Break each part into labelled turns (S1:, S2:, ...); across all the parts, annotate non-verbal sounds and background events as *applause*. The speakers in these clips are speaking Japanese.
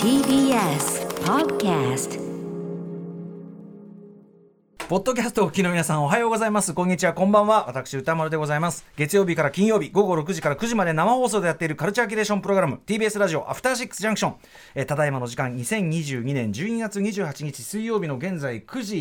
S1: TBS Podcast
S2: ポッドキャストをお聞きの皆さんおはようございます。こんにちは、こんばんは。私、歌丸でございます。月曜日から金曜日、午後6時から9時まで生放送でやっているカルチャーキュレーションプログラム、TBS ラジオ、アフターシックスジャンクション。えーただいまの時間、2022年12月28日水曜日の現在9時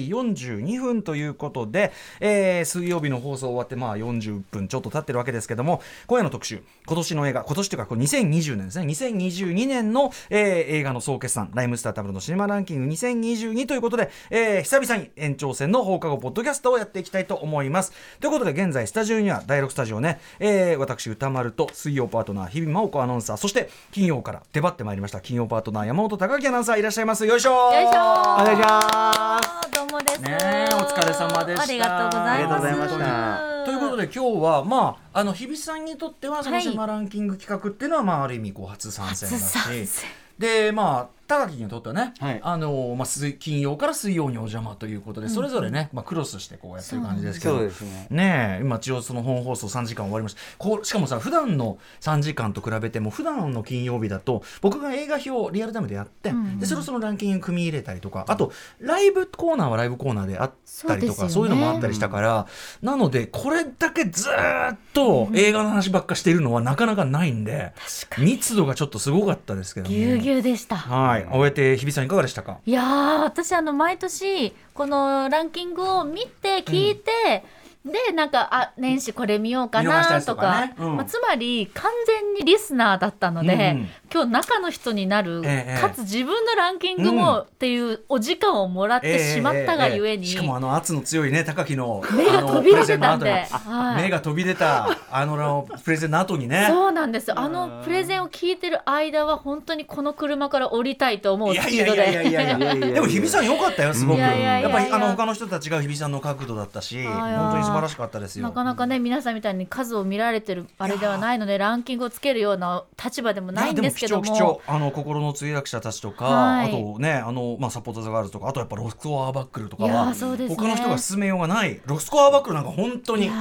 S2: 42分ということで、えー水曜日の放送終わって、まあ40分ちょっと経ってるわけですけども、今夜の特集、今年の映画、今年というかこう2020年ですね、2022年の、えー映画の総決算、ライムスターダブルのシネマランキング2022ということで、えー久々に延長戦の放課後ポッドキャストをやっていきたいと思います。ということで、現在スタジオには、第6スタジオね、えー私、歌丸と水曜パートナー、日々真央子アナウンサー、そして金曜から出張ってまいりました、金曜パートナー、山本隆明アナウンサー、いらっしゃいます。よいしょよ
S3: よいしょー
S2: お願いします。
S3: どうもです。
S2: ねえお疲れ様でした
S3: ありがとうございます。
S2: ありがとうござい
S4: ま
S2: ということで今日はまああの日比さんにとってはその
S3: はい
S2: シマランキング企画っていうのはまあある意味こう初参戦だし
S3: 初参戦
S2: でまあ高木にとってはね、
S4: はい
S2: あのまあ、水金曜から水曜にお邪魔ということで、それぞれね、まあ、クロスしてこうやってる感じですけど
S4: そうですね
S2: ねえ今一応その本放送3時間終わりましたこうしかもさ普段の3時間と比べても普段の金曜日だと僕が映画表をリアルタイムでやって、でそれをそのランキング組み入れたりとかあとライブコーナーはライブコーナーであったりとかそう,、
S3: そうですよね
S2: いうのもあったりしたから、なのでこれだけずーっと映画の話ばっかしているのはなかなかないんで、密度がちょっとすごかったですけど
S3: ぎゅうぎ
S2: ね。
S3: ゅうでした。
S2: はい、終えて日比さんいかがでしたか
S3: いやー、私あの毎年このランキングを見て聞いて。でなんかあ年始これ見ようか
S2: 見逃した
S3: な
S2: やつと
S3: と
S2: かね
S3: か
S2: うん
S3: まあ、つまり完全にリスナーだったので、
S2: うんうん
S3: 今日中の人になる、
S2: ええ
S3: かつ自分のランキングもっていうお時間をもらってしまったがゆえに、
S2: しかもあの圧の強いね高木の
S3: 目が飛び出てたんで
S2: あのプレゼンの後に
S3: はい
S2: 目が飛び出たあのプレゼンの後に *laughs* ね
S3: そうなんですよあのプレゼンを聞いてる間は本当にこの車から降りたいと思う
S2: いや
S3: ス
S2: い
S3: ピー
S2: や
S3: ド
S2: いやいやい
S3: で。
S2: やいや
S4: いやいやいや
S2: でも日比さん良かったよすごく
S3: いやいやいやい
S2: やっ
S3: や
S2: ぱりあの他の人たちが日比さんの角度だったし
S3: や
S2: 本当に素晴らしかったですよ
S3: なかなかね皆さんみたいに数を見られてるあれではないのでランキングをつけるような立場でもないんですけど
S2: いやでも
S3: も
S2: 貴重貴重あの心の通訳者たちとか、
S3: はい
S2: あとねあの、まあ、サポーターズガールズとかあとやっぱロスコアーバックルとか
S3: いや
S2: は
S3: ーそうですね
S2: 他の人が勧めようがないロスコアーバックルなんか本当に
S3: いや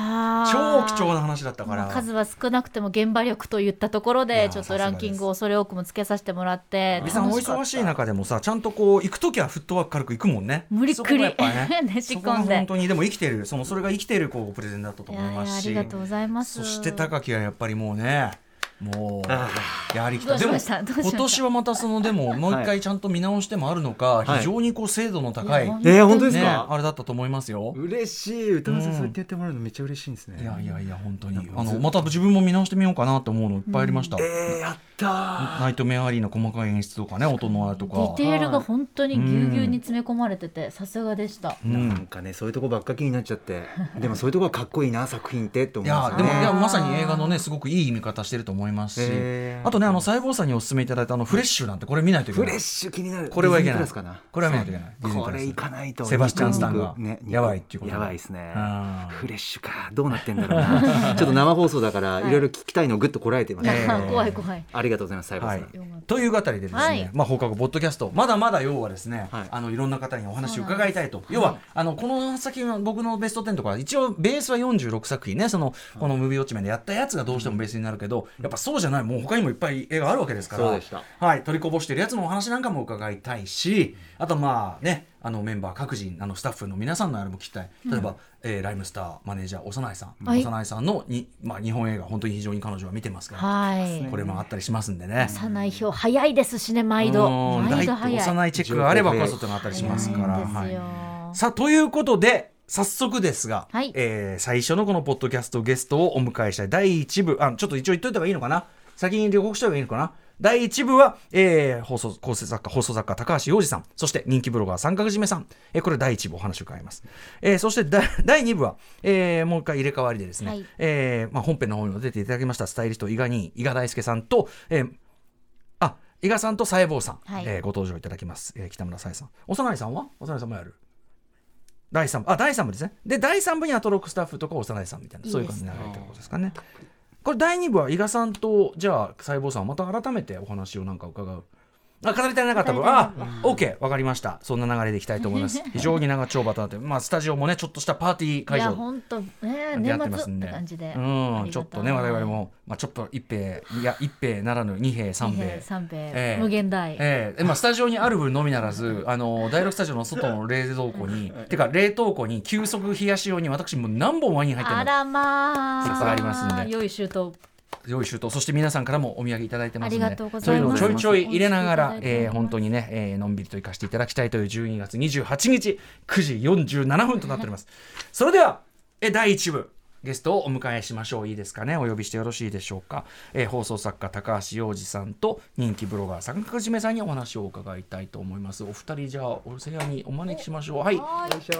S2: 超
S3: ー
S2: 貴重な話だったから。
S3: まあ数は少なくても現場力といったところ
S2: いや
S3: で
S2: ー
S3: ちょっとランキングをそれ多くもつけさせてもらって
S2: 美さんお
S3: 楽しかった
S2: 忙しい中でもさちゃんとこう行く時はフットワーク軽く行くもんね
S3: 無理
S2: そ
S3: く
S2: こも
S3: り
S2: やっぱね
S3: *laughs* ねじ
S2: そ
S3: 込
S2: こは
S3: んで
S2: 本当にでも生きてるそのそれが生きてるこうプレゼンだったと
S3: い
S2: 思
S3: や
S2: い
S3: いや
S2: ま
S3: あ
S2: すし
S3: りがとうございます
S2: そして高木はやっぱりもうねもうやりき
S3: ど
S2: た
S3: う
S2: で
S3: し
S2: も
S3: ましたどうしまし
S2: 今
S3: た
S2: 年はまたそのでももう一回ちゃんと見直してもあるのか
S4: はい
S2: 非常にこう精度の高い
S3: いや
S2: ね
S3: 当に
S4: えー本当ですか、
S2: あれだったと思いますよ
S4: 嬉しい歌丸さん
S2: うん
S4: そうやってやってもらうのめっちゃ嬉しいんですね
S2: いやいやいや本当に
S4: んか
S2: あのまた自分も見直してみようかなと思うのいっぱいありました
S4: えーやったー
S2: ナイトメアリーの細かい演出とかね音のあれと
S3: ディ
S2: か
S3: テールが本当にぎゅうぎゅうに詰め込まれててさすがでした
S2: う
S4: なんんかねそういうとこばっか気になっちゃってでもそういうとこがかっこいいな作品ってって思
S2: い
S4: うん
S2: や
S4: です
S2: で
S4: よ
S2: も
S4: ね
S2: いやまさに映画のねすごくいい見方してると思いますし、
S4: へー
S2: あとねあの細胞さんにお勧めいただいたあのフレッシュなんてこれ見ないといけ
S4: フ
S2: ない
S4: レッシュ気になる
S2: これはいけ
S4: ディ
S2: な
S4: ズ
S2: い
S4: ニープラスかな
S2: これは見ないといけないディズニー
S4: こ
S2: プラス
S4: れいかないと
S2: セバスチャンスタンが
S4: ね
S2: やばいっていうこと
S4: やばいですね
S2: うん
S4: フレッシュかどうなってんだろうな *laughs* ちょっと生放送だからいろいろ聞きたいのをぐっとこらえてま
S3: い
S4: す
S3: や
S2: えー
S3: 怖い怖い
S4: ありがとうございます細胞
S2: は
S4: さ
S2: い
S4: ん、
S2: というあたりでですね、
S3: はい
S2: まあ、放課後ポッドキャストまだまだ要はですね、
S4: はいい、
S2: あのいろんな方にお話を伺いたいと要は、あのこの先の僕のベスト10とか一応ベースは46作品ねそのこのムービーウォッチメンでやったやつがどうしてもベースになるけど、やっぱそうじゃないもう他にもいっぱい映画あるわけですから
S4: そうでした
S2: はい、取りこぼしてるやつのお話なんかも伺いたいしあとまあねあのメンバー各人あのスタッフの皆さんのあれも聞きたい例えば、えーライムスターマネージャー幼いさん、
S3: はい
S2: 幼いさんのに、まあ、日本映画本当に非常に彼女は見てますから、
S3: はい
S2: これもあったりしますんでね。
S3: 幼い表早いですしね毎度
S2: うん
S3: 毎度
S2: 第一
S3: 早い
S2: 幼いチェックがあればこそとなったりしますから。
S3: 早いんですよ
S2: はいさあということで早速ですが、
S3: はい
S2: えー最初のこのポッドキャストゲストをお迎えしたい第1部あちょっと一応言っといた方がいいのかな先に予告した方がいいのかな第1部は、えー放送構成作家、放送作家、高橋洋二さん、そして人気ブロガー、三角締めさん、えーこれ第1部お話を伺います。えーそしてだ *laughs* 第2部は、えーもう一回入れ替わりでですね、
S3: はい
S2: えーまあ、本編の方にも出ていただきました、スタイリスト、伊賀に伊賀大輔さんと、えーあ、伊賀さんと細胞さん、
S3: はい
S2: えーご登場いただきます。えー北村さえさん。幼いさんは幼いさんもやる第3部、あ、第三部ですね。で、第3部にアトロックスタッフとか幼いさんみたいな、
S3: いい
S2: そういう
S3: で
S2: 感
S3: す
S2: じに
S3: ね
S2: なるってことですかね。これ第2部は伊賀さんと、じゃあ、細胞さん、また改めてお話をなんか伺う。あ語り足りなかった分
S3: 語り足りな
S2: あ OK わかりましたそんな流れでいきたいと思います非常に長丁場となって、まあ、スタジオもねちょっとしたパーティー
S3: い
S2: 会
S3: や
S2: 場
S3: 本当ね
S2: や
S3: 年
S2: ってます
S3: 末っ
S2: ん
S3: て
S2: で
S3: 感じで、
S2: うん、ちょっとね我
S3: も
S2: 々も、まあ、ちょっと一兵いや一兵ならぬ二兵三兵
S3: 三兵、
S2: ええ
S3: 無限大、
S2: ええまあ、スタジオにある分のみならずあの第6スタジオの外の冷蔵庫にてか冷凍庫に急速冷やし用に私もう何本ワイン入ってる
S3: あ
S2: の
S3: らまあ
S2: いっぱいありますんで
S3: 良い周到
S2: 用意周到そして皆さんからもお土産いただいて
S3: あ
S2: ますの
S3: りが
S2: で
S3: とうござ
S2: そうい
S4: いうます
S2: のをちょいちょい入れながら
S3: 美、味しいいただいており
S2: え
S3: ま
S2: ー
S3: す
S2: 本当にね、えーのんびりと行かせていただきたいという12月28日9時47分となっておりますそれではえー第1部ゲストをお迎えしましょういいですかねお呼びしてよろしいでしょうか、えー放送作家高橋洋二さんと人気ブロガー三角締めさんにお話を伺いたいと思いますお二人じゃあお部屋にお招きしましょうはいいらっし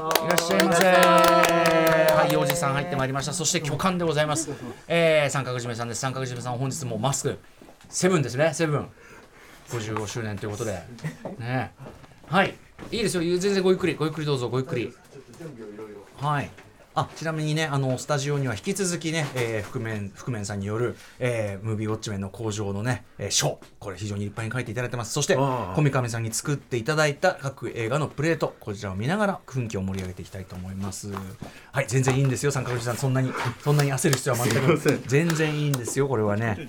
S2: ゃいませ。はい、おじさん入ってまいりました。そして巨漢でございます。えー、三角締めさんです。三角締めさん、本日もマスク。セブンですね。セブン。55周年ということで。ね。はい。いいですよ。全然ごゆっくり、ごゆっくりどうぞ、ごゆっくり。はい。あちなみにねあのスタジオには引き続きね、えー、覆面覆面さんによる、えームービーウォッチメンの工場のね、えー、書これ非常に立派に書いていただいてますそして
S4: ああ
S2: コミカミさんに作っていただいた各映画のプレートこちらを見ながら雰囲気を盛り上げていきたいと思いますはい全然いいんですよ三角地さんそんなにそんなに焦る必要は全
S5: すいま
S2: く全然いいんですよこれはね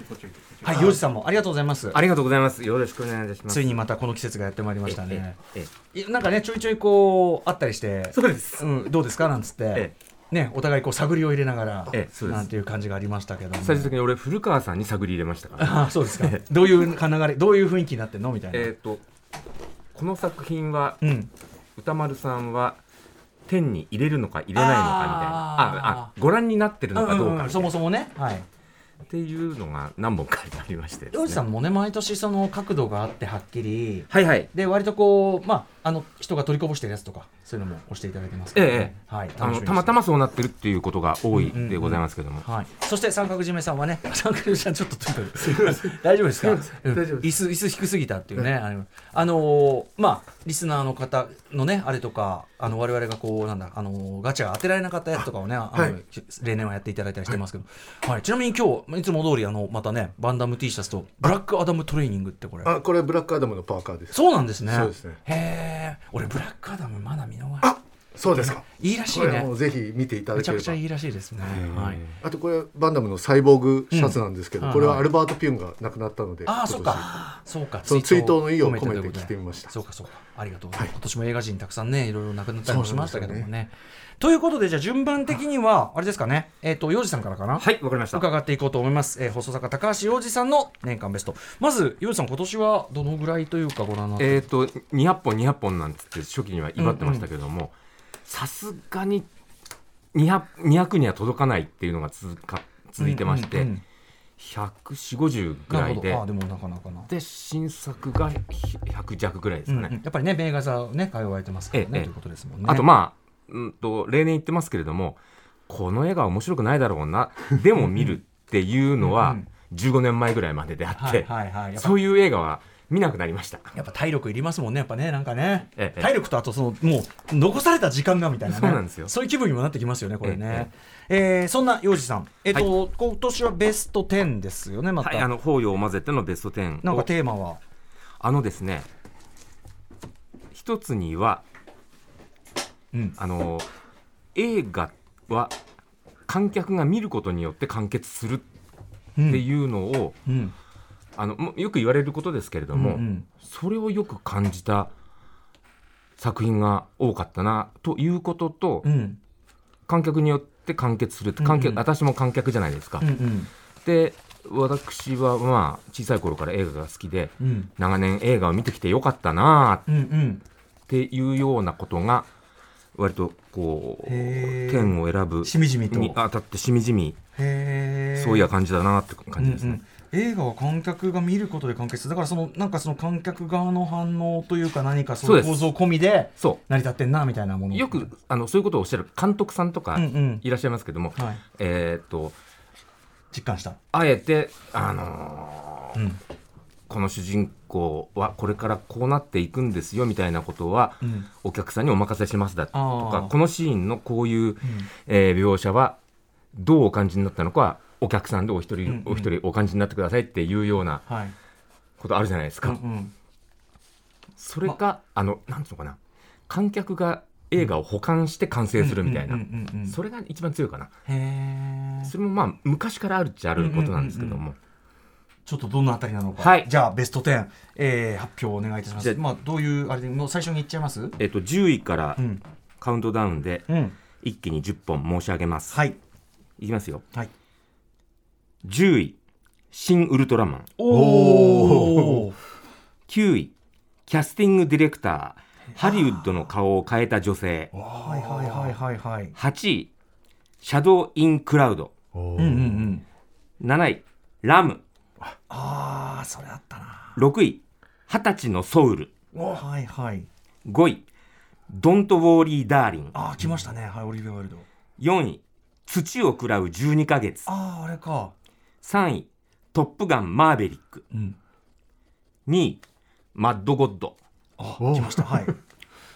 S2: はい洋治さんもありがとうございます
S5: ありがとうございます。よろしくお願いします。
S2: ついにまたこの季節がやってまいりました
S5: え
S2: ね
S5: ええ
S2: いやなんかねちょいちょいこうあったりして
S5: そうです
S2: ん、どうですかなんつって、
S5: え
S2: ね、お互いこう探りを入れながら、
S5: ええそうです
S2: なんていう感じがありましたけども
S5: え最終的に俺古川さんに探り入れましたから。
S2: あそうですかどういう流れどういう雰囲気になってんのみたいな、
S5: えっとこの作品は
S2: うん
S5: 歌丸さんは天に入れるのか入れないのかみたいなああご覧になってるのかどうかみたいな
S2: そもそもねはい
S5: っていうのが何本かありましてですね。
S2: 洋治さんもね毎年その角度があってはっきり
S5: はいはい。
S2: で割とこうまああの人が取りこぼしてるやつとかそういうのも押していただいてますからね、
S5: ええ
S2: はい、楽し
S5: あ
S2: みに
S5: の
S2: して
S5: たまたまそうなってるっていうことが多いでございますけども、
S2: はい、そして三角締めさんはね、三角締めさんちょっとついてる。大丈夫ですか。うん
S5: *laughs* 大丈夫
S2: 椅子、椅子低すぎたっていうね、あの、あのーまあ、リスナーの方のね、あれとか。あの、我々がこう、なんだ、あのーガチャが当てられなかったやつとかをね、あの、
S5: はい
S2: 例年はやっていただいたりしてますけど。はい、ちなみに今日、いつも通り、あの、またね、バンダム T シャツと、ブラックアダムトレーニングってこれ。
S6: あこれブラックアダムのパーカーです。
S2: そうなんですね。
S6: そうですね
S2: へえ、俺ブラックアダムまだ見逃し
S6: あそうですか。
S2: いいらしい
S6: これ
S2: ね
S6: も。うぜひ見ていただ
S2: め
S6: け
S2: ち
S6: れ
S2: ゃ
S6: ば
S2: くちゃいいらしいですね。はい。
S6: あとこれバンダムのサイボーグシャツなんですけど、
S2: うん
S6: これ
S2: は
S6: はいアルバート・ピューンが亡くなったので
S2: ああ、
S6: 今
S2: そっ
S6: 年
S2: か。そうか。
S6: その追悼の意を
S2: という
S6: 込
S2: こ
S6: め
S2: と
S6: て
S2: で
S6: 着てみました
S2: そうか、そうか。ありがとうございます。今年も映画人たくさんね、いろいろ亡くなったりもしましたけども
S6: そう
S2: ね。ということで、じゃあ順番的には、あれですかね、えっと、洋二さんからかな。
S5: はいわかりました
S2: 伺っていこうと思います。えー、放送作家、高橋洋二さんの年間ベスト。まず、洋二さん、今年はどのぐらいというか、ご覧になって。
S5: えっ、と200本200本なんつって初期には威張ってましたけどもさすがに 200, 200には届かないっていうのが続か続いてまして、
S2: うんうんうん
S5: 14050ぐら
S2: な
S5: い
S2: る
S5: で
S2: ほどあーでもなかなかな。
S5: で新作が100弱ぐらいですかね、
S2: うんうんやっぱりね、名画座をね、通われてますから
S5: え
S2: ね、
S5: え
S2: ということですもんね。
S5: あとまあ、うん、と例年言ってますけれどもこの映画は面白くないだろうなでも見るっていうの
S2: う
S5: は
S2: んうん
S5: 15年前ぐらいまでであっ
S2: は
S5: て、
S2: いはいはい。やっぱ
S5: そういう映画は見なくなりました。
S2: やっぱ体力いりますもんね、やっぱね、なんかね、
S5: ええ
S2: 体力とあとその、もう残された時間がみたいなね、
S5: *laughs* そうなんですよ
S2: そういう気分にもなってきますよね、これね。えーそんな洋二さん、えっと今年はベスト10ですよね、また、
S5: はい、あの法要を混ぜてのベスト10を
S2: なんかテーマは、
S5: あのですね一つには
S2: うん、
S5: あの映画は観客が見ることによって完結するっていうのを、
S2: うん、
S5: あのもよく言われることですけれども、
S2: うんうん
S5: それをよく感じた作品が多かったなということと、
S2: うん、
S5: 観客によって完結する観客、
S2: うんうん
S5: 私も観客じゃないですか。
S2: うん、うん、
S5: で私はまあ小さい頃から映画が好きで、
S2: うん、
S5: 長年映画を見てきてよかったなあ
S2: うん、うん、
S5: っていうようなことが割とこう
S2: へー
S5: 天を選ぶ
S2: しみじみと
S5: にあたってしみじみ
S2: へー
S5: そういや感じだなって感じです
S2: う
S5: ね。
S2: んうん、映画は観客が見ることで完結するだからそのなんかその観客側の反応というか何かそういう
S5: そう
S2: 構
S5: です
S2: 造込みで
S5: そ
S2: 成り立ってんなみたいなもの
S5: うよくあのそういうことをおっしゃる監督さんとか
S2: うんうん
S5: いらっしゃいますけども、
S2: はい
S5: えーっと
S2: 実感した、
S5: あえて、あのー
S2: うん
S5: この主人公はこれからこうなっていくんですよみたいなことは、
S2: うん
S5: お客さんにお任せしますだと
S2: あ
S5: か
S2: ー
S5: このシーンのこういう、えー描写はどうお感じになったのかはお客さんでお一人、
S2: うんうん
S5: お一人お感じになってくださいっていうような
S2: はい
S5: ことあるじゃないですか、
S2: うん
S5: それか、あのなんつうのかな観客が映画を保管して完成するみたいな、
S2: うんうんうんうん
S5: それが一番強いかな、
S2: へえ
S5: それもまあ昔からあるっちゃあることなんですけども、
S2: ちょっとどのあたりなのか、
S5: はい
S2: じゃあベスト10、えー、発表をお願いいたしま
S5: じ
S2: す
S5: ゃあ
S2: まあどういうあれでもう最初に言っちゃいます
S5: えっと10位から
S2: うん
S5: カウントダウンで
S2: うん
S5: 一気に10本申し上げます、
S2: はい
S5: いきますよ
S2: はい
S5: 10位「新ウルトラマン
S2: おお」
S5: 9位キャスティングディレクターハリウッドの顔を変えた女性
S2: はいはいはいはいはい
S5: 8位シャドウ・イン・クラウド
S2: うんうんうん
S5: 7位ラム
S2: ああそれあったな
S5: 6位二十歳のソウル
S2: はいはい
S5: 5位ドント・ウォーリー・ダーリン
S2: ああ来ましたねはいオリビア・ワイルド
S5: 4位土を食らう12ヶ月
S2: あああれか
S5: 3位トップガン・マーベリック
S2: うん
S5: 2位マッド・ゴッド
S2: あ来ましたはい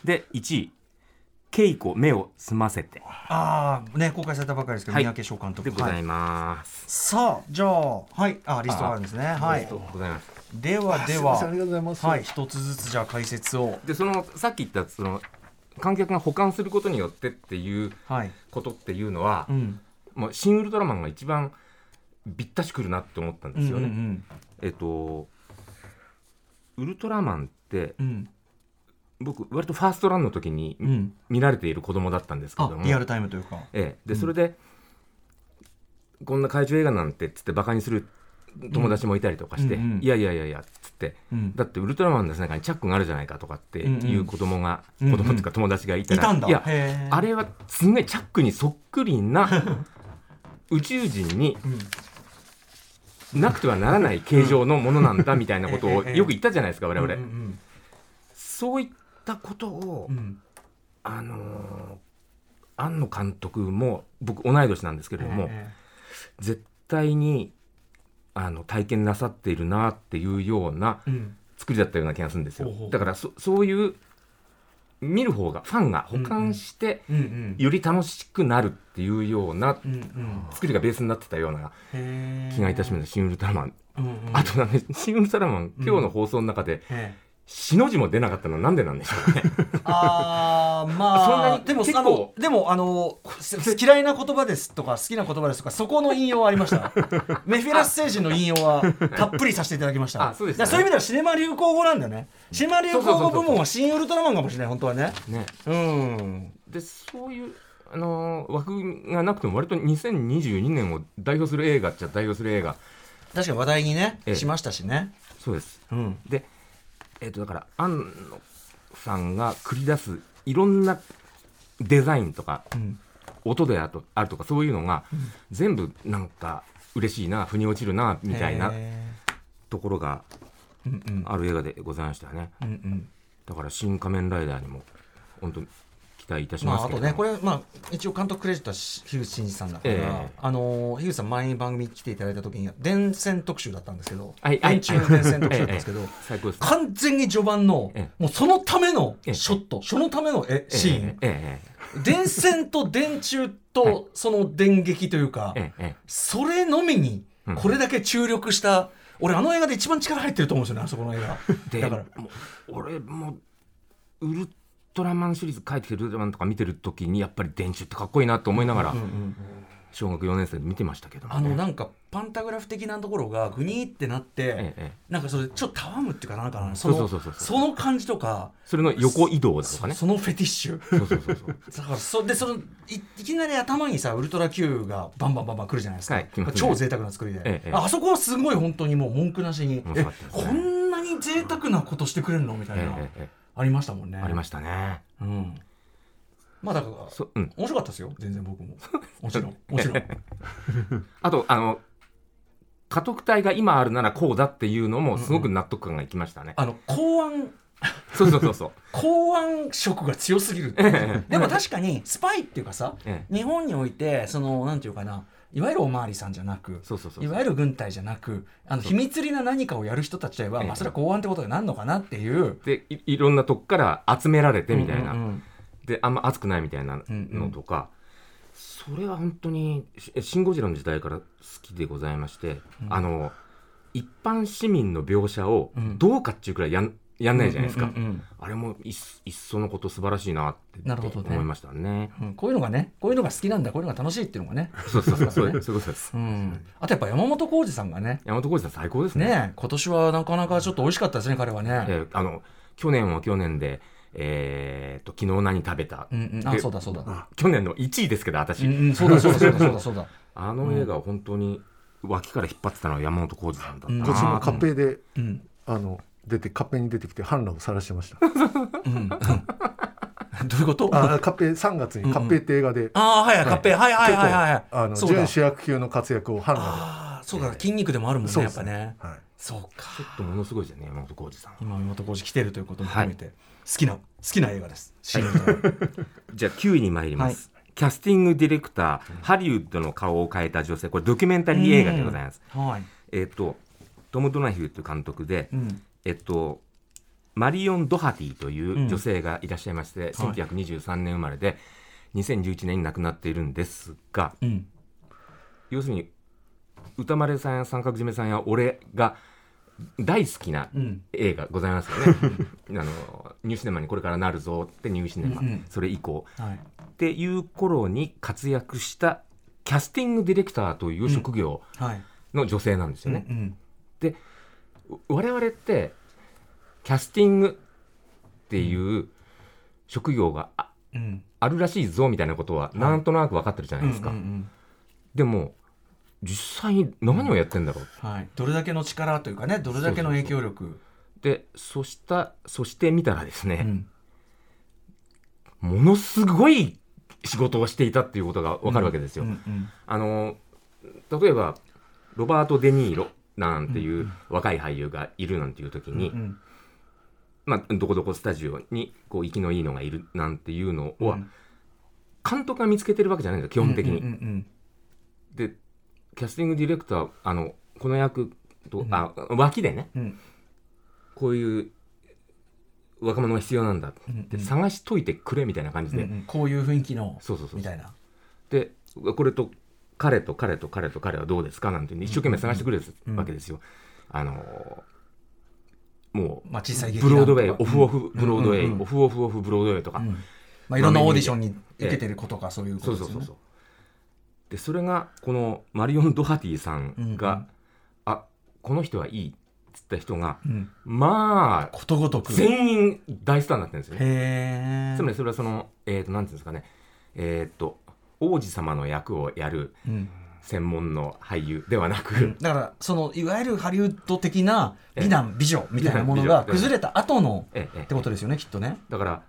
S5: で1位ケイコ目を澄ませて
S2: ああね公開されたばかりですけど、
S5: はい
S2: 三宅翔監督
S5: でござ
S2: はい
S5: ます、
S2: さあじゃあはいあリストがあるんですねはい
S5: ありがとうございます
S2: ではです
S6: いませんあ
S2: は
S6: りがとうございます。
S2: はい一つずつじゃあ解説を
S5: でそのさっき言ったその観客が保管することによってっていう
S2: はい
S5: ことっていうのは、
S2: うん
S5: もうシン・ウルトラマンが一番びったしくるなって思ったんですよね。
S2: うんうん
S5: えっとウルトラマンって
S2: うんうん
S5: 僕割とファーストランの時に
S2: うん
S5: 見られている子供だったんですけど
S2: あ
S5: も、
S2: リアルタイムというか
S5: ええ、でそれで、こんな怪獣映画なんてっつってバカにする友達もいたりとかして、
S2: うんうんうん
S5: いやいやいやいやっつって、
S2: うん
S5: だってウルトラマンの背中にチャックがあるじゃないかとかって
S2: うん
S5: いううん子供が、
S2: うんうん
S5: 子供っていうか友達がいた
S2: い
S5: ら、
S2: たんだ
S5: いや
S2: へー
S5: あれはすんごいチャックにそっく
S2: *laughs*
S5: りな宇宙人に
S2: うん
S5: なくてはならない形状のものなんだみたいなことを
S2: *laughs* ええええ
S5: よく言ったじゃないですか我々、
S2: うんうん
S5: そういったことを、
S2: うんうん
S5: あのー庵野監督も僕同い年なんですけれども、
S2: え
S5: 絶対にあの体験なさっているなっていうような
S2: えうん
S5: 作りだったような気がするんですよ
S2: ほうほう
S5: だからそそういう見る方がファンが保管して
S2: うんうん
S5: より楽しくなるっていうような
S2: うんうん
S5: 作りがベースになってたような
S2: へー
S5: 気がいたしますシン・ウルトラマン、
S2: うんうん
S5: あとなんか *laughs* シン・ウルトラマン今日の放送の中で
S2: ええ
S5: 死の字も出なかったのはなんでなんでしょうね
S2: あーまあ
S5: そんなに
S2: でも
S5: 結
S2: あの
S5: 構
S2: でもあの
S5: *laughs*
S2: す嫌いな言葉ですとか好きな言葉ですとかそこの引用はありました
S5: *laughs*
S2: メフィラス星人の引用はたっぷりさせていただきました
S5: あそうです
S2: だ
S5: ね
S2: からそういう意味ではシネマ流行語なんだよねシネマ流行語部
S5: そうそうそう
S2: 門は新ウルトラマンかもしれない本当はね
S5: ね
S2: うん
S5: でそういう、あのー枠がなくても割と2022年を代表する映画っちゃ代表する映画
S2: 確かに話題にね
S5: ええ
S2: しましたしね
S5: そうです
S2: うん
S5: で、えっとだから庵野さんが繰り出すいろんなデザインとか
S2: うん
S5: 音であとあるとかそういうのが、全部なんか嬉しいな腑に落ちるなみたいな
S2: へ
S5: ところが
S2: ーうんうん
S5: ある映画でございましたよね、
S2: うんうん
S5: だから「新仮面ライダー」にも本当に期待いたし
S2: ま
S5: ます
S2: あ、あ
S5: けど
S2: とね、これ、まあ、一応監督クレジットは樋口真嗣さんだから、
S5: ええ
S2: あのー樋口さん、前に番組に来ていただいた時に、電線特集だったんですけど、
S5: はいはい
S2: 電柱の電線特集だったんですけど、
S5: *laughs* ええ最高です
S2: 完全に序盤の、
S5: ええ
S2: もうそのための
S5: ええ
S2: ショット、そのためのえ
S5: ええ
S2: シーン、
S5: ええ
S2: 電線と電柱
S5: はい
S2: とその電撃というか、
S5: ええええええ
S2: それのみに
S5: うん
S2: これだけ注力した、俺、あの映画で一番力入ってると思うんですよね、あそこの映画。
S5: で
S2: だから
S5: もう俺もウルトラマンシリーズ帰ってきてウルトラマンとか見てる時にやっぱり電柱ってかっこいいなと思いながら小学4年生で見てましたけども
S2: あ
S5: ね
S2: のなんかパンタグラフ的なところがグニーってなって、
S5: ええ
S2: なんかそれちょっとたわむっていうかなんかなその
S5: そうそうそうそう
S2: その感じとか
S5: それの横移動だと
S2: そ
S5: かね
S2: そのフェティッシュ *laughs*
S5: そうそうそうそう
S2: だからそでそのいいきなり頭にさウルトラ Q がバンバンバンバン来るじゃないですか、
S5: はい来ますね
S2: 超贅沢な作りで、
S5: ええ
S2: ああそこはすごい本当にもう文句なしに、
S5: 面
S2: え
S5: 白かったですね
S2: こんなに贅沢なことしてくれるのみたい
S5: *laughs* ええ
S2: な、
S5: えええ
S2: ありましたもんね
S5: えありましたね
S2: うん、まあだから
S5: そうん
S2: 面白かったですよ全然
S5: *laughs*
S2: 僕ももちろんもちろん
S5: あとあの家督隊が今あるならこうだっていうのもすごく納得感がいきましたね、
S2: あの公安
S5: そう *laughs* そうそうそう
S2: 公安色が強すぎるってでも確かにスパイっていうかさ
S5: え
S2: 日本においてそのなんていうかないわゆるおまわりさんじゃなく
S5: そうそうそう
S2: いわゆる軍隊じゃなくあの秘密裏な何かをやる人たちといえば、
S5: ええ
S2: まあ、それは公安ってことになるのかなっていう。
S5: でいいろんなとこから集められてみたいな、
S2: うんうん
S5: であんま熱くないみたいなのとか、それは本当にし「シン・ゴジラ」の時代から好きでございまして、あの一般市民の描写をどうかっていうくらいやんやんないじゃないですか、
S2: うんうんうん
S5: あれもいっいっそのこと素晴らしいなって
S2: なるほどね
S5: 思いましたね
S2: うんこういうのがねこういうのが好きなんだこういうのが楽しいっていうのが
S5: *laughs*
S2: ね、
S5: そうそ
S2: *laughs*
S5: うそうそうそういうことです
S2: うん、あとやっぱ山本浩二さんがね
S5: 山本浩二さん最高ですね
S2: ね今年はなかなかちょっと美味しかったですね彼はね、
S5: えーあの去年は去年でえーっと昨日何食べた、
S2: うんうんあ
S5: で
S2: そうだそうだ
S5: 去年の1位ですけど私、
S2: うんうんそうだそうだそうだそうだそうだ
S5: あの映画を本当に脇から引っ張ってたのは山本浩二さんだった
S2: うん
S5: な
S6: こっちもカッペで、
S2: うん
S6: あの出てカッペに出てきて反乱を晒してました
S2: うん
S5: *laughs*
S2: うんどういうことあ
S6: あカッペ3月にカッペって映画で、
S2: あーはいはいカッペはいはい
S6: 結構、
S2: はいはい
S6: あの
S2: そうだ
S6: 準主役級の活躍を反乱
S2: ああそうだ筋肉でもあるもん
S6: そ
S2: ね
S6: う
S2: や
S6: で
S2: っ
S6: す
S2: ぱね
S6: で、はい、
S2: そうか
S5: ちょっとものすごいですよね山本浩二さんは
S2: 今山本浩二来てるということも含めて、好きな好きな映画ですシリーズの
S5: じゃあ9位に参ります、キャスティングディレクターハリウッドの顔を変えた女性これドキュメンタリー映画でございます、
S2: はい、
S5: えっとトム・ドナヒューという監督で、
S2: うん
S5: えっとマリオン・ドハティという女性がいらっしゃいまして、1923年生まれで2011年に亡くなっているんですが
S2: うん、
S5: 要するに歌丸さんや三角締めさんや俺が大好きな
S2: うん
S5: 映画ございますよね
S2: *laughs*
S5: あのニューシネマにこれからなるぞってニューシネマ、
S2: うんうん
S5: それ以降
S2: はい、
S5: っていう頃に活躍したキャスティングディレクターという職業
S2: はい、
S5: の女性なんですよね。
S2: うん、
S5: 我々ってキャスティングっていう職業があ
S2: うん、
S5: あるらしいぞみたいなことはなんとなく分かってるじゃないですか。
S2: うんうん
S5: でも実際に何をやってんだろう
S2: うんはい、どれだけの力というかね、どれだけの影響力。
S5: でそしたそして見たらです
S2: う
S5: ね、
S2: ん
S5: ものすごい仕事をしていたっていうことが分かるわけですよ。
S2: うんうん
S5: あの例えばロバート・デ・ニーロなんていう若い俳優がいるなんていう時に、
S2: うん
S5: まあ、どこどこスタジオにこう息のいいのがいるなんていうの
S2: う
S5: は、
S2: ん
S5: 監督が見つけてるわけじゃないんですよ基本的に。
S2: うんうん
S5: でキャスティングディレクターあのこの役と、あ脇でね
S2: うんうん
S5: こういう若者が必要なんだ
S2: うん
S5: って探しといてくれみたいな感じ
S2: うん
S5: で、
S2: うんこういう雰囲気の
S5: そうそうそう
S2: みたいな。
S5: でこれと彼と彼と彼と彼はどうですかなんていうんで一生懸命探してくれるわけですよ。あのーもう、
S2: まあ小さい劇
S5: ブ
S2: 団
S5: ロ
S2: と
S5: ー
S2: か
S5: ドウェイオフオフブロードウェイ、
S2: うんうんうん
S5: オフオフオフブロードウェイとか、
S2: うんまあいろんなオーディションに受けてる子とかそういうこと
S5: そう
S2: です
S5: そう
S2: よね。
S5: そうそうでそれがこのマリオン・ドハティさんが、
S2: うんうん
S5: あこの人はいいっつった人が
S2: うん
S5: まあ
S2: ことごとく。へ
S5: 全員大スターになってるんですよね
S2: え。
S5: つまりそれはそのえっ、となんていうんですかねえっ、と王子様の役をやる
S2: うん
S5: 専門の俳優ではなく、
S2: だからそのいわゆるハリウッド的な美男美女みたいなものが
S5: 美男美女
S2: 崩れた後の
S5: ええ
S2: ってことですよねきっとね。
S5: だから、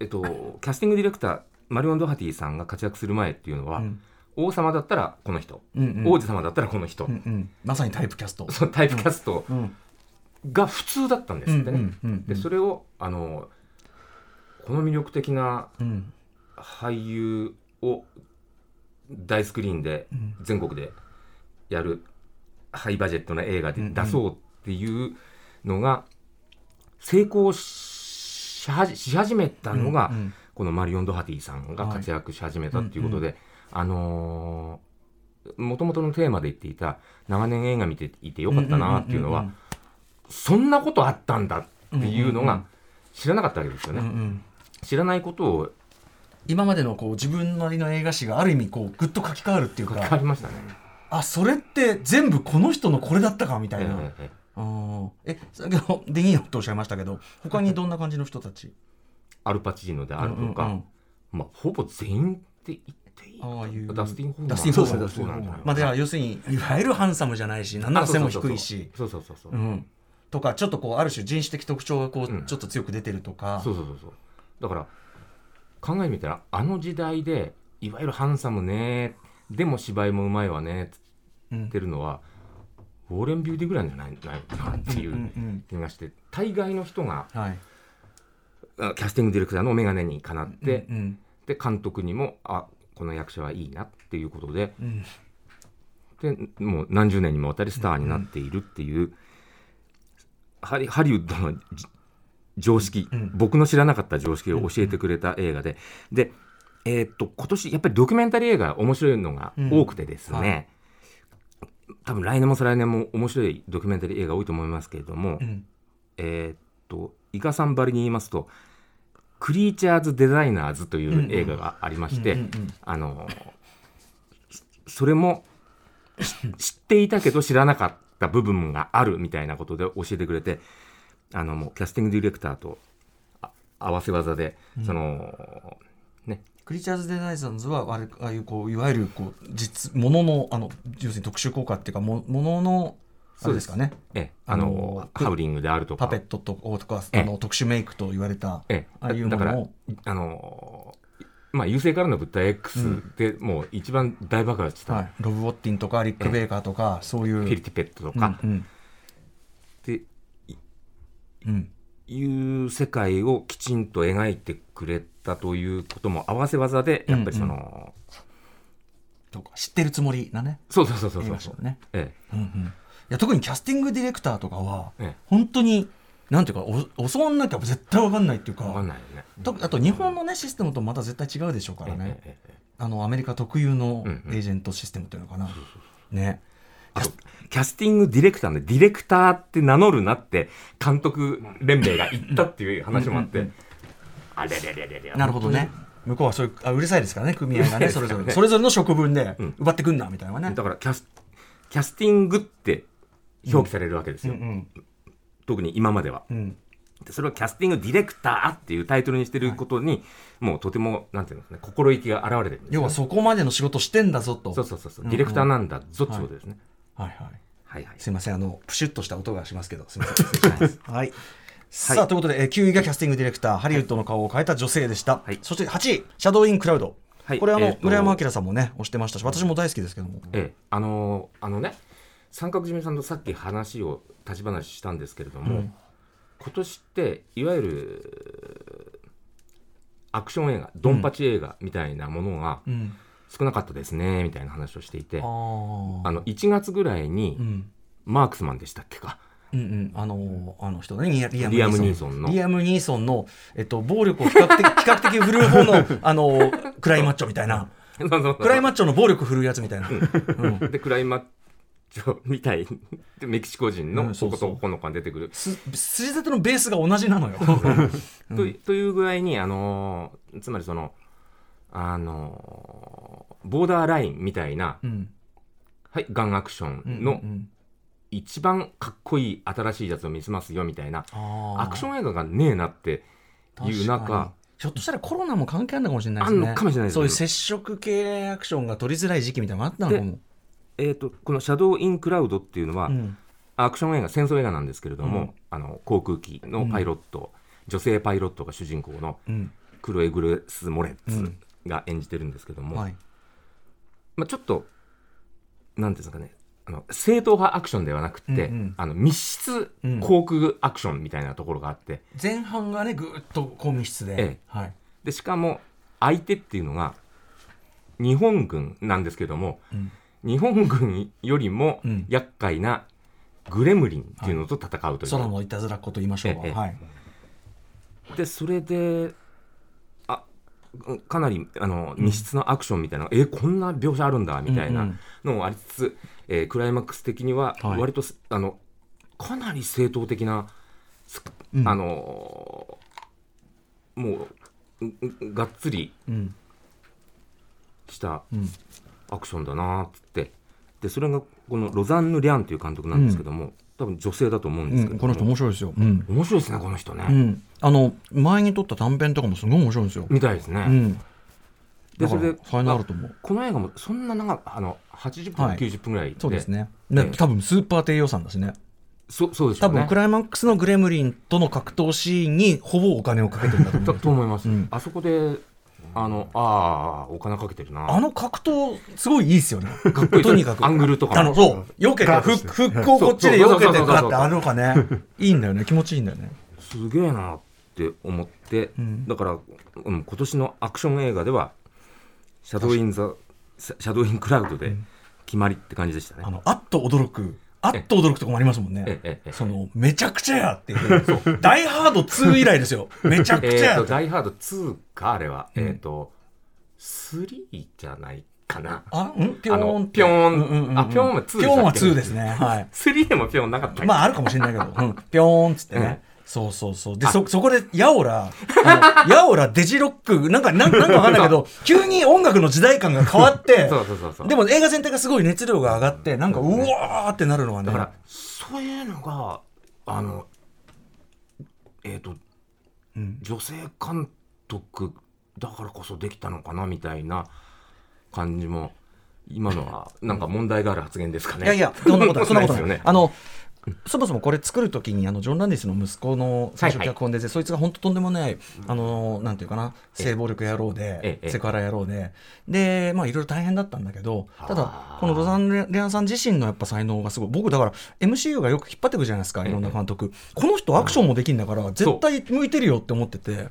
S5: えっと、キャスティングディレクターマリオン・ドハティさんが活躍する前っていうのは、
S2: うん
S5: 王様だったらこの人、
S2: うんうん
S5: 王子様だったらこの人、
S2: うんうんまさにタイプキャスト。
S5: *laughs* そのタイプキャスト
S2: うん
S5: が普通だったんですってね、
S2: うんうんうんうん
S5: でそれをあのこの魅力的な
S2: うん
S5: 俳優を大スクリーンで全国でやるハイバジェットな映画で出そうっていうのが成功しはじし始めたのが、
S2: うんうん
S5: このマリオン・ドハティさんが活躍し始めたっていうことで、あのー、もともとのテーマで言っていた長年映画見ていてよかったなっていうの
S2: う
S5: は、
S2: んうん
S5: そんなことあったんだっていうの
S2: うんうんうん
S5: が知らなかったわけですよね。
S2: うんうん
S5: 知らないことを
S2: 今までのこう自分なりの映画史がある意味こうぐっと書き換わるっていう
S5: 書き換わ
S2: か
S5: りましたね。
S2: あそれって全部この人のこれだったかみたいな、
S5: ええええ
S2: うんえ先ほどデニーロとおっしゃいましたけど他にどんな感じの人たち
S5: アルパチーノであるとか、
S2: うんうん
S5: まあ、ほぼ全員って言っていい
S2: ああいう
S5: ダスティン・ホーマン
S2: ダスティンホーマン
S5: そうそうなんだよ
S2: まあでは要するにいわゆるハンサムじゃないし何なら背も低いし
S5: そうそうそうそう
S2: うんとかちょっとこうある種人種的特徴がこうちょっと強く出てるとか、
S5: そうそうそうそうだから考えてみたらあの時代でいわゆるハンサムねでも芝居もうまいわねって言ってるのは、ウォーレン・ビューティーぐらいじゃないないかなってい
S2: うんうん
S5: う気がして大概の人が
S2: はい
S5: あキャスティングディレクターの眼鏡にかなって、
S2: うん
S5: で監督にもあこの役者はいいなっていうことで,、
S2: ん
S5: でもう何十年にもわたりスターになっているっていう、ハリハリウッドのじ常識、僕の知らなかった常識を教えてくれた映画で、で、えーっと今年やっぱりドキュメンタリー映画面白いのが多くてですね、
S2: うんは
S5: 多分来年も再来年も面白いドキュメンタリー映画多いと思いますけれども、
S2: ん
S5: えーっと伊賀さんばりに言いますと「クリーチャーズ・デザイナーズ」という映画がありまして、あのそれもし知っていたけど知らなかった部分があるみたいなことで教えてくれてあのもうキャスティングディレクターとあ合わせ技で、そのね
S2: クリーチャーズ・デザイザンズはあれああいうこういわゆるこう実もののあの要するに特殊効果っていうかももののあれですかね
S5: ええあの
S2: あの
S5: ハウリングであるとか
S2: パペットととか
S5: ええ
S2: あの特殊メイクと言われた、
S5: ええ、
S2: ああいうも
S5: だだから
S2: のを、
S5: あのーまあ、優勢からの物体 X でもう一番大爆発した、
S2: はい、ロブ・ウォッティンとかリック・ベイカーとか、そういう。
S5: ピリティペット
S2: う
S5: と
S2: ん
S5: か、
S2: うん
S5: って
S2: うん
S5: いう世界をきちんと描いてくれたということも合わせ技でやっぱりその、
S2: とか知ってるつもりなね
S5: そうそうそうそう
S2: 映
S5: そう
S2: 画賞ね
S5: え
S2: うんうんいや特にキャスティングディレクターとかは、
S5: ええ
S2: 本当になんていうかお教わんなきゃ絶対わかんないっていう
S5: え、
S2: か
S5: わかんないよね。
S2: とあと日本のねシステムとまた絶対違うでしょうからね、
S5: ええええええ
S2: あのアメリカ特有の
S5: うんうん
S2: エージェントシステムというのかな、ね
S5: あとキャスティングディレクターのディレクターって名乗るなって監督連盟が言ったっていう話もあって、あれれれれれ。
S2: なるほどね向こうはそういうあうるさいですからね組合が
S5: *laughs*
S2: ね
S5: うる
S2: そ
S5: さ
S2: れぞ
S5: いですからね
S2: れそれぞれの職分で
S5: ん
S2: 奪ってくんなみたいなね、
S5: だからキャスキャスティングって表記されるわけです
S2: うん
S5: よ、
S2: うん
S5: 特に今までは
S2: うん
S5: でそれをキャスティングディレクターっていうタイトルにしてることに、もうとてもなんていうのかね心意気が現れてるんですよ
S2: 要はそこまでの仕事してんだぞと
S5: そうそうそうそうディレクターなんだぞってことですね、
S2: はいはい
S5: はいはい
S2: すいません、あの、プシュッとした音がしますけど、すいません、失礼します。はい。さ
S5: *laughs* は
S2: あ、
S5: い
S2: ということで、えー9位がキャスティングディレクター、ハリウッドの顔を変えた女性でした。
S5: はい
S2: そして8位、シャドウインクラウド。
S5: はい
S2: これ、あの、
S5: えーと
S2: 村山明さんもね、押してましたし、私も大好きですけども。
S5: ええ、あのーあのね三角締めさんとさっき話を立ち話したんですけれども、今年っていわゆるアクション映画ドンパチ映画みたいなものが
S2: うん。
S5: 少なかったですね、みたいな話をしていて
S2: ああ。
S5: あの1月ぐらいに
S2: うん。
S5: マークスマンでしたっけ
S2: *laughs*
S5: か、
S2: うんうん、あのーあの人ねリアリ
S5: リアムニーソンの
S2: リアム・ニーソンの、えっと、暴力を比較的 *laughs* 比較的振るう方の、あのークライマッチョみたいな
S5: そうそうそう
S2: クライマッチョの暴力振るうやつみたいな、うん
S5: でクライマッチョみたい *laughs* でメキシコ人
S2: う
S5: の
S2: んそ
S5: こ
S2: う
S5: こ
S2: そう
S5: とこのか出てくる、
S2: す筋立てのベースが同じなのよ。
S5: といという具合にあのーつまりそのあのーボーダーラインみたいな、
S2: うん
S5: はい、ガンアクション
S2: うん
S5: の
S2: うん
S5: 一番かっこいい新しいやつを見せますよみたいな、
S2: あー
S5: アクション映画がねえなってい
S2: 確か
S5: う中
S2: にひょっとしたらコロナも関係あるのかもしれないですね
S5: あんのかもしれないですね
S2: そういう接触系アクションが取りづらい時期みたいなのがあったのかも、
S5: えー、とこの「シャドウ・イン・クラウド」っていうのは、
S2: うん
S5: アクション映画戦争映画なんですけれども、
S2: うん
S5: あの航空機のパイロット、女性パイロットが主人公の
S2: うん
S5: クロエ・グレス・モレッツが演じてるんですけども、
S2: はい、
S5: まあ、ちょっとなんていうんですかねあの正統派アクションではなくて、
S2: うんうん
S5: あの密室
S2: うん
S5: 航空アクションみたいなところがあって、
S2: 前半がねぐーっと高密室で、
S5: ええ
S2: はい
S5: でしかも相手っていうのが日本軍なんですけども、
S2: うん
S5: 日本軍よりも
S2: うん
S5: 厄介なグレムリンっていうのと戦うという、
S2: 空のいたずらっこと言いましょうか、
S5: ええ
S2: はい、
S5: でそれであかなりあの密室のアクションみたいな、えこんな描写あるんだみたい
S2: うんう
S5: なんのもありつつ、えークライマックス的には
S2: はい
S5: 割とす、あのかなり正統的な、す
S2: ん
S5: あのーもうううがっつり
S2: うん
S5: した
S2: うん
S5: アクションだなーっつってでそれがこのロザンヌ・リャンという監督なんですけども、多分女性だと思うんですけども、
S2: この人面白いですよ、うん
S5: 面白いですねこの人ね、
S2: うんあの前に撮った短編とかもすごい面白いんですよ、
S5: みたいですね。
S2: うん、
S5: で
S2: だか
S5: そ
S2: ら
S5: れで
S2: 才能あると思う
S5: この映画もそんな長くあの80分、
S2: はい
S5: 90分ぐらいで
S2: そうですねね
S5: ええ
S2: 多分スーパー低予算だしね
S5: そそうでしょ
S2: 多
S5: うね
S2: 分クライマックスのグレムリンとの格闘シーンにほぼお金をかけてるんだと思
S5: と
S2: *laughs* う
S5: と思います、
S2: うん
S5: あそこであのああお金かけてるな
S2: あの格闘すごいいいですよね
S5: かっこいい
S2: とにかく
S5: アングルとか
S2: あのそう避けて
S6: ガー
S2: フ
S6: ド
S2: ッ
S6: して
S2: クフックをこっちで避
S5: そうそう
S2: け
S5: そう
S2: て
S5: そう
S2: くらって
S5: そうそう
S2: あのかねいいんだよね気持ちいいんだよね
S5: すげえなって思って、
S2: ん
S5: だから、うん、今年のアクション映画では「シャドウ・イン・ザ・シャドウ・イン・クラウド」で決まりって感じでしたね、
S2: あのあっと驚くあっと驚くとこもありますもん
S5: ええ
S2: ね
S5: ええ
S2: そのめちゃくちゃやっていうダイハード2以来ですよめちゃくちゃ
S5: えっ
S2: や
S5: と「
S2: って
S5: ダイ・ハード2」かあれは、
S2: ん
S5: えっ、と3じゃないかな
S2: あんピョー
S5: あ
S2: ンっ
S5: の
S2: て
S5: ピョー
S2: うんうん
S5: ン
S2: うんうん
S5: あピョーンは2でしたっけ
S2: ピョーンは2ですねはい
S5: 3でもピョンなかったっけ *laughs*
S2: まああるかもしれないけど、うん、ピョーンっつってね、そうそうそう。で、そ、そこで、ヤオラ、あの *laughs* ヤオラデジロック、なんか、なんなんかわかんないけど、急に音楽の時代感が変わって、
S5: そうそうそうそう
S2: でも映画全体がすごい熱量が上がって、なんか、うわーってなるのはね。
S5: だから、そういうのが、あの、えっ、と、
S2: ん
S5: 女性監督だからこそできたのかなみたいな感じも、今のは、なんか問題がある発言ですかね。
S2: いやいや、そんな
S5: *laughs*
S2: ことない、そんなことない。
S5: ですよね。
S2: あの、そもそもこれ作るときにあのジョン・ランディスの息子の最初
S5: はいはい
S2: 脚本で、そいつが本当とんでもないあのなんていうかな性暴力野郎で
S5: ええ
S2: セクハラ野郎ででまあいろいろ大変だったんだけどただ
S5: あー
S2: このロザン・レアンさん自身のやっぱ才能がすごい僕だから MCU がよく引っ張ってくじゃないですかいろんな監督この人アクションもできるんだから絶対向いてるよって思ってて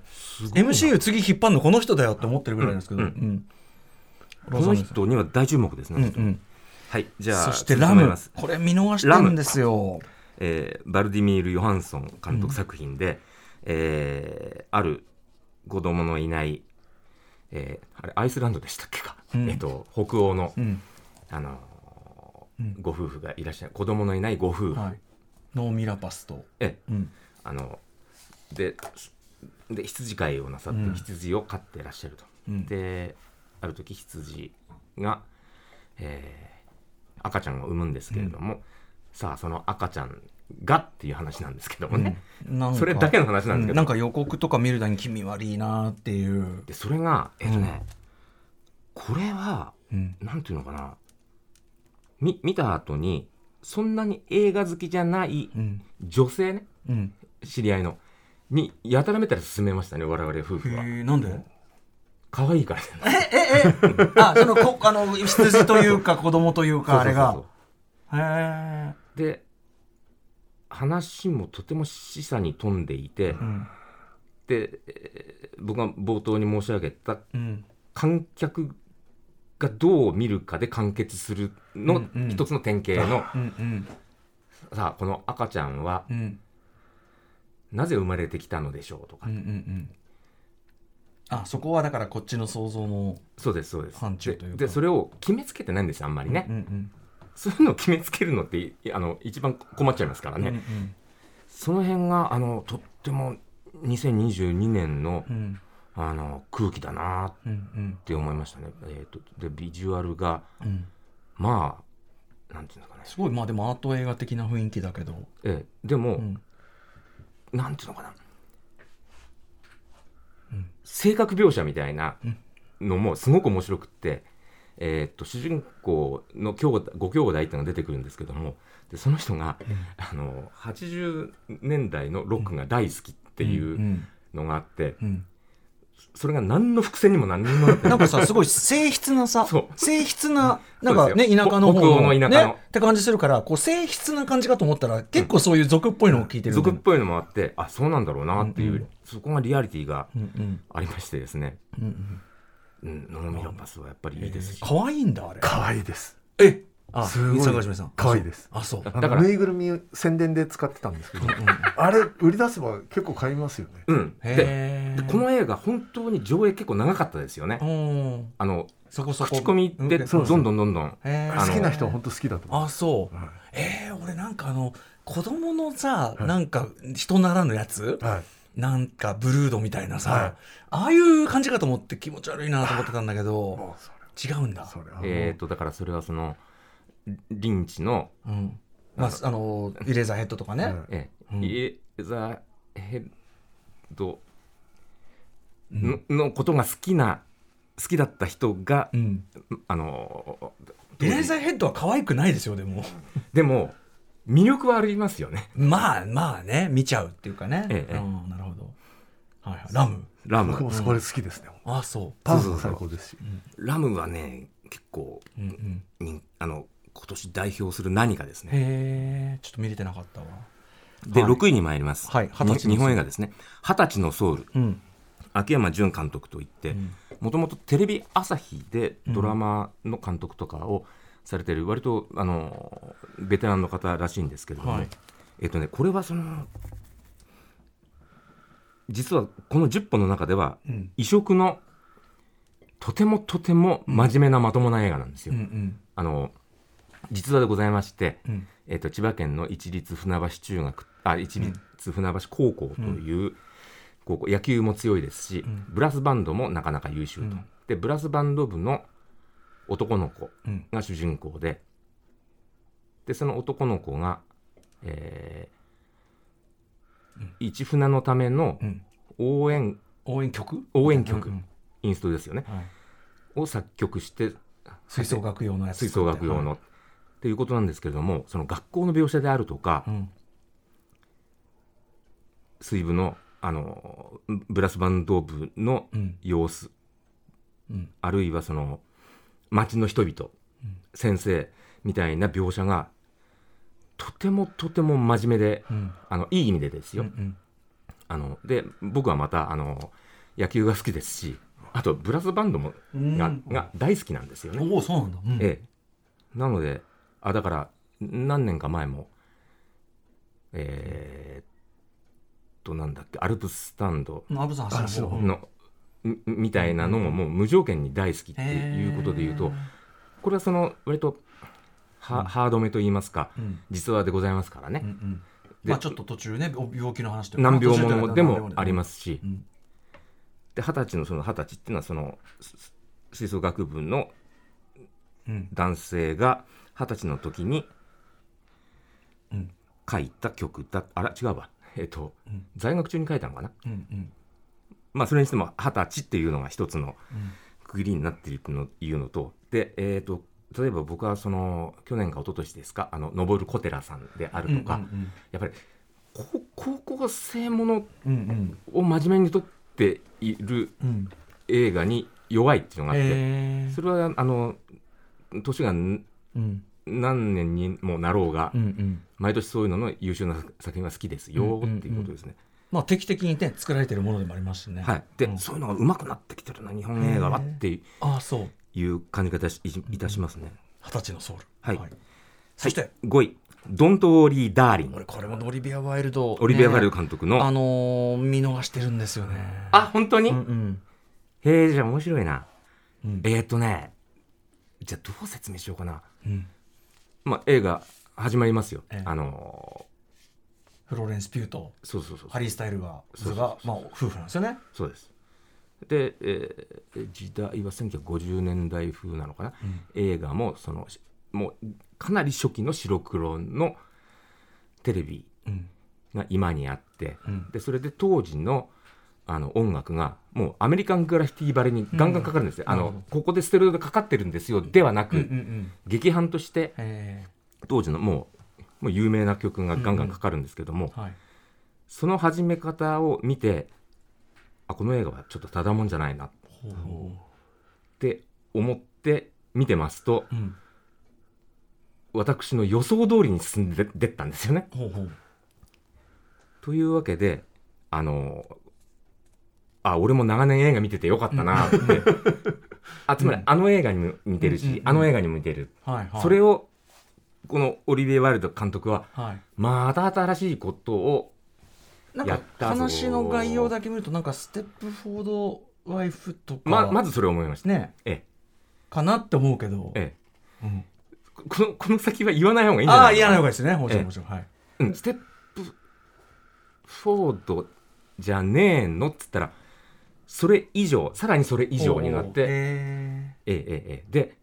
S2: MCU 次引っ張るのこの人だよって思ってるぐらいなんですけど、うん
S5: こ
S2: ロザ
S5: の
S2: ンレアンさん
S5: 人には大注目ですね。
S2: うんうん
S5: はい、じゃ
S2: そ
S5: あ、
S2: して
S5: 進め
S2: ラム
S5: ます、
S2: これ見逃してるんですよ。
S5: えーバルディミール・ヨハンソン監督作品で、えーある子供のいない、えーあれアイスランドでしたっけか、
S2: うん
S5: えっと北欧の、
S2: うん
S5: あの
S2: う
S5: ー
S2: ん
S5: ご夫婦がいらっしゃる子供のいないご夫婦、
S2: はい、ノーミラパスと、
S5: え
S2: うん、
S5: あのでで羊飼いをなさって、
S2: うん
S5: 羊を飼ってらっしゃると、
S2: うん
S5: である時羊が、えー赤ちゃんを産むんですけれども、さあその赤ちゃんがっていう話なんですけどもね、
S2: なんか
S5: それだけの話なんですけど
S2: うなんか予告とか見るだに気味悪いなっていう、
S5: でそれがえっとね、これは
S2: うん、
S5: なんていうのかなみ見た後にそんなに映画好きじゃない
S2: うん
S5: 女性ね
S2: うん
S5: 知り合いのにやたらめたら勧めましたね我々夫
S2: へ
S5: 婦は
S2: えなんで
S5: 可愛いからね
S2: *laughs* あそのこあの羊と *laughs* いうか子供というかあれ
S5: そう
S2: が
S5: そう
S2: へ
S5: そうで話もとても示唆に富んでいて、
S2: えうん
S5: で、えー僕が冒頭に申し上げた
S2: うん
S5: 観客がどう見るかで完結する
S2: う
S5: の
S2: んうん
S5: 一つの典型の、
S2: うんうん
S5: さあこの赤ちゃんは
S2: うん
S5: なぜ生まれてきたのでしょうとか、
S2: うんうんうんあそこはだからこっちの想像の、
S5: そうですそうです
S2: 範疇というか
S5: ででそれを決めつけてないんですよあんまりね、
S2: うんうん
S5: そういうのを決めつけるのっていあの一番困っちゃいますから
S2: うん
S5: ね、
S2: うん
S5: その辺があのとっても2022年の
S2: うん
S5: あの空気だなっ
S2: うんうん
S5: て思いましたね、えー、とでビジュアルが
S2: うん
S5: まあなんていうんですかね、
S2: すごいまあでもアート映画的な雰囲気だけど、
S5: ええでも、
S2: うん
S5: なんていうのかな、性格描写みたいなのもすごく面白くって、えーっと主人公の兄弟ご兄弟っていうのが出てくるんですけどもでその人が、あの80年代のロックが大好きっていうのがあって、
S2: うん、
S5: それが何の伏線にも何にもなってな
S2: な
S5: い
S2: んかさ、すごい性質なさ
S5: そ、う
S2: 性質な、
S5: そ
S2: な
S5: うん
S2: かね、
S5: です
S2: 田
S5: よ
S2: 舎の方
S5: 北欧の田舎の
S2: ね、って感じするから、こう、性質な感じかと思ったら、結構そういう俗っぽいのを聞いてるみた
S5: *laughs* 俗
S2: い
S5: っ
S2: な。
S5: ぽいのもあってあそうなんだろうなっていう、
S2: うんうん
S5: そこがリアリティが
S2: うんうん
S5: ありましてですね、
S2: うんうん
S5: うん、ノーミラパスはやっぱりいいですし、
S2: 可愛いんだ、あれ。
S6: 可愛いです
S2: えあ、
S6: すごい
S2: 坂島さん。
S6: 可愛いです
S2: あ、そう。
S6: あの
S5: だから
S6: ぬいぐるみ宣伝で使ってたんですけどあれ売り出せば結構買いますよね
S5: うん、で
S2: へ
S5: で
S2: ー
S5: この映画本当に上映結構長かったですよね、
S2: うん。
S5: あの
S2: そこそこ。
S5: 口コミで
S2: うん
S5: どんどんどんどん
S2: へー
S5: あの
S6: 好きな人は本当好きだと思う
S2: あ、そう。えー、俺なんかあの、子供のさ、なんか、人ならぬやつ
S6: はい
S2: なんか、ブルードみたいな
S6: はい
S2: さ、ああいう感じかと思って気持ち悪いなと思ってたんだけど、
S6: そ
S2: 違うんだ。
S6: れそれはもう
S5: えー、とだからそれはそのリンチの、
S2: うんまあ、あのイレーザーヘッドとかね、
S6: はい
S5: え
S2: うん
S5: イエザーヘッドの,、のことが好きな好きだった人が、
S2: うん
S5: あの
S2: イレーザーヘッドは可愛くないですよでも
S5: でも魅力はありますよね
S2: まあまあね見ちゃうっていうかね、
S5: ええ
S2: うんなるほど、はいはい、ラム
S5: ラ
S6: 僕
S5: ム
S6: もそこで好きですね
S2: あそ
S6: パンツも最高ですし
S5: ラムはね結構
S2: う、うんうん、
S5: にあの今年代表する何かですね
S2: へえちょっと見れてなかったわ
S5: で、
S2: はい
S5: 6位に参ります、
S2: はい
S5: に
S2: 二十歳の
S5: 日本映画ですね「二十歳のソウル」
S2: うん
S5: 秋山純監督といってもともとテレビ朝日でドラマの監督とかをされてる、割とあのベテランの方らしいんですけれども、
S2: はい
S5: えっとね、これはその実はこの10本の中では
S2: うん
S5: 異色のとてもとても真面目なまともな映画なんです
S2: う
S5: よ。
S2: んうん
S5: あの実話でございまして、
S2: うん
S5: えっと千葉県の一律船橋中学あ市立船橋高校という高校野球も強いですし、
S2: ん
S5: ブラスバンドもなかなか優秀と、
S2: うん
S5: でブラスバンド部の男の子
S2: うん
S5: が主人公ででその男の子が、えー一船のための
S2: うん
S5: 応援
S2: 応援曲
S5: 応援曲、
S2: うんうん
S5: インストですよね、
S2: はい
S5: を作曲して
S2: 吹奏楽用のやつ
S5: 吹奏楽用の、っていうことなんですけれどもその学校の描写であるとか、
S2: うん
S5: 水部のあのブラスバンド部の
S2: うん
S5: 様子、
S2: うん
S5: あるいはその町の人々、先生みたいな描写がとてもとても真面目で、
S2: うん
S5: あのいい意味でです
S2: う
S5: よ、
S2: ん
S5: あので僕はまたあの野球が好きですしあとブラスバンドも
S2: うん
S5: が,、が大好きなんですよね。
S2: おおそうなんだ、うん
S5: ええ、なのであだから何年か前もえーっとなんだっけアルプススタンド
S2: うんアブさん走る方
S5: の、みみたいなのももう無条件に大好きっていうことで言うとこれはその割とは、ハードめと言いますか
S2: うん
S5: 実話でございますから
S2: うんう
S5: ね、
S2: ん
S5: で
S2: まあちょっと途中ねお病気の話とか、
S5: 難病ものでもありますすし
S2: うん
S5: で二十歳のその二十歳っていうのはそのす吹奏楽部の
S2: うん
S5: 男性が二十歳の時に
S2: うん
S5: 書いた曲だあら違うわえっ、と、
S2: うん
S5: 在学中に書いたのかな
S2: うんうん
S5: まあそれにしても二十歳っていうのが一つの
S2: うん
S5: 区切りになっているっていうのいうのとでえっ、と例えば僕はその去年か一昨年ですかあの登る小寺さんであるとか、
S2: うん
S5: やっぱりこ高校生もの
S2: うんうん
S5: を真面目に撮っている
S2: うんうん
S5: 映画に弱いっていうのがあって、
S2: え
S5: それはあの年が
S2: うん
S5: 何年にもなろうが、
S2: うんうん
S5: 毎年そういうのの優秀な作品が好きですよっていうことですね。
S2: まあ定期的にね作られてるものでもありますしね
S5: はい、で、
S2: うん
S5: そういうのが上手くなってきてるな日本映画はって
S2: ああそう
S5: いう感じがいたしいいたしますね。
S2: 二十歳のソウル
S5: はい
S2: そして、
S5: はい、5位「ドント・オリー・ダーリ
S2: 俺
S5: ン
S2: これもオリビア・ワイルド、」
S5: オリビア・ガル
S2: ね
S5: 監督の、
S2: あのー見逃してるんですよね
S5: あ本当に、
S2: うんうん
S5: へえじゃあ面白いな。
S2: うん
S5: えー、っとねじゃあどう説明しようかな。
S2: うん
S5: まあ、映画始まりますよ。
S2: ええ
S5: あの
S2: フローレンス・ピューと
S5: ーそうそうそう
S2: ハリー・スタイルがそ
S5: そうそうそう
S2: れがまあ夫婦なんですよね
S5: そうです。で、えー時代は1950年代風なのかな、映画もそのしもうかなり初期の白黒のテレビ
S2: うん
S5: が今にあって、
S2: うん
S5: でそれで当時のあの音楽がもうアメリカングラフィティバレにガンガンかかるんですよ、
S2: うん
S5: あ
S2: なるほ
S5: のここでステロイドかかってるんですよではなく、
S2: うんうん
S5: 劇伴として
S2: え
S5: 当時のもうもう有名な曲がガンガンかかるんですけども、
S2: ーはい
S5: その始め方を見てあこの映画はちょっとただもんじゃないなって思って見てますと
S2: うん
S5: 私の予想通りに進んででったんですよね。
S2: ほうほう
S5: というわけであのあ俺も長年映画見ててよかったなって、あつまりあの映画にも似てるし、
S2: うんうんうん
S5: あの映画にも似てる、
S2: はいはい
S5: それをこのオリビエ・ワイルド監督は
S2: はい
S5: また新しいことを
S2: なん
S5: や
S2: か
S5: ったぞ
S2: 話の概要だけ見るとなんかステップフォードワイフとか
S5: ままずそれを思いました。
S2: ね
S5: え
S2: かなって思うけど
S5: ええ
S2: うん
S5: え、このこの先は言わない方がいいんじゃ
S2: あ
S5: な
S2: あ
S5: い
S2: 嫌
S5: か
S2: な方がいいですねもちろ
S5: え
S2: ん
S5: え
S2: もちろんはい
S5: うん、ステップフォードじゃねえのっつったらそれ以上さらにそれ以上になっ
S2: おー
S5: て
S2: へ
S5: ええええええで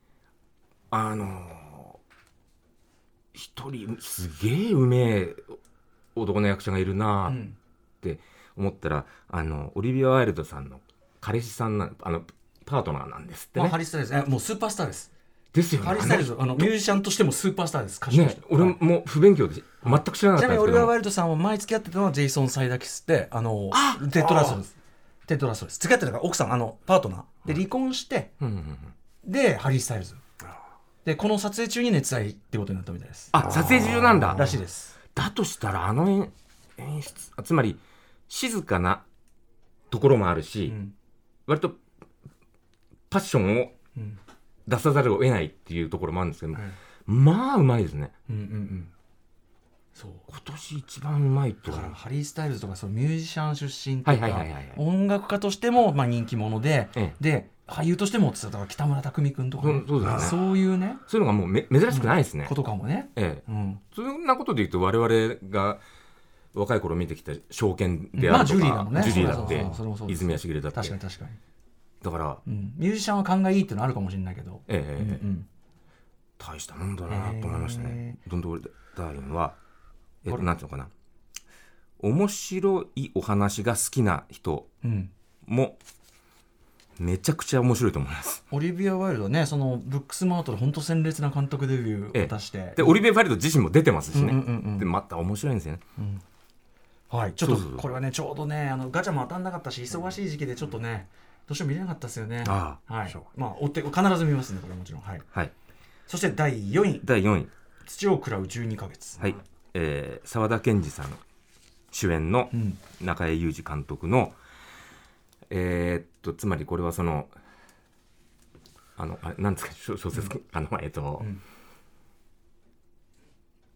S5: あのー一人すげえうめえ男の役者がいる
S2: ー
S5: な
S2: う
S5: ーっ
S2: ん
S5: て思ったら、あのオリビア・ワイルドさんの彼氏さんなんあのパートナーなんですって
S2: まあ
S5: ね、
S2: ハリー・スタイルズえもうスーパースターです
S5: ですよね
S2: ハリー・スタイル
S5: あ
S2: ズあのミュージシャンとしてもスーパースターです歌手とし
S5: ね
S2: ても
S5: 俺も不勉強で全く知ら
S2: *laughs*
S5: な
S2: ち
S5: か
S2: なみ
S5: ったんで
S2: に
S5: すけ
S2: オリ
S5: ど
S2: バー・
S5: も
S2: ワイルドさんは前付き合ってたのはジェイソン・サイダキスってあのテトラソルですテトラソルです付き合ってたから奥さんあのパートナーで離婚して
S5: うんうんうん
S2: でハリー・スタイルズでこの撮影中に熱愛ってことになったみたいです
S5: あ撮影中なんだ
S2: らしいです
S5: だとしたらあの演演出あつまり静かなところもあるし、
S2: ん
S5: 割とパッションを
S2: ん
S5: 出さざるを得ないっていうところもあるんですけど、
S2: い
S5: まあうまいですね
S2: うんうんうんそう
S5: 今年一番うまいと
S2: だからハリー・スタイルズとかそのミュージシャン出身と
S5: は
S2: か
S5: いはいはいはいはい
S2: 音楽家としてもまあ人気者で、
S5: え
S2: で俳優としてもつったら北村匠海君とか、
S5: うんそうだよね
S2: そういうね
S5: そういうのがもうめ珍しくないですね、
S2: ことかもね、
S5: ええ
S2: うん
S5: そんなことで言うと我々が若い頃見てきた証券で
S2: ま
S5: あ
S2: あ
S5: る
S2: ジ
S5: と
S2: ュ
S5: か、
S2: リーだもんね
S5: ジュリーだっ
S2: そう
S5: て
S2: そうそうそれもそうです
S5: 泉谷しげるだって
S2: 確かに確かに、
S5: だから、
S2: うん、ミュージシャンは勘がいいっていうのはあるかもしれないけど、
S5: ええええ
S2: うん、
S5: 大したもんだなと思いましたね。どんどんダーリンは、えっと、なんていうのかな。面白いお話が好きな人
S2: うん
S5: も、めちゃくちゃ面白いと思い
S2: *laughs*
S5: ます。
S2: オリビア・ワイルドはねそのブックスマートで本当鮮烈な監督デビューを出して、
S5: で、オリビア・ファイルド自身も出てますしね。
S2: うんうんうんうん
S5: で、また面白いんですよね。
S2: はい、ちょっと
S5: そうそうそう
S2: これはねちょうどねあのガチャも当たんなかったし忙しい時期でちょっとねどうしても見れなかったですよね。
S5: あ
S2: はい、まあ追って必ず見ますねこれはもちろん、はい、
S5: はい。
S2: そして第4位
S5: 第4位。
S2: 「土を食らう12ヶ月」
S5: はい。えー沢田研二さん主演の
S2: うん
S5: 中江裕二監督の、えーっと、つまりこれはその、あの、あれなんですか、小小説、あの、えーっと、
S2: ん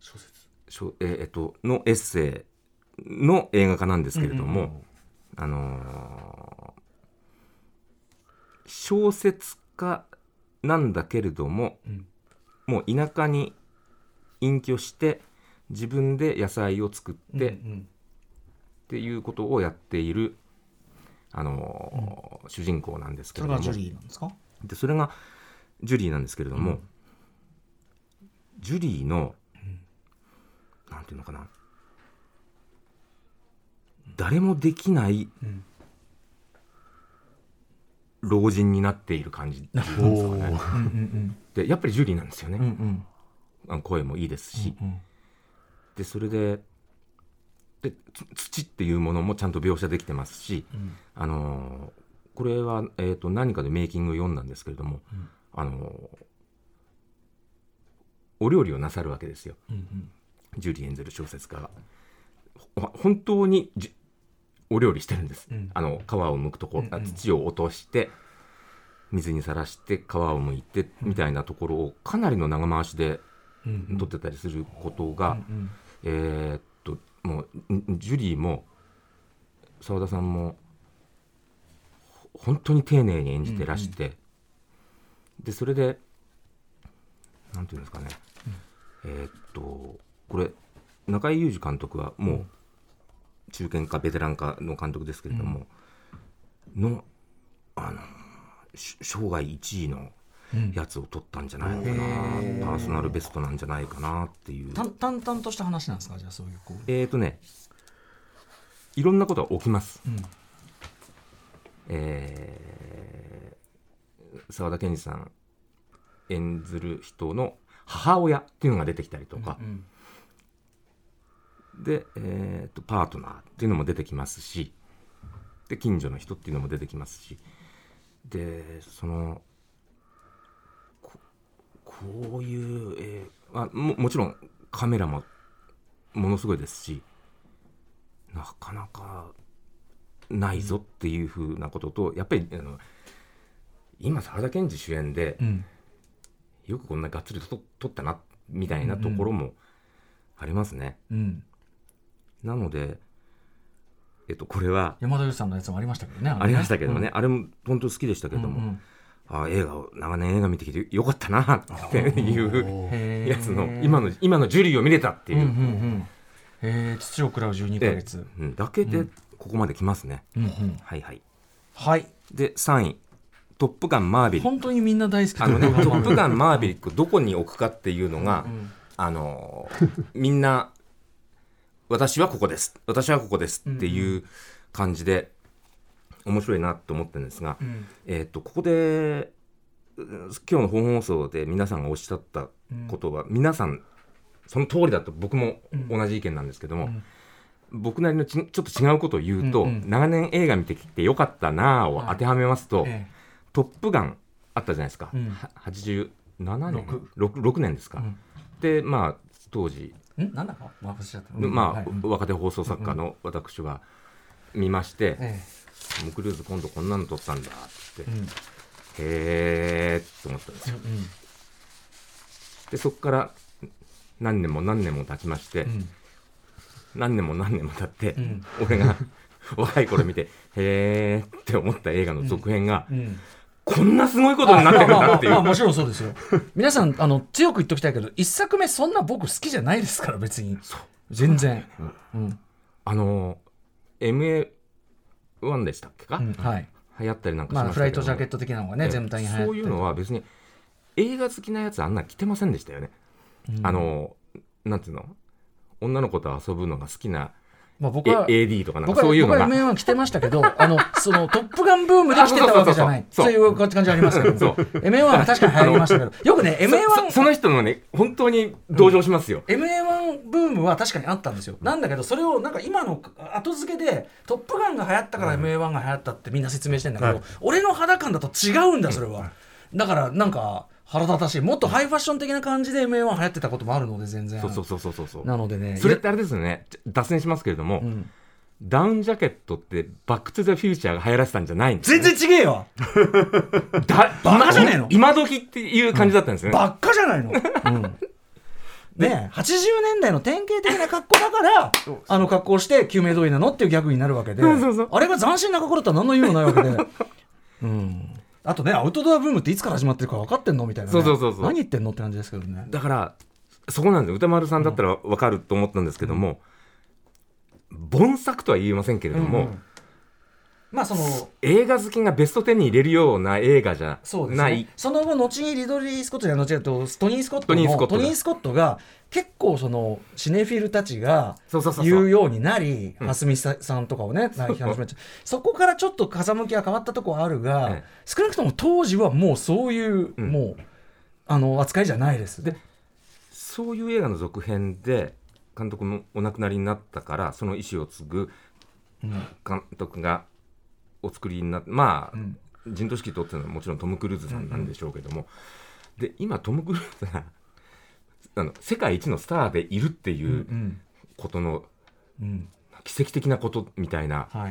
S6: 小説
S5: しょえーえっと、のエッセイの映画化なんですけれども、あのー小説家なんだけれども、
S2: ん
S5: もう田舎に隠居して自分で野菜を作って、
S2: う
S5: っ
S2: ん
S5: ていうことをやっている、あのー主人公なんですけ
S2: そ
S5: れ
S2: れ
S5: ども
S2: がジュリーなんですか
S5: でそれがジュリーなんですけれども、ジュリーの、なんていうのかな誰もできない
S2: ん
S5: 老人になっている感じっていうんですかね
S2: うんうん
S5: でやっぱりジュリーなんですよね、
S2: うんうん
S5: あの声もいいですし、
S2: うん
S5: でそれででつ土っていうものもちゃんと描写できてますし、
S2: ん
S5: あのーこれは、えー、と何かでメイキングを読んだんですけれども、あのーお料理をなさるわけですよ、ジュリー・エンゼル小説家が。ほ本当にじお料理してるんです、
S2: ん
S5: あの皮を剥くとこ、あ土を落として水にさらして皮を剥いてみたいなところをかなりの長回しで
S2: うん
S5: 撮ってたりすることが、
S2: うん
S5: えーっともうんジュリーも澤田さんもほ本当に丁寧に演じてらして、でそれでなんていうんですかね、えーっとこれ中井裕二監督はもう中堅かベテランかの監督ですけれども、のあのし生涯1位のやつを取ったんじゃないのかな、パーソナルベストなんじゃないかなっていう。
S2: 淡淡々とした話なんですかじゃあそういうこう
S5: えー、とね、いろんなことが起きます。
S2: ん
S5: えー沢田研二さん演ずる人の母親っていうのが出てきたりとか、
S2: ん
S5: で、えー、とパートナーっていうのも出てきますしで近所の人っていうのも出てきますしでそのここういう、えーあももちろんカメラもものすごいですしなかなかないぞっていうふうなことと、やっぱりあの今沢田研二主演で、
S2: ん
S5: よくこんながっつりと撮ったなみたいなところもありますね。
S2: うん
S5: なので、えっと、これは、
S2: 山田裕貴さんのやつもありましたけどね
S5: ありましたけどもね、あれも本当好きでしたけ
S2: れ
S5: ど
S2: ね
S5: も、
S2: うん
S5: ああ映画を、長年映画見てきてよかったなっ
S2: *laughs*
S5: てい
S2: う
S5: う
S2: んへー
S5: やつの、今の、今のジュリーを見れたっていう、
S2: うんうんうんえー土を食らう12ヶ
S5: で
S2: 月、
S5: うんだけでここまで来ますね。
S2: うんうん
S5: はいはい。
S2: はい
S5: で、3位、トップガンマーヴェリック。
S2: 本当にみんな大好き
S5: あのね、トップガ
S2: ン
S5: ンマーヴェリック、どこに置くかっていうのが、あのー、みんな、私はここです、私はここですっていう感じで、面白いなと思ってるんですが、えー、とここでうん今日の本放送で皆さんがおっしゃったことは、皆さんその通りだと僕も同じ意見なんですけども、僕なりのちちょっと違うことを言うと、
S2: うんうん
S5: 長年映画見てきてよかったなぁを当てはめますと「
S2: え
S5: トップガン」あったじゃないですか、
S2: うん
S5: は87年
S2: 六
S5: 6, 年ですか。
S2: ん
S5: でまあ当時、
S2: えんなんだかまぶしちゃった
S5: まあ
S2: はい
S5: 若手放送作家の私は見まして、
S2: え
S5: トム・クルーズ今度こんなの撮ったんだって、
S2: ん
S5: へえって思ったんです
S2: え
S5: よでそこから何年も何年も経ちまして、
S2: ん
S5: 何年も何年も経って、
S2: ん
S5: 俺が *laughs* 若い頃見てへえって思った映画の続編が、
S2: うんうん
S5: こんなすごいことになってるんだってい
S2: まあ
S5: う
S2: もちろんそうですよ皆さんあの強く言っときたいけど一作目そんな僕好きじゃないですから別に全然、うん
S5: あの MA1 でしたっけか、
S2: うんはい
S5: 流行ったりなんかし
S2: まあ
S5: ましたけど、
S2: フライトジャケット的なのがね全体に流行って
S5: そういうのは別に映画好きなやつあんなん着てませんでしたよね、
S2: うん
S5: あのなんていうの女の子と遊ぶのが好きな
S2: まあ僕
S5: え
S2: は
S5: AD とかなん
S2: 僕
S5: か
S2: は
S5: そういうの
S2: 僕は
S5: が
S2: MN は着てましたけど、あの、その、トップガンブームで着てたわけじゃない。
S5: あそう
S2: そう
S5: そう
S2: い
S5: そう
S2: う感じありますけど、
S5: そう
S2: MN は確かに流行りましたけど、よくね、
S5: そ
S2: MN1、
S5: その人のね本当に同情しますよ、
S2: MA1 ブームは確かにあったんですよ。なんだけど、それをなんか今の後付けで、トップガンが流行ったから MA1 が流行ったってみんな説明してんだけど、
S6: はい
S2: 俺の肌感だと違うんだ、それは。だから、なんか、腹立たしい。もっとハイファッション的な感じで MA1 流行ってたこともあるので、全然。
S5: そうそうそうそうそうそう
S2: なのでね。
S5: それってあれですよねちょ脱線しますけれども、
S2: うん
S5: ダウンジャケットってバック・トゥ・ザ・フューチャーが流行らせたんじゃないんです
S2: 全然ちげえよ
S5: だ
S2: バカじゃねえの
S5: 今今時っていう感じだったんですよね、
S2: ばっかじゃないの。ねえ、80年代の典型的な格好だから、あの格好をして救命胴衣なのっていうギャグになるわけで、
S5: そうそうそう
S2: あれが斬新な格好だったら何の意味もないわ
S5: *laughs*
S2: けで。うんあとね、アウトドアブームっていつから始まってるか分かってんのみたいなね、
S5: そうそうそうそう
S2: 何言ってんのって感じですけどね。
S5: だからそこなんですよ歌丸さんだったら分かると思ったんですけども、盆作とは言いませんけれども、
S2: うんうんまあその、
S5: 映画好きがベスト10に入れるような映画じゃ
S2: そうです
S5: な
S2: ね
S5: い、
S2: その後後にリドリー・スコットじゃ後だとトニー・スコット
S5: トニースコ
S2: の
S5: ット
S2: ト
S5: だ
S2: ニー・スコットが結構そのシネフィルたちが
S5: そうそうそうそう
S2: 言うようになり
S5: うん
S2: 蓮見さんとかを
S5: *laughs*
S2: ね批判しましたそこからちょっと風向きが変わったとこはあるが、
S5: ええ
S2: 少なくとも当時はもうそういう、
S5: うん
S2: もうあの扱いじゃないですで
S5: そういう映画の続編で監督もお亡くなりになったからその意思を継ぐ監督がお作りになってまあ、
S2: ん
S5: 陣頭指揮取ってるのはもちろんトム・クルーズさんなんでしょうけども、で今トム・クルーズがあの世界一のスターでいるっていう
S2: うん
S5: ことの
S2: うん
S5: 奇跡的なことみたいな
S2: は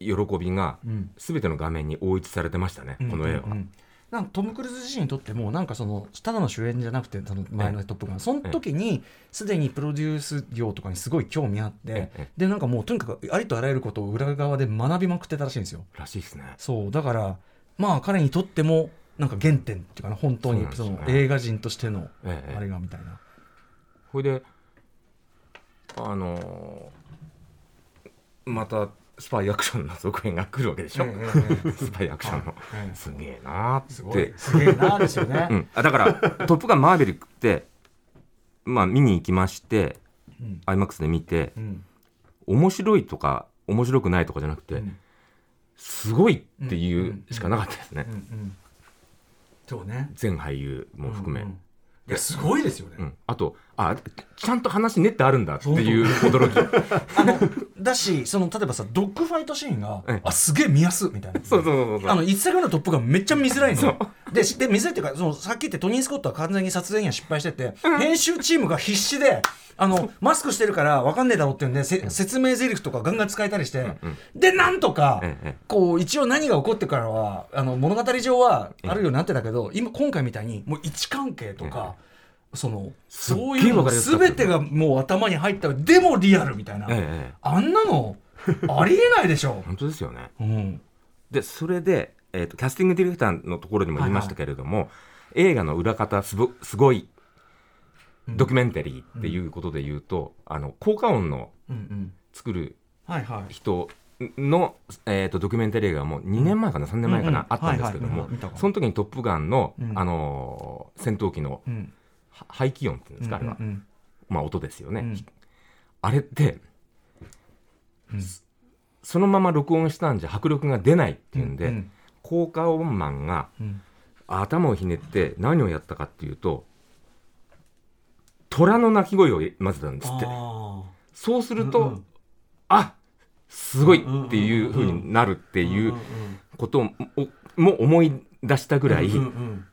S2: い
S5: 喜びが
S2: うん
S5: 全ての画面に応一されてましたね、この絵は。
S2: うんうんうんなんかトム・クルーズ自身にとってもなんかそのただの主演じゃなくてその前の「トップガン」その時にすでにプロデュース業とかにすごい興味あっ
S5: え
S2: て
S5: え
S2: でなんかもうとにかくありとあらゆることを裏側で学びまくってたらしいんですよ
S5: らしいですね。
S2: そうだからまあ彼にとってもなんか原点っていうかな本当にそ
S5: そ
S2: う
S5: なん
S2: の
S5: ですよね
S2: 映画人としての
S5: ええ
S2: あれがみたいな
S5: ほいであのーまたスパイアクションの続編が来るわけでしょ、 *laughs* スパイアクションの、すげえなーって
S2: すげえなですよね
S5: うん、あだから *laughs* 「トップガンマーヴェリック」ってまあ見に行きまして、
S2: ん
S5: IMAX で見て
S2: うん
S5: 面白いとか面白くないとかじゃなくて、
S2: うん
S5: すごいっていうしかなかったですね、
S2: うんうんそうね
S5: 全俳優も含め、
S2: うんうんいやすごいですよね
S5: うんあとあちゃんと話練ってあるんだっていう *laughs* 驚き
S2: あのだしその例えばさドッグファイトシーンが、
S5: ええ
S2: あすげえ見やすみたいな
S5: そうそうそうそう
S2: あの一作目のトップがめっちゃ見づらいのよでしで見づらいっていうかそのさっき言ってトニー・スコットは完全に撮影には失敗してて、編集チームが必死であのマスクしてるから分かんねえだろうっていうんでせ説明台詞とかガンガン使えたりして、でなんとか、
S5: ええええ
S2: こう一応何が起こってからはあの物語上はあるようになってたけど、今今回みたいにもう位置関係とか、その
S5: っげえ
S2: そういうの
S5: わかりやすかった
S2: 全てがもう頭に入ったでもリアルみたいな。
S5: ええええ
S2: あんなのありえないでし
S5: *laughs*
S2: ょ。
S5: 本当ですよね
S2: うん、
S5: でそれで、えー、とキャスティングディレクターのところにも言いましたけれども、映画の裏方すごすごいドキュメンタリーっていうことで言うと、あの効果音の
S2: うんうん。
S5: 作る
S2: はいはい。
S5: 人の、えー、とドキュメンタリー映画も2年前かな3年前かな、
S2: うんうん
S5: あったんですけど
S2: はい
S5: も、
S2: はい見たかも
S5: その時に「トップガンの」
S2: うん
S5: あのー戦闘機の
S2: うん。
S5: は排気音っていうんですか、あれは、
S2: うん
S5: まあ、音ですよね、
S2: うん
S5: あれって、そのまま録音したんじゃ迫力が出ないっていうんで、
S2: うんうん
S5: 効果音マンが
S2: うん
S5: 頭をひねって何をやったかっていうと虎の鳴き声を混ぜたんですって
S2: あ
S5: そうする
S2: ー
S5: と、
S2: うんうん
S5: あすごいっていうふうになるっていうことをも思い出したぐらい、
S2: うんうん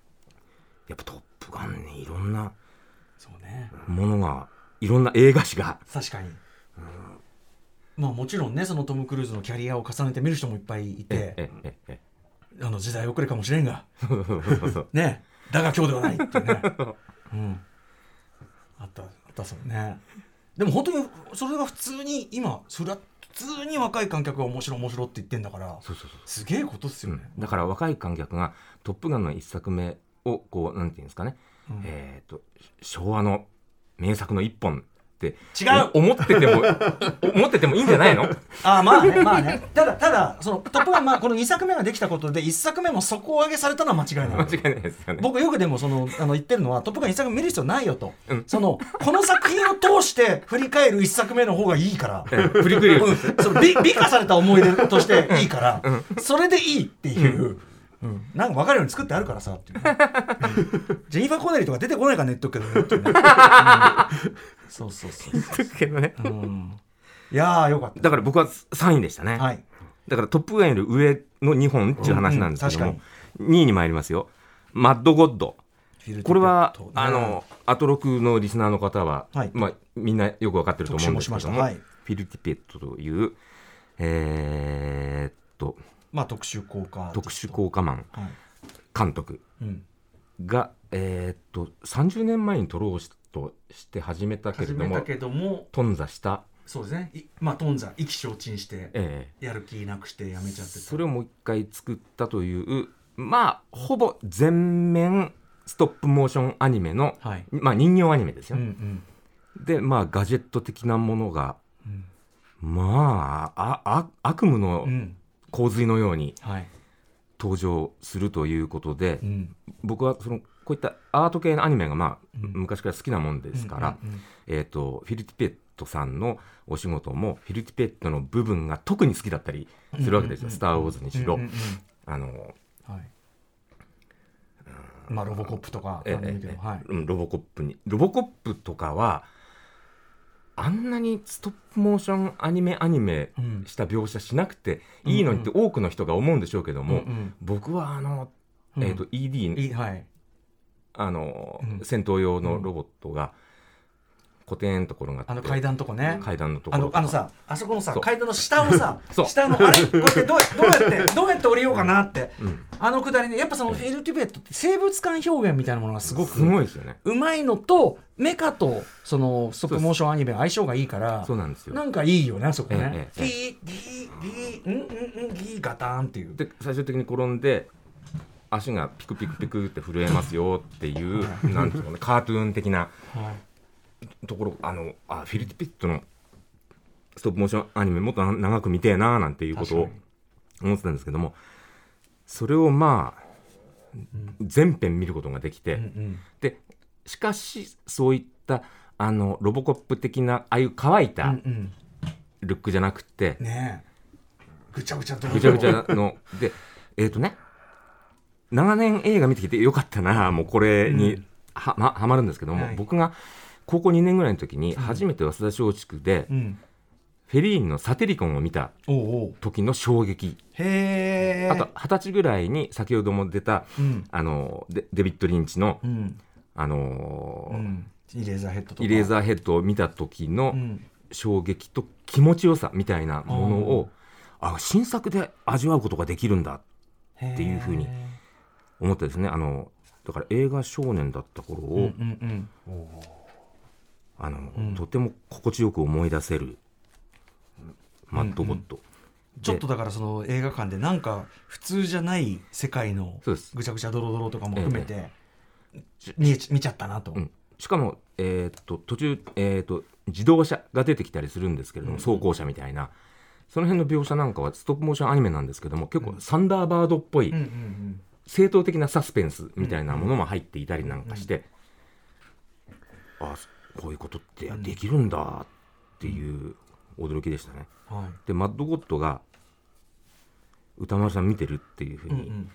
S5: やっぱ「トップガン」にいろんな
S2: そうね。
S5: ものがいろんな映画史が
S2: 確かに。まあもちろんねそのトム・クルーズのキャリアを重ねて見る人もいっぱいいて
S5: えええええ
S2: あの時代遅れかもしれんが
S5: えそうそうそうそう
S2: ねだが今日ではないってね、
S5: *laughs*
S2: うん、あったあったそうねでも本当にそれが普通に今それは普通に若い観客が面白い面白いって言ってんだから
S5: そう
S2: *laughs*
S5: そうそう
S2: すげえことっすよね、
S5: だから若い観客が「トップガン」の一作目をこうなんていうんですかね、えー、と昭和の名作の一本っって
S2: 違う
S5: 思ってても *laughs* 思っててもいいんじゃないの
S2: ああまあねまあねただただその「トップガン」まあこの2作目ができたことで1作目も底上げされたのは間違いない
S5: 間違いないですよね。
S2: 僕よくでもそのあの言ってるのは「トップガン」1作目見る必要ないよと、そのこの作品を通して振り返る1作目の方がいいから
S5: ええプリクリ
S2: うんその美美化された思い出としていいから、それでいいっていう、うんなんか分かるように作ってあるからさっていうね、ジェニファー・コネリーとか出てこないからね言っとく *laughs* けどねっていうねうんそうそうそう、
S5: けどね。
S2: うんいやーよかった
S5: *laughs* だから僕は3位でしたね。
S2: はい
S5: だからトップガンより上の2本っていう話なんですけど
S2: うんう
S5: も
S2: ん、
S5: 2位に参りますよ。マッドゴッド。これは、あ
S2: ね
S5: の、アトロクのリスナーの方は、
S2: はい
S5: まあ、みんなよくわかってると思うんですけ
S2: 特集
S5: ど
S2: もしま
S5: も、
S2: したはい
S5: フィルティペットという、えーっと、
S2: まあ特殊効果
S5: 特殊効果マン
S2: はい
S5: 監督
S2: うん
S5: が、えーっと、30年前に撮ろうとして始めたけれ
S2: 始
S5: ど
S2: めた
S5: も、
S2: けども
S5: 頓挫した、
S2: そうですねいまあ頓挫意気消沈して
S5: ええ
S2: やる気なくしてやめちゃってた
S5: それをもう一回作ったという、まあ、ほぼ全面ストップモーションアニメの、
S2: はい
S5: まあ、人形アニメです
S2: う
S5: よ。
S2: んうん
S5: でまあガジェット的なものが、まあああ悪夢の
S2: うん
S5: 洪水のように
S2: はい
S5: 登場するということで、
S2: うん
S5: 僕はそのこういったアート系のアニメが、まあ
S2: うん
S5: 昔から好きなもんですから、
S2: うんうんうん
S5: えー、とフィルティペットさんのお仕事もフィルティペットの部分が特に好きだったりするわけですよ「スター・ウォーズ」にしろ。
S2: うんうんうん
S5: あの
S2: はい。まあ、ロボコップとか、
S5: え
S2: あれだけど
S5: え
S2: はい。
S5: うんロボコップにロボコップとかはあんなにストップモーションアニメアニメ
S2: うん
S5: した描写しなくていいのにって多くの人が思うんでしょうけど
S2: うん
S5: も、
S2: うん
S5: 僕はあの、
S2: うん
S5: えー、と ED、
S2: いいはい。
S5: あの
S2: うん
S5: 戦闘用のロボットがコテンと転がって
S2: あの階段とこね。
S5: 階段のとこ
S2: あ
S5: ろ
S2: の
S5: とか
S2: あのさ、あそこのさ、
S5: そう
S2: 階段の下をさ、
S5: そう
S2: 下のあれ、こうやってどうやどうやって、どうやって降りようかなって、
S5: うん
S2: あのくだりね、やっぱそのフィルティベットって生物感表現みたいなものがすごく
S5: すごいですよね
S2: うまいのと、メカとそのストップモーションアニメ相性がいいから
S5: そ、うなんですよ
S2: なんかいいよね、あそこね。ギ
S5: えええ
S2: ー、ギー、ギー、うんうんうん、ギーガターンっていう。
S5: で最終的に転んで足がピクピクピクって震えますよっていうなんていうのかなカートゥーン的な
S2: はい
S5: ところあのあフィルティピットのストップモーションアニメもっとな長く見てえななんていうことを
S2: 確
S5: 思ってたんですけどもそれをまあ全編見ることができて、
S2: うんうん
S5: でしかしそういったあのロボコップ的なああいう乾い
S2: うん
S5: た
S2: うん。
S5: ルックじゃなくて、
S2: ねえぐちゃぐちゃと
S5: ぐちゃぐちゃのでえっ、とね長年映画見てきてよかったなもうこれには,、まはまるんですけども、
S2: はい
S5: 僕が高校2年ぐらいの時に初めて早稲田松竹で、
S2: うん
S5: フェリーニのサテリコンを見た
S2: おうおう
S5: 時の衝撃、
S2: へえ
S5: あと二十歳ぐらいに先ほども出た、
S2: うん
S5: あのデデビッド・リンチの、
S2: うん
S5: あ
S2: う
S5: の
S2: んイレーザーヘッドと
S5: ー
S2: か
S5: イレーザーヘッドを見た時の
S2: うん
S5: 衝撃と気持ちよさみたいなものを、あ新作で味わうことができるんだ
S2: って
S5: いう風に思ったですねあのだから映画少年だった頃を、
S2: うんうん
S5: あの
S2: うん
S5: とても心地よく思い出せる、マッドゴッド、
S2: うんちょっとだからその映画館でなんか普通じゃない世界の
S5: そうです
S2: ぐちゃぐちゃドロドロとかも含めて見えち見ちゃったなと
S5: うん、しかも、えーっと途中、えーっと自動車が出てきたりするんですけれども、走行車みたいなその辺の描写なんかはストップモーションアニメなんですけども結構サンダーバードっぽい、
S2: うんうんうん
S5: 正当的なサスペンスみたいなものも入っていたりなんかして、あこういうことってできるんだっていう驚きでしたね。
S2: はい
S5: でマッドゴッドが歌丸さん見てるっていうふう
S2: うんう
S5: に、
S2: ん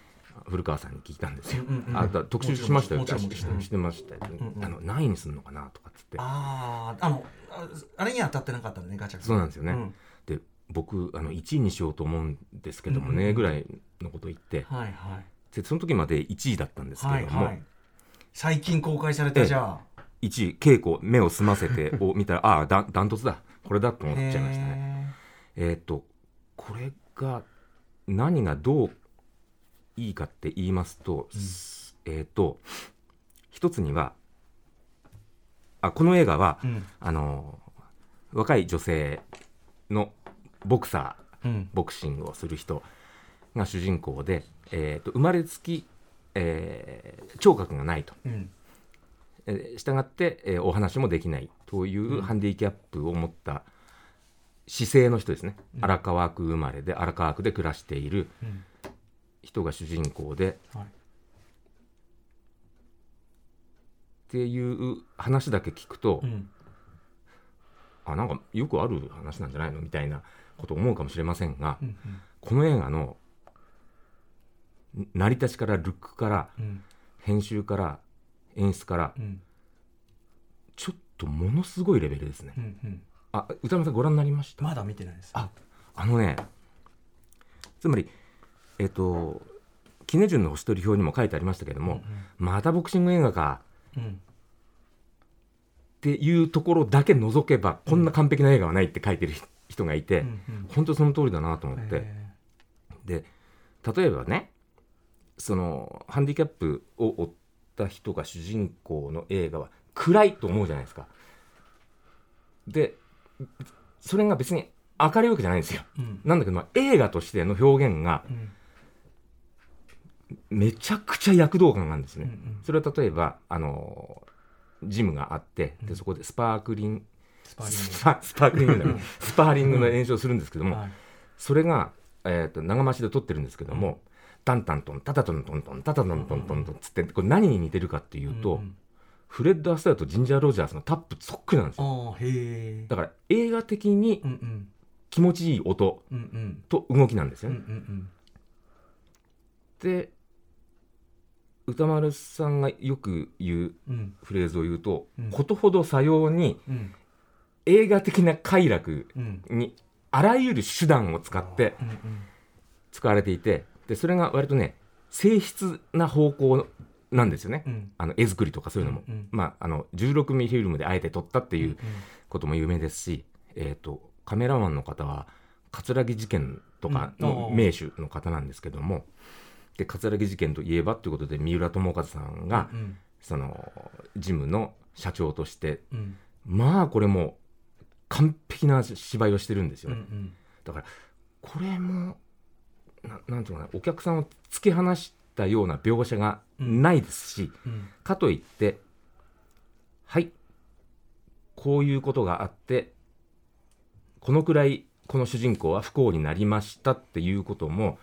S5: 古川さんに聞いたんですよ。
S2: うんうんうん
S5: あだから特集しましたよ。
S2: もちろんも
S5: し
S2: ちろんもちろん
S5: してましたよ、
S2: んうん
S5: あの何位にするのかなとかっつって。
S2: あああのああれには当たってなかったんだねガチャガチャ
S5: そうなんですよね。
S2: うん
S5: で僕あの1位にしようと思うんですけどもね、ぐらいのこと言って
S2: はいはい
S5: でその時まで1位だったんですけ
S2: は
S5: れ
S2: い
S5: ども、
S2: はい最近公開されたじゃあ
S5: 1位稽古目を澄ませてを見たらああだダントツだこれだと思っちゃいましたね。
S2: ね
S5: えーっとこれが何がどういいかって言いますと、えーっと一つにはあこの映画は、
S2: うん
S5: あの若い女性のボクサ
S2: う
S5: ー
S2: ん
S5: ボクシングをする人が主人公で、えー、と生まれつき、えー聴覚がないと、
S2: うん
S5: えー従って、えーお話もできないというハンディキャップを持った姿勢の人ですね、荒川区生まれで荒川区で暮らしている
S2: ん
S5: 人が主人公で、
S2: はい
S5: っていう話だけ聞くと、
S2: うん
S5: あなんかよくある話なんじゃないのみたいなことを思うかもしれませんが、
S2: うん
S5: この映画のん成り立ちからルックから
S2: うん
S5: 編集から演出から
S2: うん
S5: ちょっとものすごいレベルですね
S2: う。んうん
S5: あ歌丸さんご覧になりました
S2: まだ見てないです
S5: ああのねつまりえっ、と「キネジュンの星取り表」にも書いてありましたけども、またボクシング映画か
S2: うん
S5: っていうところだけ除けばこんな完璧な映画はないって書いてる人がいて、
S2: うんうん
S5: 本当その通りだなと思って。
S2: え
S5: で例えばねそのハンディキャップを負った人が主人公の映画は暗いと思うじゃないですか。でそれが別に明るいわけじゃないんですよ。
S2: ーうん
S5: なんだけど、まあ、映画としての表現が
S2: うん
S5: めちゃくちゃ躍動感なんです
S2: う
S5: ね。
S2: んうん
S5: それは例えばあのジムがあってでそこでスパークリン
S2: スパーリング
S5: スパスパークリングじゃないスパーリングの練習をするんですけども、
S2: はい
S5: それが、えー、と長回しで撮ってるんですけども、タンタントンタタトントントンタタトントントントンつってこれ何に似てるかっていうと、
S2: んん
S5: フレッド・アスターとジンジャー・ロジャースのタップそっくりなんですよ
S2: ああへえ
S5: だから映画的に
S2: うんうん
S5: 気持ちいい音
S2: うんうん
S5: と動きなんです
S2: う
S5: よ
S2: ん
S5: ね、
S2: うん
S5: で歌丸さんがよく言う
S2: うんうん
S5: フレーズを言うと、
S2: うん
S5: ことほどさように
S2: うん
S5: 映画的な快楽
S2: うん
S5: にあらゆる手段を使って
S2: うんうん
S5: 使われていてでそれが割とね性質な方向なんですよね、
S2: うん
S5: あの絵作りとかそういうのも、
S2: うんうん
S5: まあ、あの16ミリフィルムであえて撮ったってい
S2: う
S5: う
S2: ん
S5: ことも有名ですし、えー、とカメラマンの方は葛城事件とかの
S2: うん
S5: 名手の方なんですけども、で葛城事件といえばということで三浦友和さんが、
S2: うん
S5: そのジムの社長として
S2: うん
S5: まあこれも完璧な芝居をしてるんですよ
S2: うんう
S5: ね。
S2: ん
S5: だからこれもななんていうのかなお客さんを突き放したような描写がないですし、
S2: うん
S5: かといってはいこういうことがあってこのくらいこの主人公は不幸になりましたっていうことも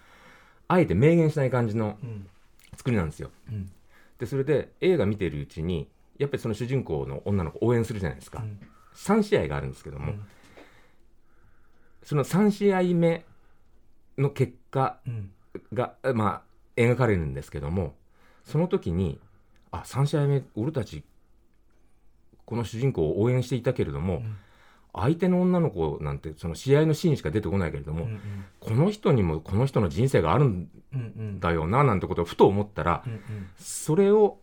S5: あえて明言しない感じの
S2: うん
S5: 作りなんですよ。
S2: うん
S5: でそれで映画見てるうちにやっぱりその主人公の女の子を応援するじゃないですか、
S2: うん
S5: 3試合があるんですけども、
S2: うん
S5: その3試合目の結果
S2: うん
S5: が、まあ、描かれるんですけどもその時にあ3試合目俺たちこの主人公を応援していたけれども、
S2: ん
S5: 相手の女の子なんてその試合のシーンしか出てこないけれども、
S2: うん
S5: この人にもこの人の人生があるん
S2: うんうん
S5: だよななんてことをふと思ったら、
S2: うんうん
S5: それを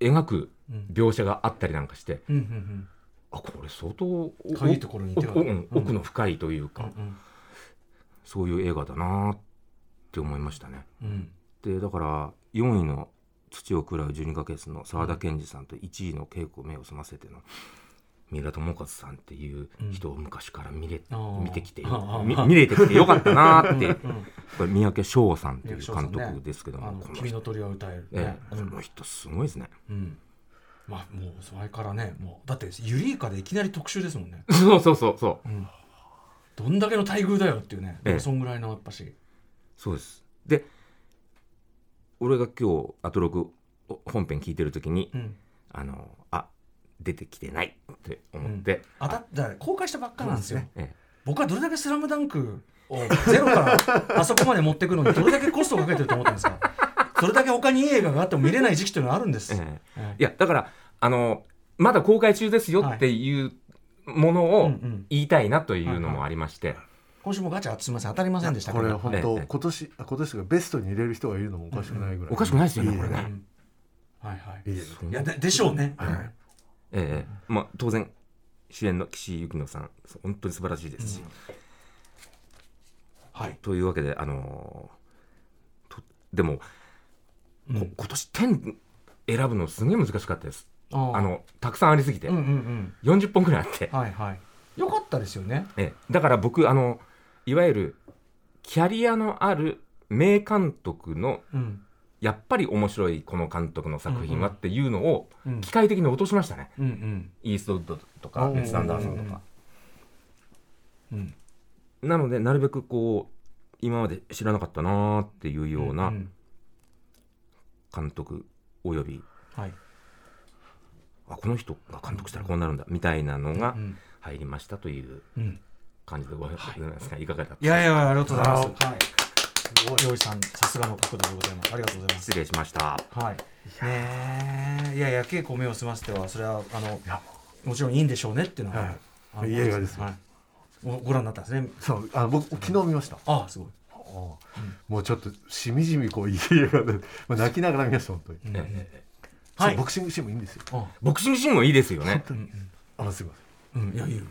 S5: 描く
S2: うん
S5: 描写があったりなんかして、
S2: うんうん
S5: あこれ相当お
S2: かゆいところに手が
S5: おおうん奥の深いという
S2: う
S5: か、
S2: ん
S5: そういう映画だなーって思いましたね。
S2: うん
S5: でだから4位の「土を喰らう12ヶ月」の沢田研二さんと1位の「稽古を目を澄ませて」の三浦友和さんっていう人を昔から見れ、
S2: あー
S5: 見てきて
S2: あー
S5: み見れてきてよかったなー
S2: *laughs*
S5: って
S2: うん
S5: これ三宅翔さんっていう
S2: 三宅翔さん
S5: 監
S2: ね
S5: 督ですけども、
S2: あの
S5: この人
S2: 君の鳥は歌えるね
S5: ええこの人すごいですね。
S2: うんまあもうそれからねもうだってユリイカでいきなり特集ですもんね
S5: そうそうそうそう。
S2: どんだけの待遇だよっていうね、
S5: ええ
S2: そんぐらいのやっぱし、
S5: そうです。で、俺が今日アトロクお本編聞いてるときに、
S2: うん、
S5: あのあ出てきてないって思って、
S2: あだだから公開したばっかなんですよ
S5: え
S2: 僕はどれだけ「スラムダンクをゼロからあそこまで持ってくのにどれだけコストかけてると思ってるんですかそれだけ他にいい映画があっても見れない時期というのはあるんです、
S5: えええ
S2: ええ
S5: いやだからあのまだ公開中ですよっていうもの
S2: うんう
S5: を
S2: ん
S5: 言いたいなというのもありまして、
S2: 今週もガチャすみません当たりませんでした
S6: これ本
S5: え
S6: 当
S5: え
S6: 今年あ今年がベストに入れる人がいるのもおかしくないぐらい、
S5: おかしくないですよねこれ
S2: う
S5: ね。
S2: んはいはい
S6: いいね
S2: いやででしょうね、はい
S5: ええまあ当然主演の岸井ゆきのさん本当に素晴らしいですし、
S2: はい
S5: というわけであのとでも、
S2: うん
S5: こ今年10選ぶのすげえ難しかったです
S2: あー
S5: あのたくさんありすぎて、
S2: うんうん
S5: 40本くらいあって、
S2: うんはいはいよかったですよね
S5: ええだから僕あのいわゆるキャリアのある名監督の
S2: うん
S5: やっぱり面白いこの監督の作品はっていうのを
S2: うん
S5: 機械的に落としましたね、
S2: うんうん
S5: イーストウッドとか
S6: うん
S5: レッツ・アンダーソンとか、
S2: うん
S5: なのでなるべくこう今まで知らなかったなーっていうようなん監督および
S2: はい
S5: あこの人が監督したらこうなるんだみたいなのが
S2: うん
S5: 入りましたという
S2: うん
S5: 感じでございますが、い、かがだった
S2: いやいやありがとうございます
S6: あ
S2: はい料理さんさすがの角度でございますありがとうございます
S5: 失礼しました
S2: はいねえいやいや稽古目を澄ませてはそれはあのもちろんいいんでしょうねっていうのは、
S6: はい
S2: あの
S6: いい映画ですよ
S2: はい、おご覧になったんですね
S6: そうあ僕昨日見ました
S2: ああすごい、
S6: あもうちょっとしみじみこういい映画でもう泣きながら見ました本当に、
S2: うん
S5: え
S2: は
S6: はいい、ボクシングシーンもいいんですよ
S2: あ
S5: ボクシングシーンもいいですよね
S6: あのすいません
S2: うんいやいいよ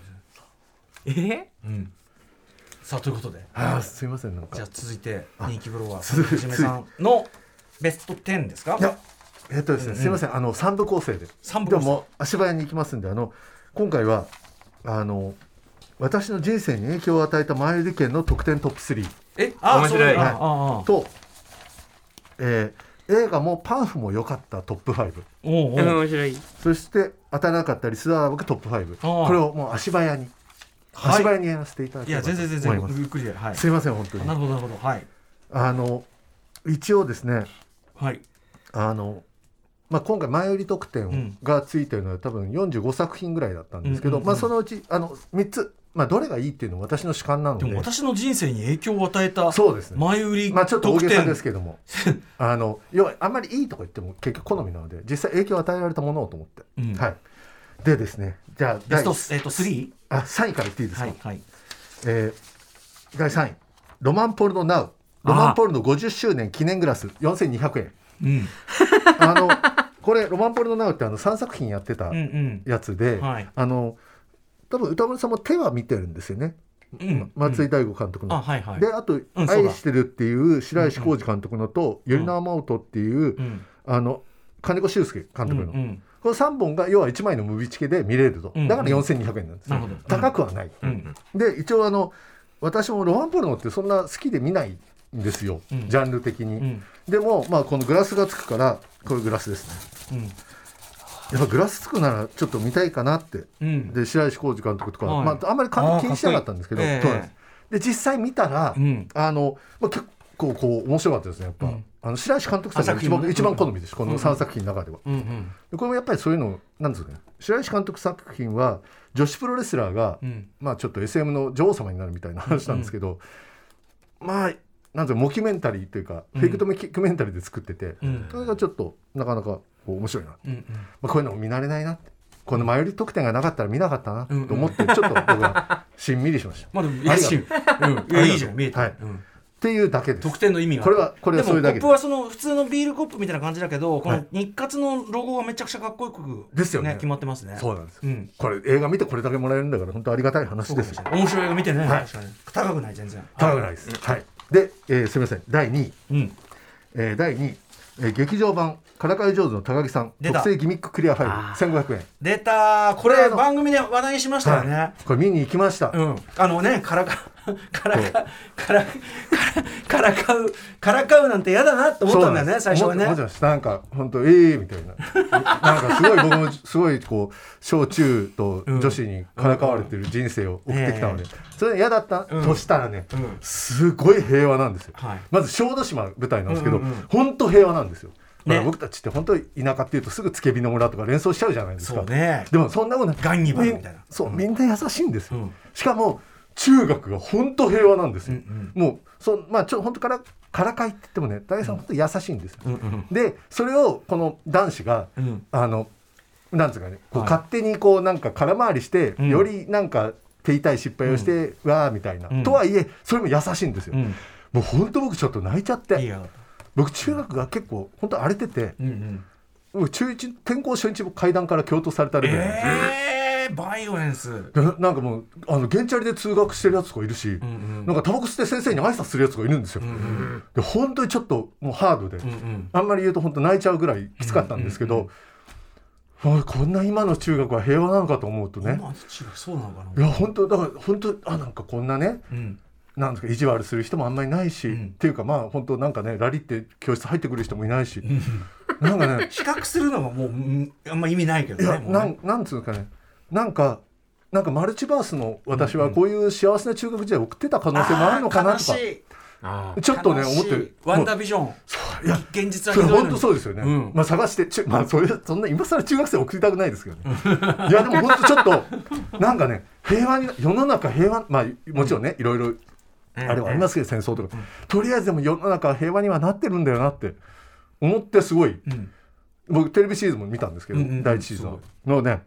S5: えー
S2: うんさあということで
S6: あーすいませんなんか
S2: じゃあ続いて人気ブロガー
S6: す
S2: はじめさんのベスト10ですか
S6: いやえっとですね、すいませんあの三部構成で
S2: 三部
S6: で
S2: 構成
S6: も足早に行きますんであの今回はあの私の人生に影響を与えた前売り券の特典トップ3
S2: えあ
S5: 面白い
S2: そうだあああ
S6: と、えー映画もパンフも良かったトップ5
S2: おうおう
S5: 面白い
S6: そして当たらなかったリスナー僕トップ5
S2: ああ
S6: これをもう足早に、
S2: はい
S6: 足早にやらせていただき
S2: いや全然全
S6: 思います
S2: 然ゆっくりではい
S6: すいません本当
S2: な
S6: に
S2: るほどなるほどはい
S6: あの一応ですね
S2: はい
S6: あの、まあ、今回前売り特典がついてるのは多分45作品ぐらいだったんですけど、
S2: うんうんうん
S6: まあ、そのうちあの3つ、まあ、どれがいいっていうのは私の主観なの
S2: で
S6: で
S2: も私の人生に影響を与えた
S6: そうですね、
S2: 前売り
S6: まあ、ちょっと大げさ
S2: 特
S6: で
S2: 典
S6: すけどもあの要はあんまりいいとか言っても結局好みなので実際影響を与えられたものをと思って、 *laughs*
S2: うん
S6: はいでですねじゃあ
S2: ベ
S6: 第
S2: ストえっと3
S6: あ3位から言っていいですか、
S2: はいはい
S6: えー第3位ロマンポルノナウロマンポルノ50周年記念グラス4200円
S2: うん
S6: あのこれロマンポルノナウってあの3作品やってた
S2: うん
S6: やつで、
S2: はい
S6: あの多分歌丸さんも手は見てるんですよね、
S2: うんうん
S6: 松井大吾監督の
S2: あ、はいはい
S6: であと「
S2: そうだ
S6: 愛してる」っていう白石浩二監督のと「ゆりなまおと」っていう、
S2: うん
S6: あの金子修介監
S2: うんう
S6: 督の、
S2: ん
S6: この3本が要は1枚のムビチケで見れると、
S2: うん
S6: だから4200円なんです
S2: な
S6: よ
S2: るほど
S6: 高くはない、
S2: うん
S6: で一応あの私もロマンポルノってそんな好きで見ないんですよ、
S2: うん
S6: ジャンル的に、
S2: うん
S6: でもまあこのグラスがつくからこれグラスですね
S2: うん
S6: やっぱグラスつくならちょっと見たいかなって
S2: うん
S6: で白石浩二監督とか、
S2: はい
S6: まあ、あんまり監督気にしなかったんですけど
S2: あーかっこいい
S6: そうなんですで実際見たら、
S2: うん
S6: あの、まあ、結構こう面白かったですねやっぱ、
S2: うん
S6: あの白石監督さんが一
S2: あ作品の
S6: 番一
S2: う
S6: 番
S2: ん
S6: 好みです、この3作品の中では、
S2: うんうん
S6: でこれもやっぱりそういうのなんですかね白石監督作品は女子プロレスラーが、
S2: うん
S6: まあ、ちょっと SM の女王様になるみたいな話なんですけど、まあなんていうのモキュメンタリーというか、
S2: うん
S6: フェイクドメキュメンタリーで作ってて、
S2: うん
S6: それがちょっとなかなかこう面白いな、ま
S2: うん
S6: あ、こういうのも見慣れないなってこの前より特典がなかったら見なかったなと思って、ちょっと僕はしんみりしました。っ
S2: まあでも
S6: あり
S2: 一
S6: がと
S2: 心
S6: う
S2: うんいやいいじゃん見えた
S6: はい
S2: うん
S6: ていうだけです。
S2: 特典の意味があ
S6: こ
S2: る
S6: れはこれはそれだけ
S2: で
S6: で
S2: もコップ
S6: す。
S2: はその普通のビールコップみたいな感じだけどこ
S6: は
S2: の
S6: い
S2: 日活のロゴがめちゃくちゃかっこよく
S6: ですよね
S2: 決まってますね
S6: そうなんです。
S2: うん
S6: これ映画見てこれだけもらえるんだから本当ありがたい話
S2: そうか
S6: で
S2: も
S6: す
S2: しれ
S6: よ。
S2: ない面白い映画見てね、
S6: はい
S2: 確かに高くない全然
S6: 高くないです。はい。で、えーすみません。第2位、
S2: うん
S6: えー第2位、えー劇場版からかい上手の高木さん
S2: 出た
S6: 特製ギミッククリアファイル1500円。
S2: 出たーこ
S6: これ
S2: れ
S6: あの
S2: 番組で話題にしましたよね、
S6: はいこれ見に行きました。
S2: うん、あのねからかからかからからからかうからかうなんて嫌だなって思ったんだよね
S6: そう
S2: 最初はね
S6: 思って思ってましたなんか本当ええみたいな。なんかすごい僕もすごいこう小中と女子にからかわれてる人生を送ってきたので、
S2: うん
S6: それ嫌だった、
S2: うん
S6: としたらね、
S2: うん
S6: すごい平和なんですよ。
S2: はい
S6: まず小豆島舞台なんですけど、
S2: うんうんうん
S6: 本当平和なんですよ。だから
S2: ね
S6: 僕たちって本当に田舎っていうとすぐつけびの村とか連想しちゃうじゃないですか。
S2: そうね
S6: でもそんなことない。
S2: ガンギバルみたいな
S6: そう、みんな優しいんですよ。
S2: うん
S6: しかも中学が本当平和なんですよ。
S2: うん
S6: もうそまあちょ本当からからかいって言ってもね大さん本当優しいんですよ。
S2: うんうん
S6: でそれをこの男子が、
S2: うん
S6: あのなんつうかねこう
S2: はい
S6: 勝手にこうなんか空回りして、
S2: うん
S6: よりなんか手痛い失敗をして、うわーみたいな、
S2: うん
S6: とはいえそれも優しいんですよ。
S2: うん
S6: もう本当僕ちょっと泣いちゃって
S2: いいや
S6: 僕中学が結構本当荒れてて、
S2: うんうん
S6: 僕中一転校初日僕階段から教頭されたレベルなんですよ。
S2: えー、バイオレンス。うん
S6: でなんかもうあの現チャリで通学してるやつとかいるし、
S2: うん
S6: なんかタバコ吸って先生に挨拶するやつがいるんですよ、
S2: うん
S6: で本当にちょっともうハードで、
S2: うん
S6: あんまり言うと本当泣いちゃうぐらいきつかったんですけど、わあこんな今の中学は平和なのかと思うと
S2: うん。
S6: ね
S2: 今の中学そうなのか
S6: い
S2: な。
S6: や本当だから本当あなんかこんなね
S2: うん
S6: なんですか意地悪する人もあんまりないし、っていうかまあ本当なんかねラリって教室入ってくる人もいないし、なんかね
S2: 比較するのはもううんあんま意味ないけ
S6: い
S2: どね
S6: や
S2: もうね
S6: なんなんつうかねなんかなんかマルチバースの私はこういう幸せな中学時代を送ってた可能性もあるのかなとか
S2: あー悲しい
S6: ちょっとね思って
S2: 悲しい
S6: る
S2: ワンダー
S6: もう
S2: ビジョン
S6: いや
S2: 現実は
S6: そ
S2: ひどいの
S6: れ
S2: に
S6: 本当そうですよね、
S2: うん
S6: まあ探してちゅまあそれそんな今更中学生送りたくないですけ
S2: *laughs*
S6: どねいやでも本当ちょっとなんかね平和にな世の中平和まあもちろんね、いろいろあれはありますけど戦争とか、とりあえずでも世の中は平和にはなってるんだよなって思ってすごい、
S2: ん
S6: 僕テレビシリーズも見たんですけど、
S2: うんうん
S6: 第1シーズンのね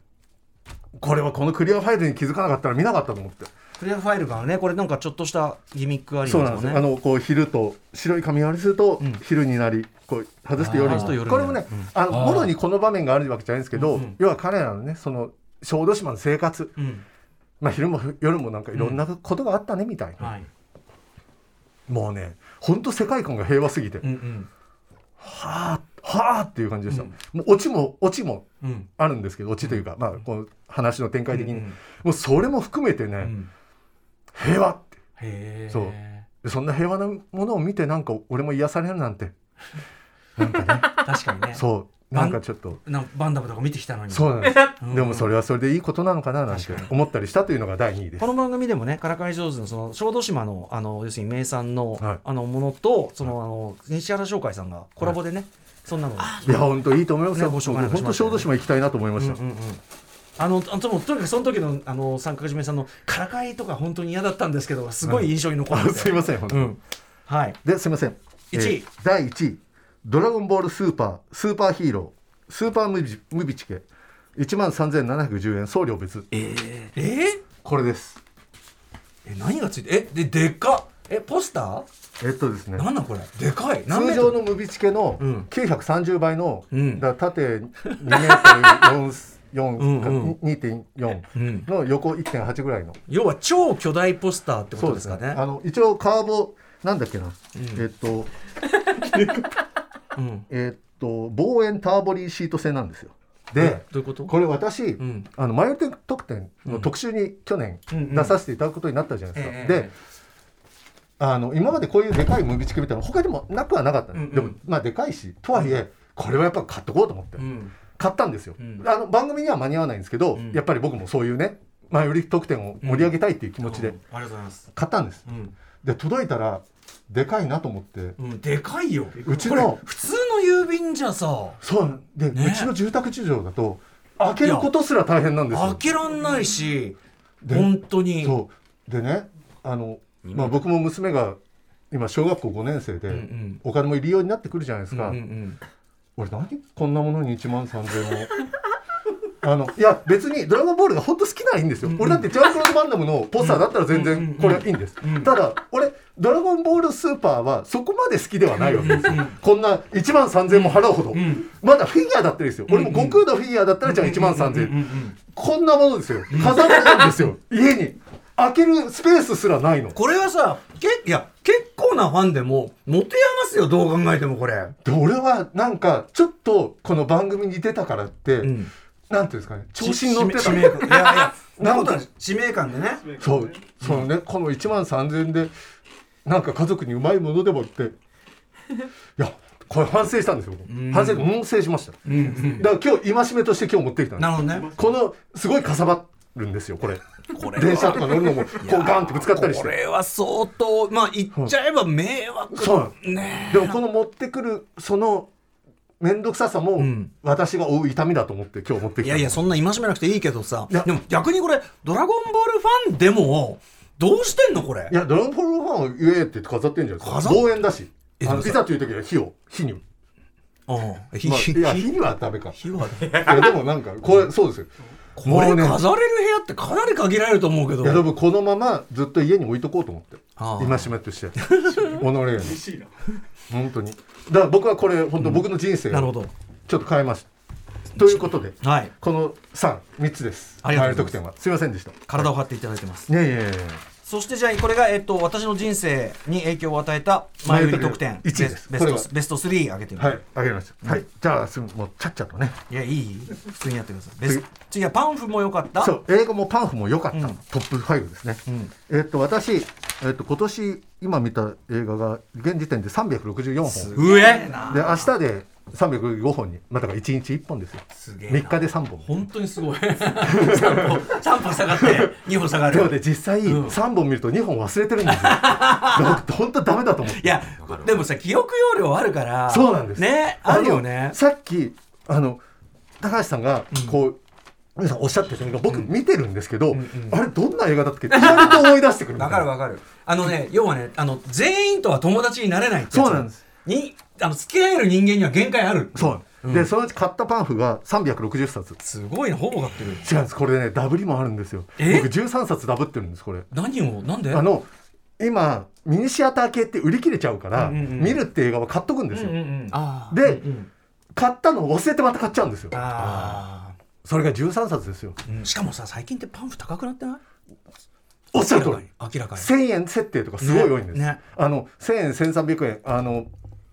S6: これはこのクリアファイルに気づかなかったら見なかったと思って
S2: クリアファイルがねこれなんかちょっとしたギミックあり
S6: そう
S2: ま
S6: な
S2: す
S6: ん
S2: もん
S6: です
S2: ね
S6: よあのこう昼と白い紙割りすると昼になり、こう外して夜
S2: あー外すと
S6: に
S2: 夜に
S6: これもね、あのもろにこの場面があるわけじゃないんですけど、要は彼らのねその小豆島の生活、
S2: うん
S6: まあ、昼も夜もなんかいろんなことがあったねみたいな、
S2: はい
S6: もうねほんと世界観が平和すぎて、
S2: うんうん
S6: はあはあっていう感じでした、もうオチもオチも
S2: うん
S6: あるんですけどオチというか、まあこの話の展開的に、
S2: うんうん
S6: もうそれも含めてね、
S2: うん
S6: 平和って
S2: へえ
S6: そうでそんな平和なものを見てなんか俺も癒されるなんて
S2: 確かにね
S6: そうなんかちょっと
S2: なんかバンダムとか見てきたのに
S6: そうなんです
S2: うん
S6: でもそれはそれでいいことなのかななんて思ったりしたというのが第2位です
S2: この番組でもね、からかい上手のその小豆島のあの要するに名産の、
S6: はい
S2: あのものとそのあの西原商会さんがコラボでね、そんなのを
S6: いや本当いいと思います
S2: ね
S6: よ
S2: ご紹介
S6: 僕
S2: お願いします
S6: 本当小豆島行きたいなと思いました
S2: うんうんうんあのあともとにかくその時のあの三角締めさんのからかいとか本当に嫌だったんですけど、すごい印象に残っ
S6: あ
S2: てて。
S6: すいません本当
S2: うん。はい。
S6: ですいません
S2: 一位
S6: えー第1位「ドラゴンボールスーパースーパーヒーロースーパームビムビチケ」1万3710円送料別
S2: えー、
S6: これです
S2: え何がついてえででっかえポスター？
S6: えっとですね
S2: なんなんこれ？でかい。何メ
S6: 通
S2: ート
S6: 常
S2: ル
S6: のムビチケの
S2: ん
S6: 930倍の、
S2: うん
S6: だから縦2メートル4
S2: うんうん
S6: 2.4の横1.8ぐらいの
S2: 要は超巨大ポスターってことですかね。
S6: あの一応カーボなんだっけな、えっと
S2: うん。
S6: えっと望遠ターボリーシート製なんですよ。で、
S2: どういうこと？
S6: これ私、
S2: ん
S6: あのマイルテ特典の特集に去年
S2: うんうん
S6: 出させていただくことになったじゃないですか。
S2: ええ
S6: で、あの今までこういうでかいムビチケみたいなの他にもなくはなかった、ね
S2: うんうん
S6: でもまあでかいしとはいえこれはやっぱ買っとこうと思って、
S2: うん。
S6: 買ったんですよ、
S2: うん
S6: あの番組には間に合わないんですけど、
S2: ん
S6: やっぱり僕もそういうね前より特典を盛り上げたいっていう気持ち
S2: う
S6: で
S2: んありがとうございます。
S6: 買ったんです、
S2: うん。
S6: で届いたらでかいなと思って
S2: うん、でかいよ
S6: うちの
S2: これ普通の郵便じゃさ
S6: そうで、
S2: ね
S6: うちの住宅事情だと開けることすら大変なんです
S2: 開
S6: よ
S2: けらんないし
S6: で
S2: 本当に
S6: そうでねあの、まあ、僕も娘が今小学校5年生で、
S2: うんうん
S6: お金も入りようになってくるじゃないです
S2: うんう
S6: か、
S2: ん
S6: 俺何こんなものに1万3000円をあのいや別に「ドラゴンボール」が本当好きならいいんですよ、俺だってジャンプロード・バンダムのポスターだったら全
S2: うんうん
S6: 然これはいいんです、ただ俺「ドラゴンボールスーパー」はそこまで好きではないわけですよ、こんな1万3000円も払うほど、
S2: ん
S6: まだフィギュアだったらいいですよ、俺も悟空のフィギュアだったらじゃあ1万3000円、
S2: うんうん
S6: こんなものですよ飾ってなんですよ家に開けるスペースすらないの
S2: これはさけいや結構なファンでも持て余すよどう考えてもこれ
S6: で俺はなんかちょっとこの番組に出たからって、
S2: ん
S6: なんていうんですかね調子に乗ってた
S2: 知名感いやいやそんな
S6: *laughs* な
S2: こ
S6: んか
S2: とは使命感でね
S6: そう、そのね、この1万3000円で、なんか家族にうまいものでもって、いや、これ反省したんですよ、僕反省、反省しました。だから今日、戒めとして今日持ってきたんで
S2: なるほどね
S6: す。この、すごいかさばるんですよ、これ。電車とか乗るのも、こうガンってぶつかったりし
S2: こ
S6: て。
S2: れは相当まあ言っちゃえば迷惑
S6: そう
S2: ね
S6: でもこの持ってくる、その、面倒くささも
S2: ん、
S6: 私が負う痛みだと思って今日持ってきた。
S2: いやいやそんな戒めなくていいけどさ
S6: いや
S2: でも逆にこれ「ドラゴンボール」ファンでもどうしてんのこれ
S6: いや、ドラゴンボールファンを言えって飾ってんじゃないです
S2: 飾
S6: か。
S2: っ
S6: 望遠だし。
S2: え
S6: あ
S2: で
S6: の
S2: もさ
S6: いざという時は火を、火に。
S2: うんひ
S6: まあ、
S2: ひ
S6: いや、火にはダメか。
S2: ひわで
S6: いやでもなんかこれそうですよ。
S2: こ
S6: も
S2: れ
S6: うね
S2: 飾れる部屋ってかなり限られると思うけど
S6: いやでもこのままずっと家に置いとこうと思って
S2: ああ
S6: 今しめ
S2: *laughs*
S6: として己に本当にだから僕はこれ本当僕の人生
S2: なるほ
S6: を
S2: ど
S6: ちょっと変えましたということで
S2: はい
S6: この33つです
S2: ありがとうございます
S6: マイル得点はすいませんでした
S2: 体を張っていただいてます
S6: いやいやいや
S2: そしてじゃあこれが、えっと、私の人生に影響を与えた前売り特典
S6: 前売り特典一位です
S2: ベ
S6: これ
S2: ベ
S6: は
S2: ストベスト3上げてみて、
S6: はい、あげました。はい、じゃあ、すぐ、もう、ちゃっちゃとね。
S2: い、やいい普通にやってくださいベスト次はパンフも良かった
S6: そう、英語もパンフも良かった、
S2: うん
S6: トップ5ですね。
S2: うん
S6: えっと、私、えっと、今年、今見た映画が、現時点で364
S2: す
S6: 本。
S2: げえな
S6: で、明日で365本に、まあ、だから1日1本ですよ。
S2: すげえな
S6: 3日で3本。
S2: 本当にすごい *laughs* 3本3本下がって2本下が
S6: でもね、
S2: る
S6: 実際、
S2: うん
S6: 3本見ると2本忘れてるんですよ。だから本当ダメだと思って。
S2: いやでもさ記憶容量あるから
S6: そうなんです
S2: ねあるよね
S6: のさっきあの高橋さんがこう、皆さんおっしゃってたのが僕見てるんですけど、
S2: んうん
S6: あれどんな映画だったっけって意外と思い出してくる
S2: わかるわ
S6: か
S2: かるあのね要はねあの全員とは友達になれないってやつ
S6: そうなんです
S2: にあの付き合える人間には限界ある
S6: そう、
S2: うん
S6: でそのうち買ったパンフが360冊
S2: すごいなほぼ買ってる
S6: 違うんですこれねダブりもあるんですよ
S2: え
S6: 僕13冊ダブってるんですこれ
S2: 何をなんで
S6: あの今ミニシアター系って売り切れちゃうから、
S2: うんうんうん
S6: 見るって映画は買っとくんですよ、
S5: あ
S6: で、
S2: うんうん
S6: 買ったのを忘れてまた買っちゃうんですよ
S2: あ
S6: それが13冊ですよ
S2: ーうんしかもさ最近ってパンフ高くなってない
S6: おっしゃる通
S2: 明ら
S6: り
S2: かに明らかに
S6: 1000円設定とかすごい多いんです、
S2: ねね
S6: あの1000円1300円あの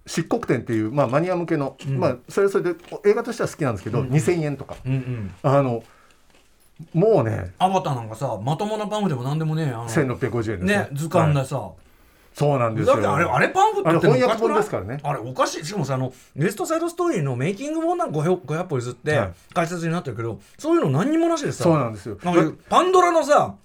S6: 漆黒店っていう、まあ、マニア向けの、
S2: ん
S6: まあ、それはそれで映画としては好きなんですけど、2000円とか
S2: うんうん
S6: あのもうね
S2: アバターなんかさまともなパンフでもなんでもねえやん
S6: 1650円です
S2: ね図鑑
S6: は
S2: だ
S6: い
S2: さ、
S6: そうなんです
S2: だっ
S6: よ
S2: てあれあれパンフって言っても
S6: あれ翻訳本
S2: お
S6: です
S2: しく
S6: から
S2: ない
S6: ね
S2: あれおかしいしかもさあの「ウエストサイドストーリー」のメイキング本なんか 500, 500歩譲って
S6: はい
S2: 解説になってるけどそういうの何にもなしでさ
S6: そうなんですよ
S2: なんかいうパンドラのさ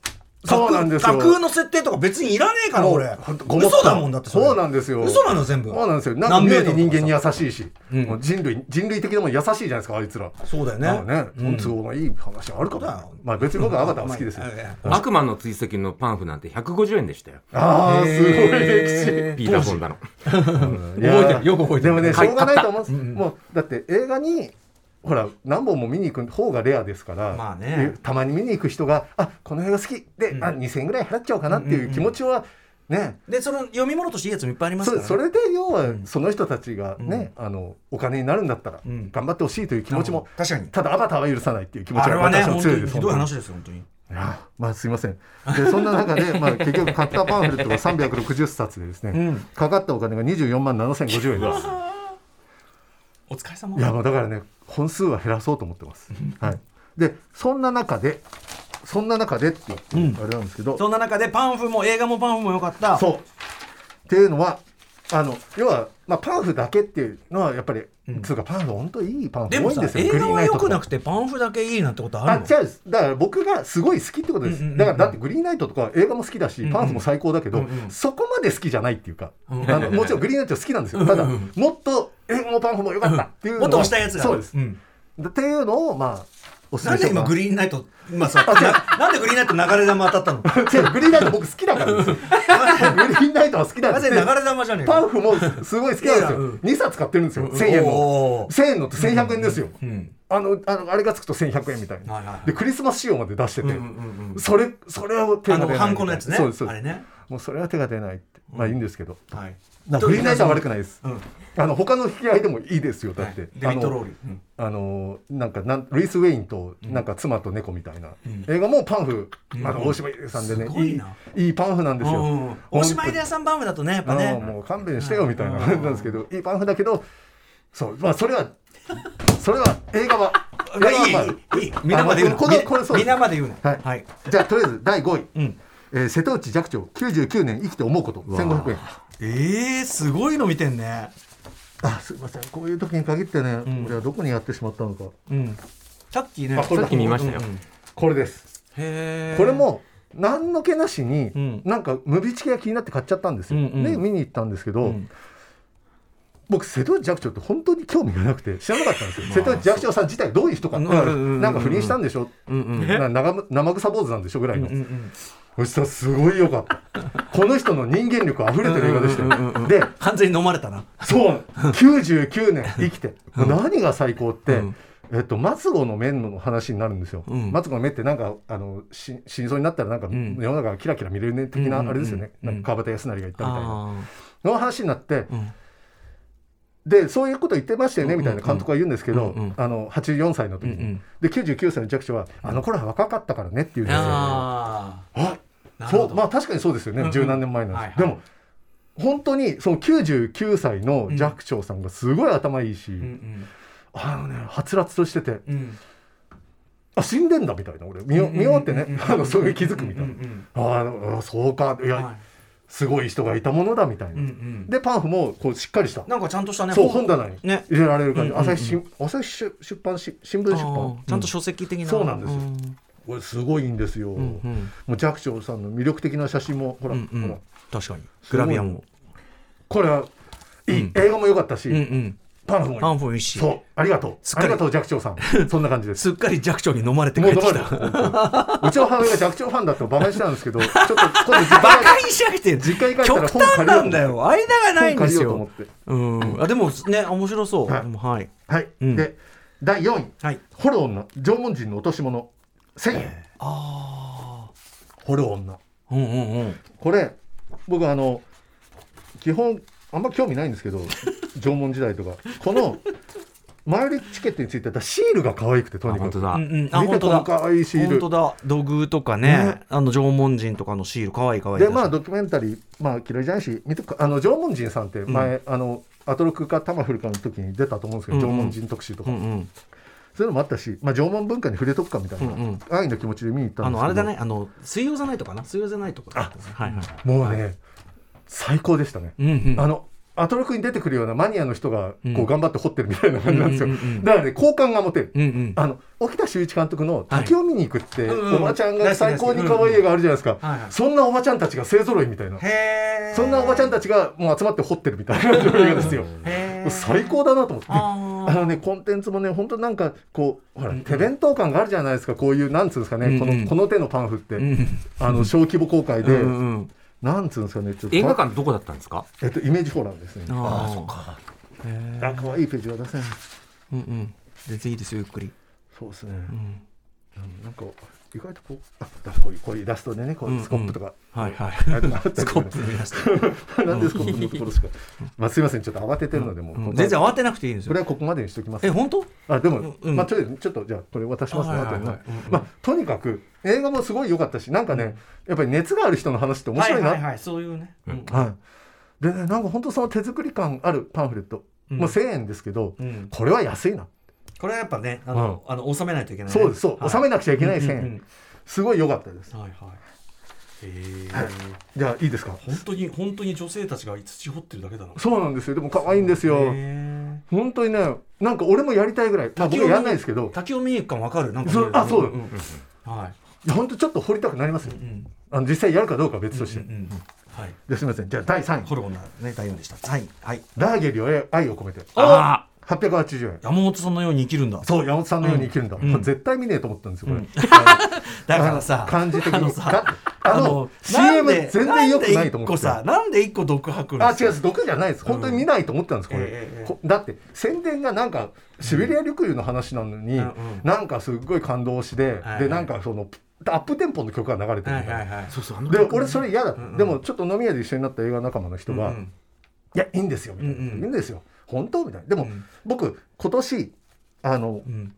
S2: 架
S6: そうなん
S2: 空
S6: です
S2: 架
S6: よ
S2: 空の設定とか別にいらねえから
S6: もう
S2: 俺
S6: ほんとごもっと
S2: 嘘だもんだってれ
S6: そうなんですよ
S2: 嘘なの全部
S6: そうなんですよなんか妙に人間に
S2: や
S6: 優しいし、
S2: うん
S6: もう人類人類的なもん優しいじゃないですかあいつら
S2: そうだよ
S6: なんか
S2: ね
S6: ね、本都合のいい話あるか
S2: そう
S6: も、
S2: だよ
S6: まあ別に僕はアバターは好きですよ、
S5: あ悪魔の追跡のパンフなんて150円でしたよ
S6: ああすごい歴史
S2: え
S5: ピーター・フォンダの
S6: いや
S2: 覚え
S6: ー
S2: てるよく覚えてる
S6: でもねし
S5: 買い
S6: ょうがない
S5: 買
S6: と
S5: っ
S6: 思うんです、もうだって映画にほら何本も見に行く方がレアですから、
S2: まあね
S6: でたまに見に行く人があこの映画好きで、あ2000円ぐらい払っちゃおうかなっていう気持ちはね、
S2: でその読み物としていいやつもいっぱいあります
S6: そ
S2: から、
S6: う
S2: ね、
S6: それで要はその人たちがね、あのお金になるんだったら
S2: ん
S6: 頑張ってほしいという気持ちも、
S2: 確かに
S6: ただアバターは許さないっていう気持ち
S2: あれ
S6: が
S2: はね
S6: 私は
S2: 本当
S6: 強い
S2: に
S6: です
S2: ひどい
S6: 本当に
S2: 話ですよ本当に
S6: いやまあすいませんでそんな中
S2: *laughs*
S6: で、まあ、結局買ったパンフレットが360冊でですね、
S2: うん
S6: かかったお金が24万7050円です
S2: お疲れ様
S6: いやもうだからね本数は減らそうと思ってます。はい、でそんな中でそんな中でって言ってあれなんですけど、
S2: そんな中でパンフも映画もパンフも良かった
S6: そうっていうのはあの要は、まあ、パンフだけっていうのはやっぱり、つうかパンフ本当いいパンフ
S2: で
S6: 多
S2: も
S6: いん
S2: さ
S6: ですよ
S2: 映画は良くなく
S6: て
S2: てパンフだけいいなんてことあ
S6: あ
S2: るの
S6: 違うですだから僕がすごい好きってことです、
S2: うんうんうんうん
S6: だからだってグリーンナイトとか映画も好きだし、パンフも最高だけど、
S2: うんうん
S6: そこまで好きじゃないっていうか、
S2: ん
S6: あのもちろんグリーンナイト好きなんですよただもっと映画もパンフも良かったっていうの
S2: も
S6: は
S2: っと押したいやつがある
S6: そうです、
S2: ん
S6: っていうのをまあおすす
S2: な
S6: め
S2: ん
S6: しよ
S2: で
S6: うか
S2: 今
S6: な
S2: グリーンナイト今さななんでグリーンナイト流れ弾当たっ
S6: *laughs*
S2: たの
S6: 違うグリーンナイト僕好きだから *laughs* ですよ僕グリーンナイトは好きだ
S2: な
S6: か
S2: ぜ
S6: ら
S2: 流れ弾じゃねえ
S6: パ
S2: か
S6: ンフもすごい好きなんです
S2: いやいや
S6: よ、
S2: うん
S6: 2冊買ってるんですよ1000円
S2: お
S6: の
S2: ー
S6: 1000円のって1100円ですよ、
S2: うん
S6: あのあのあれがつくと1100円みたいな、
S2: はいはいはい
S6: でクリスマス仕様まで出してて、
S2: うんうんうん
S6: それそれは手
S2: あの
S6: が出ない
S2: ハンコのやつね
S6: そうですそう
S2: あ
S6: で
S2: れ
S6: す、
S2: ね
S6: もうそれは手が出ないってまあいいんですけど、
S2: はい
S6: なグリーンナイトは悪くないです、
S2: うん
S6: あの他の引き合いでもいいですよだって、
S2: デビッドローリー
S6: あのあのなんかなんルイス・ウェインとなんか妻と猫みたいな、映画もパンフ、あの大島優さんでね、
S2: すごいない
S6: いいいパンフなんですよ、
S2: うんうんおしまいで屋さんパンフだとねやっぱ
S6: あ
S2: ね
S6: あもう勘弁してよみたいな感じなんですけど、いいパンフだけど、そう、まあ、それは、それは映画は、映画
S2: いい
S6: は、
S2: いいいい皆まで言う
S6: あこれこれそ
S2: な
S6: うです
S2: 皆まで言うな
S6: はい
S2: はい
S6: じゃあ、とりあえず第5位、
S2: ん
S6: えー瀬戸内寂聴、99年生きて思うこと、1500円。
S2: えーすごいの見てんね
S6: あ、すいません、こういう時に限ってね、
S2: ん
S6: 俺はどこにやってしまったのか。
S2: うんさっきね
S6: あこれ
S5: さっき見ましたよ、
S2: うんうん
S6: これです。
S2: へー
S6: これも、何の気なしに、
S2: ん
S6: なんか、ムビチケが気になって買っちゃったんですよ。
S2: うんうん
S6: で、見に行ったんですけど、
S2: ん
S6: 僕瀬戸内寂聴って本当に興味がなくて知らなかったんですよ、瀬戸内寂聴さん自体どういう人か、
S2: うんうんうんうん
S6: なんか不倫したんでしょ、な長む生臭坊主なんでしょぐらいの、
S2: うん
S6: そしたらすごいよかったこの人の人間力あふれてる映画でしたよ、で
S2: 完全に飲まれたな
S6: *laughs* そう99年生きて、何が最高って、えっと、松子の面の話になるんですよ、
S2: ん
S6: 松子の面ってなんかあのし死にそうになったらなんか、
S2: ん
S6: 世の中がキラキラ見れるね的な
S2: うんうんうん
S6: あれですよね、なんか川端康成が言ったみたいな。
S2: あ
S6: の話になって、
S2: ん
S6: でそういうこと言ってましたよねみたいな監督は言うんですけど、
S2: うんうん
S6: あの84歳の時に、
S2: うんうん
S6: で99歳の弱者は「あの頃は若かったからね」って言うんですよ。
S2: あ
S6: あ
S2: なる
S6: そ
S2: ほ
S6: う
S2: ど
S6: まあ確かにそうですよ
S2: うんう
S6: ね
S2: ん
S6: 十何年前なんですけど
S2: はい
S6: でも本当にそう99歳の寂聴さんがすごい頭いいし、
S2: うん
S6: あのねはつらつとしてて
S2: うんうん
S6: あ死んでんだみたいな俺見よ,、
S2: うんうんうん
S6: 見ようってね
S2: うんうん
S6: あのそういう気づくみたいな、
S2: うんうん
S6: あーあそうかいや、
S2: はい
S6: すごい人がいたものだみたいな、
S2: うんうん
S6: でパンフもこうしっかりした
S2: なんかちゃんとしたね
S6: そう本棚に
S2: ね
S6: 入れられる感じ、
S2: うんうんうん
S6: 朝日新朝日出出版し新聞出
S2: あ
S6: 版
S2: ーちゃんと書籍的な、
S6: そうなんですよ
S2: よ
S6: これすごいんですよ、
S2: うんうん
S6: もう寂聴さんの魅力的な写真もほら、
S2: うんうん
S6: ほら
S2: 確かにグラビアも
S6: これはいい、映画も良かったし、
S2: うんうん
S6: パンフもいい
S2: パンフもいいし
S6: そうありがとう
S2: すっか
S6: あ
S2: り
S6: りがとう寂聴さんそんな感じです
S2: すっかり弱聴に飲まれて
S6: も
S2: 帰
S6: う
S2: ってき
S6: 黙れ
S2: た
S6: 本当にうちの母親が寂聴ファンだと馬鹿にしてたんです *laughs* けどちょっと今度時
S2: バ
S6: 間
S2: カにしなくて
S6: 次回帰ったら
S2: 極
S6: 本
S2: 端
S6: 借りよう
S2: な
S6: と
S2: ん
S6: 思って
S2: だよ間がないんですよ
S6: 本借りようと思って
S2: うんあでもね面白そう
S6: はい
S2: でもはい
S6: はい、
S2: うん
S6: で第4位
S2: はい
S6: 「ホル女縄文人の落とし物」1000円、ホル女
S2: うんうんうん
S6: これ僕あの基本あんま興味ないんですけど縄文時代とかこの前売りチケットについてたシールが可愛くてとにか
S5: 本当
S6: く
S5: だ、
S2: うんうんあ
S6: 見て
S2: 本当だ
S6: この可愛いシール
S2: 本当だ土偶とかね
S6: ね
S2: あの縄文人とかのシールかわいいかわいい
S6: でまあドキュメンタリーまあ嫌いじゃないし見てくあの縄文人さんって前、あのアトロクかタマフルかの時に出たと思うんですけど、
S2: うんうん
S6: 縄文人特集とか、
S2: うんうん
S6: そういうのもあったし、まあ、縄文文化に触れとくかみたいな、
S2: うんうん
S6: 安易な気持ちで見に行ったんですけど
S2: あのあれだねあの水曜じゃないとかな水曜じゃないとかあはいはい
S6: もうね、最高でしたね、
S2: うんうん
S6: あのアトロクに出てくるようなマニアの人が
S2: うん
S6: こう頑張って掘ってるみたいな感じなんですよ、
S2: うんうんうんうん
S6: だからね好感が持てる、
S2: うんうん
S6: あの沖田修一監督の「滝を見に行く」って、
S2: はいうんうん
S6: おばちゃんが最高に可愛い映画あるじゃないですか、
S2: はいはい
S6: そんなおばちゃんたちが勢ぞろいみたいな、
S2: へえ
S6: そんなおばちゃんたちがもう集まって掘ってるみたいな映画ですよ
S2: へ
S6: も
S2: ー
S6: う最高だなと思って。
S2: あ
S6: あ
S2: ー
S6: のね、コンテンツもね、本当なんか、こう、ほら、
S2: うんうん
S6: 手弁当感があるじゃないですか、こういう、なんつうんですかね、
S2: うんうん
S6: この、この手のパンフって、
S2: うん
S6: あの、小規模公開で、
S2: うんうん
S6: なんつうんですかね、ちょっと。
S5: 映画館どこだったんですか
S6: えっと、イメージフォーラムですね。
S2: ああそうか
S6: あ、可愛いページは出せない。
S2: うんうん全然いいですよゆっくり
S6: そうですね。
S2: うん
S6: うんなんか、意外とこう、あ、だこういう、こういうイラストでね、こう
S2: うん
S6: い
S2: うん
S6: うスコップとか。
S2: はいはい
S6: スコップのイラスト。 *laughs* なんでスコップのところしか。まあ、すみません、ちょっと慌ててるので、もうこ
S2: う
S6: こ
S2: ん
S6: まで。
S2: 全然慌てなくていいんです
S6: こ
S2: よ
S6: れはここまでにしときます
S2: え。本当
S6: あ、でも、
S2: うん
S6: まあ、とりあえず、ちょっと、じゃ、あこれ渡しますね。
S2: あはい
S6: 後
S2: はい
S6: に
S2: はい
S6: ね
S2: うん
S6: まあ、とにかく、映画もすごい良かったし、なんかね、やっぱり熱がある人の話って面白いな
S2: はいはいはいそういうねうん
S6: はい。でね、なんか本当その手作り感あるパンフレット、
S2: うん
S6: もう1000円ですけど、
S2: うん
S6: これは安いな。
S2: これはやっぱねあのあの収めないといけないね
S6: そうです、そう、
S2: はい
S6: 収めなくちゃいけない1000円。
S2: うんうん
S6: すごい良かったです。
S2: うんはいはいへえ
S6: じゃあいいですか。
S2: 本当に本当に女性たちが土掘ってるだけだな
S6: そうなんですよ。でも可愛いんですよ。
S2: へ
S6: 本当にね、なんか俺もやりたいぐらい。まあ僕はやらないですけ
S2: ー
S6: ど、
S2: 滝を見に行く感わかるなんか
S6: そうあそうだ
S2: んはい
S6: 本当ちょっと掘りたくなりますよ
S2: う。ん
S6: あの実際やるかどうかは別として。
S2: うんうんはい
S6: ですみません。じゃあ第3位。
S2: ホルモンのね第4でしたはいはい
S6: ラーゲリより愛を込めて。
S2: あ
S6: 880円。
S2: 山本さんのように生きるんだ
S6: そう、山本さんのように生きるんだ。
S2: ん
S6: これ絶対見ねえと思ったんです *laughs* よ、これ。
S2: だからさ
S6: 感じ的に。かあ
S2: あ
S6: の
S2: の、なん
S6: CM
S2: で
S6: 全然良くないと思って
S2: なんで一個さ
S6: た。
S2: なんで一個毒吐くの
S6: あ、違うです。毒じゃないです。本当に見ないと思ってたんです、こ
S2: え
S6: れ。
S2: えええ
S6: こだって、宣伝がなんか、シベリア緑流の話なのに、
S2: うんうん
S6: なんかすっごい感動して、
S2: はい
S6: で、なんかその、アップテンポの曲が流れてる
S2: は
S6: み
S2: い
S6: たいな
S2: はいはい
S5: そうそうあの
S6: で、俺それ嫌だ、
S2: んうん
S6: でも、ちょっと飲み屋で一緒になった映画仲間の人が、
S2: うんうん
S6: いや、いいんですよ、みたいな。
S2: うんうん
S6: いいんですよ。本当みたいな。でも、
S2: うん
S6: 僕、今年、あの、
S2: うん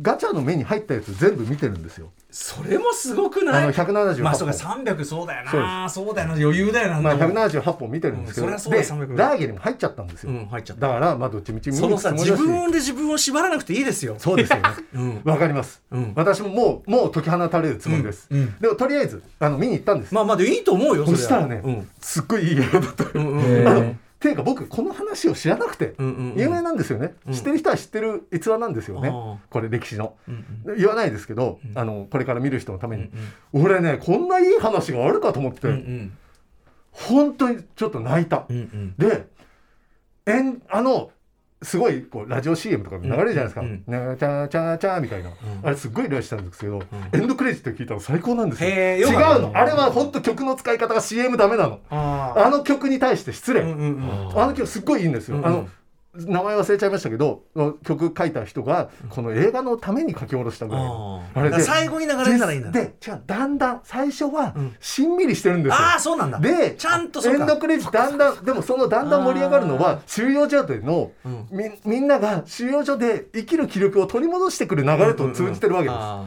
S6: ガチャの目に入ったやつ全部見てるんですよ。
S2: それもすごく
S6: あ
S2: ない
S6: の、178本。
S2: まあそうか300そうだよ
S6: そう
S2: なそうだよな余裕だよな
S6: まあ、178本見てるんですけど、
S2: うんそりゃ
S6: で
S2: そうだ300
S6: ラーゲにも入っちゃったんですよ、
S2: うん入っちゃった
S6: だからまあどっちみち見に
S2: そ
S6: 行
S2: の
S6: く
S2: さ
S6: つも
S2: 自
S6: りだし
S2: 分で自分を縛らなくていいですよ
S6: そうですよね
S2: うん
S6: わかります、
S2: うん
S6: 私ももうもう解き放たれるつもりです、
S2: うんうん
S6: でもとりあえずあの見に行ったんです、
S2: まあまあでいいと思うよ
S6: そ
S2: れは
S6: したらね、
S2: うん
S6: すっごいいい映画だった、
S2: うんうん
S6: あ
S2: うん
S6: のていうか僕この話を知らなくて、
S2: うんうんうん
S6: 有名なんですよね、
S2: ん
S6: 知ってる人は知ってる逸話なんですよね、
S2: あー
S6: これ歴史の、
S2: うん
S6: 言わないですけど、あのこれから見る人のために、俺ねこんないい話があるかと思って、
S2: うんうん
S6: 本当にちょっと泣いた、
S2: うんうん
S6: でえんあのすごいこうラジオ CM とか流れるじゃないですか「
S2: う
S6: ね
S2: ん
S6: ーチャーチャーチャー」みたいな、あれすっごい量してたんですけど、エンドクレジット聞いたの最高なんですよ
S2: へー
S6: 違
S2: よ
S6: う
S2: かった
S6: のあれは本当曲の使い方が CM ダメなの
S2: あ
S6: あの曲に対して失礼、
S2: ーうんうんうん
S6: あの曲すっごいいいんですよ、
S2: うんうん
S6: あの名前忘れちゃいましたけど曲書いた人がこの映画のために書き下ろしたぐらいの
S2: あー
S6: あれ
S2: だ
S6: で
S2: から最後に流れるならいいんだ
S6: で違うだんだん最初は
S2: うん
S6: しんみりしてるんですよ、
S2: ああそうなんだ
S6: で
S2: ちゃんとそ
S6: エ
S2: う
S6: ンド
S2: か
S6: クレジットだんだんでもそのだんだん盛り上がるのは収容所での、
S2: うん
S6: みみんなが収容所で生きる気力を取り戻してくる流れと通じてるわけです、
S2: あ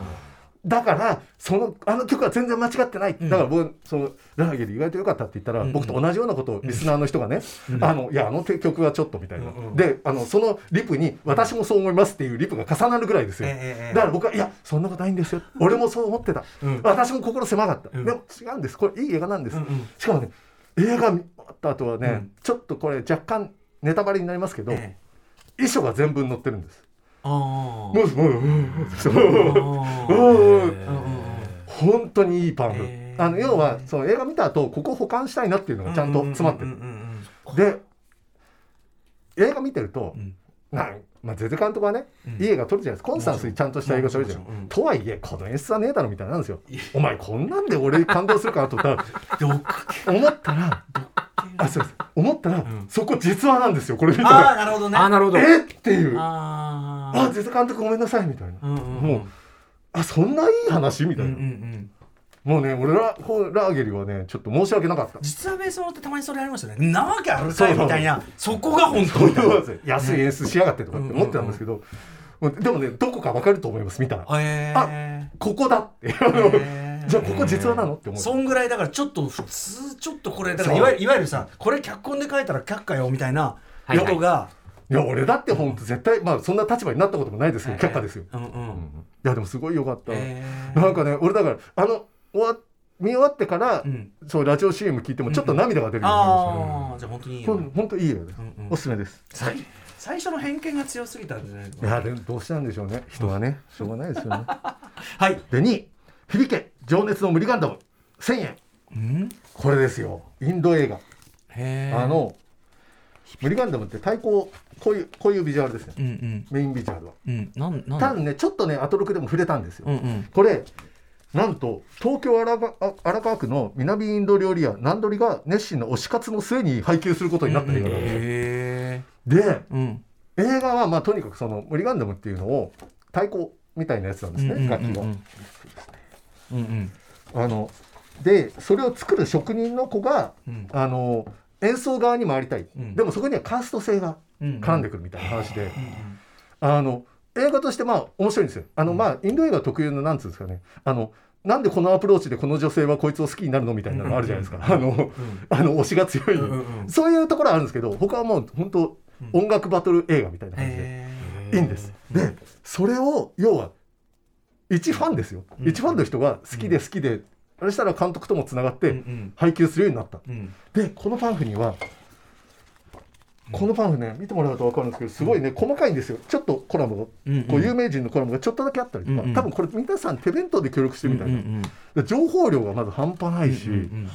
S6: だからそのあの曲は全然間違ってない、だから僕そのラハゲル意外と良かったって言ったら、僕と同じようなことをリスナーの人がね、あのいやあの曲はちょっとみたいな、であのそのリプに私もそう思いますっていうリプが重なるぐらいですよ、
S2: ええええ
S6: だから僕はいやそんなことないんですよ俺もそう思ってた、私も心狭かった、でも違うんですこれいい映画なんです、しかもね映画見終わった後はね、
S2: うん
S6: ちょっとこれ若干ネタバレになりますけど、
S2: ええ
S6: 衣装が全文載ってるんです
S2: あ
S6: もうもううん *laughs* うんうん本当にいいパンフ、
S2: えー
S6: あの要はその映画見た後ここ保管したいなっていうのがちゃんと詰まってる、で映画見てると、
S2: ん
S6: なんまあ、ゼゼ監督はね、いい映画撮るじゃないですかコンスタンスにちゃんとした映画撮るじゃん、
S2: もちろんもちろんうん
S6: とはいえこの演出はねえだろみたいなんですよお前こんなんで俺に感動するかなと思ったら思ったらあすいません思ったら、そこ実話なんですよこれ見た
S2: ああな
S6: ら
S2: るほどね
S5: あなるほど
S6: えっていうあ
S2: あ
S6: あゼゼ監督ごめんなさいみたいな、
S2: うんうん
S6: もうあそんないい話みた
S2: う
S6: い
S2: んう
S6: な、
S2: んうん
S6: もうね俺らこうラーゲリはねちょっと申し訳なかった
S2: 実はベースものってたまにそれありますよねなわけあるかいみたいなそこが本当みたいな
S6: 安い演出しやがってとかって思ってたんですけど、でもねどこかわかると思います見たら
S2: え
S6: ここだってあ
S2: ー
S6: の
S2: えー
S6: じゃあここ実話なのって思う
S2: そんぐらいだからちょっと普通ちょっとこれだか
S6: そ
S2: ら
S6: う
S2: いわゆるいわゆるさこれ脚本で書いたら却下よみたいな
S5: はいはい
S2: ことが
S6: いや俺だって本当絶対まあそんな立場になったこともないですけど却下ですよ、
S2: うんうん
S6: いやでもすごいよかった、
S2: えー
S6: なんかね俺だからあの終わ見終わってから、
S2: うん
S6: そうラジオ CM 聞いてもちょっと涙が出るようになりましたね
S2: ああじゃあ本当にいいよ
S6: ほん本当いいよね、
S2: うんうん
S6: おすすめです
S2: 最最初の偏見が強すぎたんじゃないの
S6: いやでもどうしたんでしょうね人はねしょうがないですよね
S2: はい
S6: で2位響け情熱の無理ガンダム1000円
S2: うん
S6: これですよインド映画
S2: へー
S6: あの無理ガンダムって太鼓こういうこういうビジュアルですね
S2: うんうん
S6: メインビジュアルは
S2: うんなんなん
S6: 多分ねちょっとねアトロクでも触れたんですよ、
S2: うんうん
S6: これなんと東京荒川あ荒川区の南インド料理屋ナンドリが熱心な推し活の末に配給することになった映画なんですよ、
S2: へ
S6: で
S2: ーうん
S6: 映画はまあとにかくその無理ガンダムっていうのを太鼓みたいなやつなんですね、楽器の。
S2: うんうん
S6: あのでそれを作る職人の子が、
S2: うん
S6: あの演奏側に回りたい、
S2: うん
S6: でもそこにはカースト性が
S2: うん
S6: 絡んでくるみたいな話で、あの映画としてまあ面白いんですよあの、まあ、インド映画特有のなんつうんですかねあのなんでこのアプローチでこの女性はこいつを好きになるのみたいなのあるじゃないですか、あのあの推しが強い、
S2: うんうんうん
S6: そういうところはあるんですけど他はもう本当音楽バトル映画みたいな感じで。
S2: へー
S6: いいんです。でそれを要は一ファンですよ、
S2: ん
S6: 一ファンの人が好きで好きで、あれしたら監督ともつながっ
S2: うん
S6: て
S2: うん
S6: 配給するようになった、
S2: うん
S6: でこのパンフにはこのパンフね見てもらうと分かるんですけどすごいね細かいんですよちょっとコラムが、
S2: うんうん
S6: こう有名人のコラムがちょっとだけあったりとか、
S2: うんうん
S6: 多分これ皆さん手弁当で協力してるみたいな、
S2: うん
S6: で情報量がまず半端ないし、
S2: うん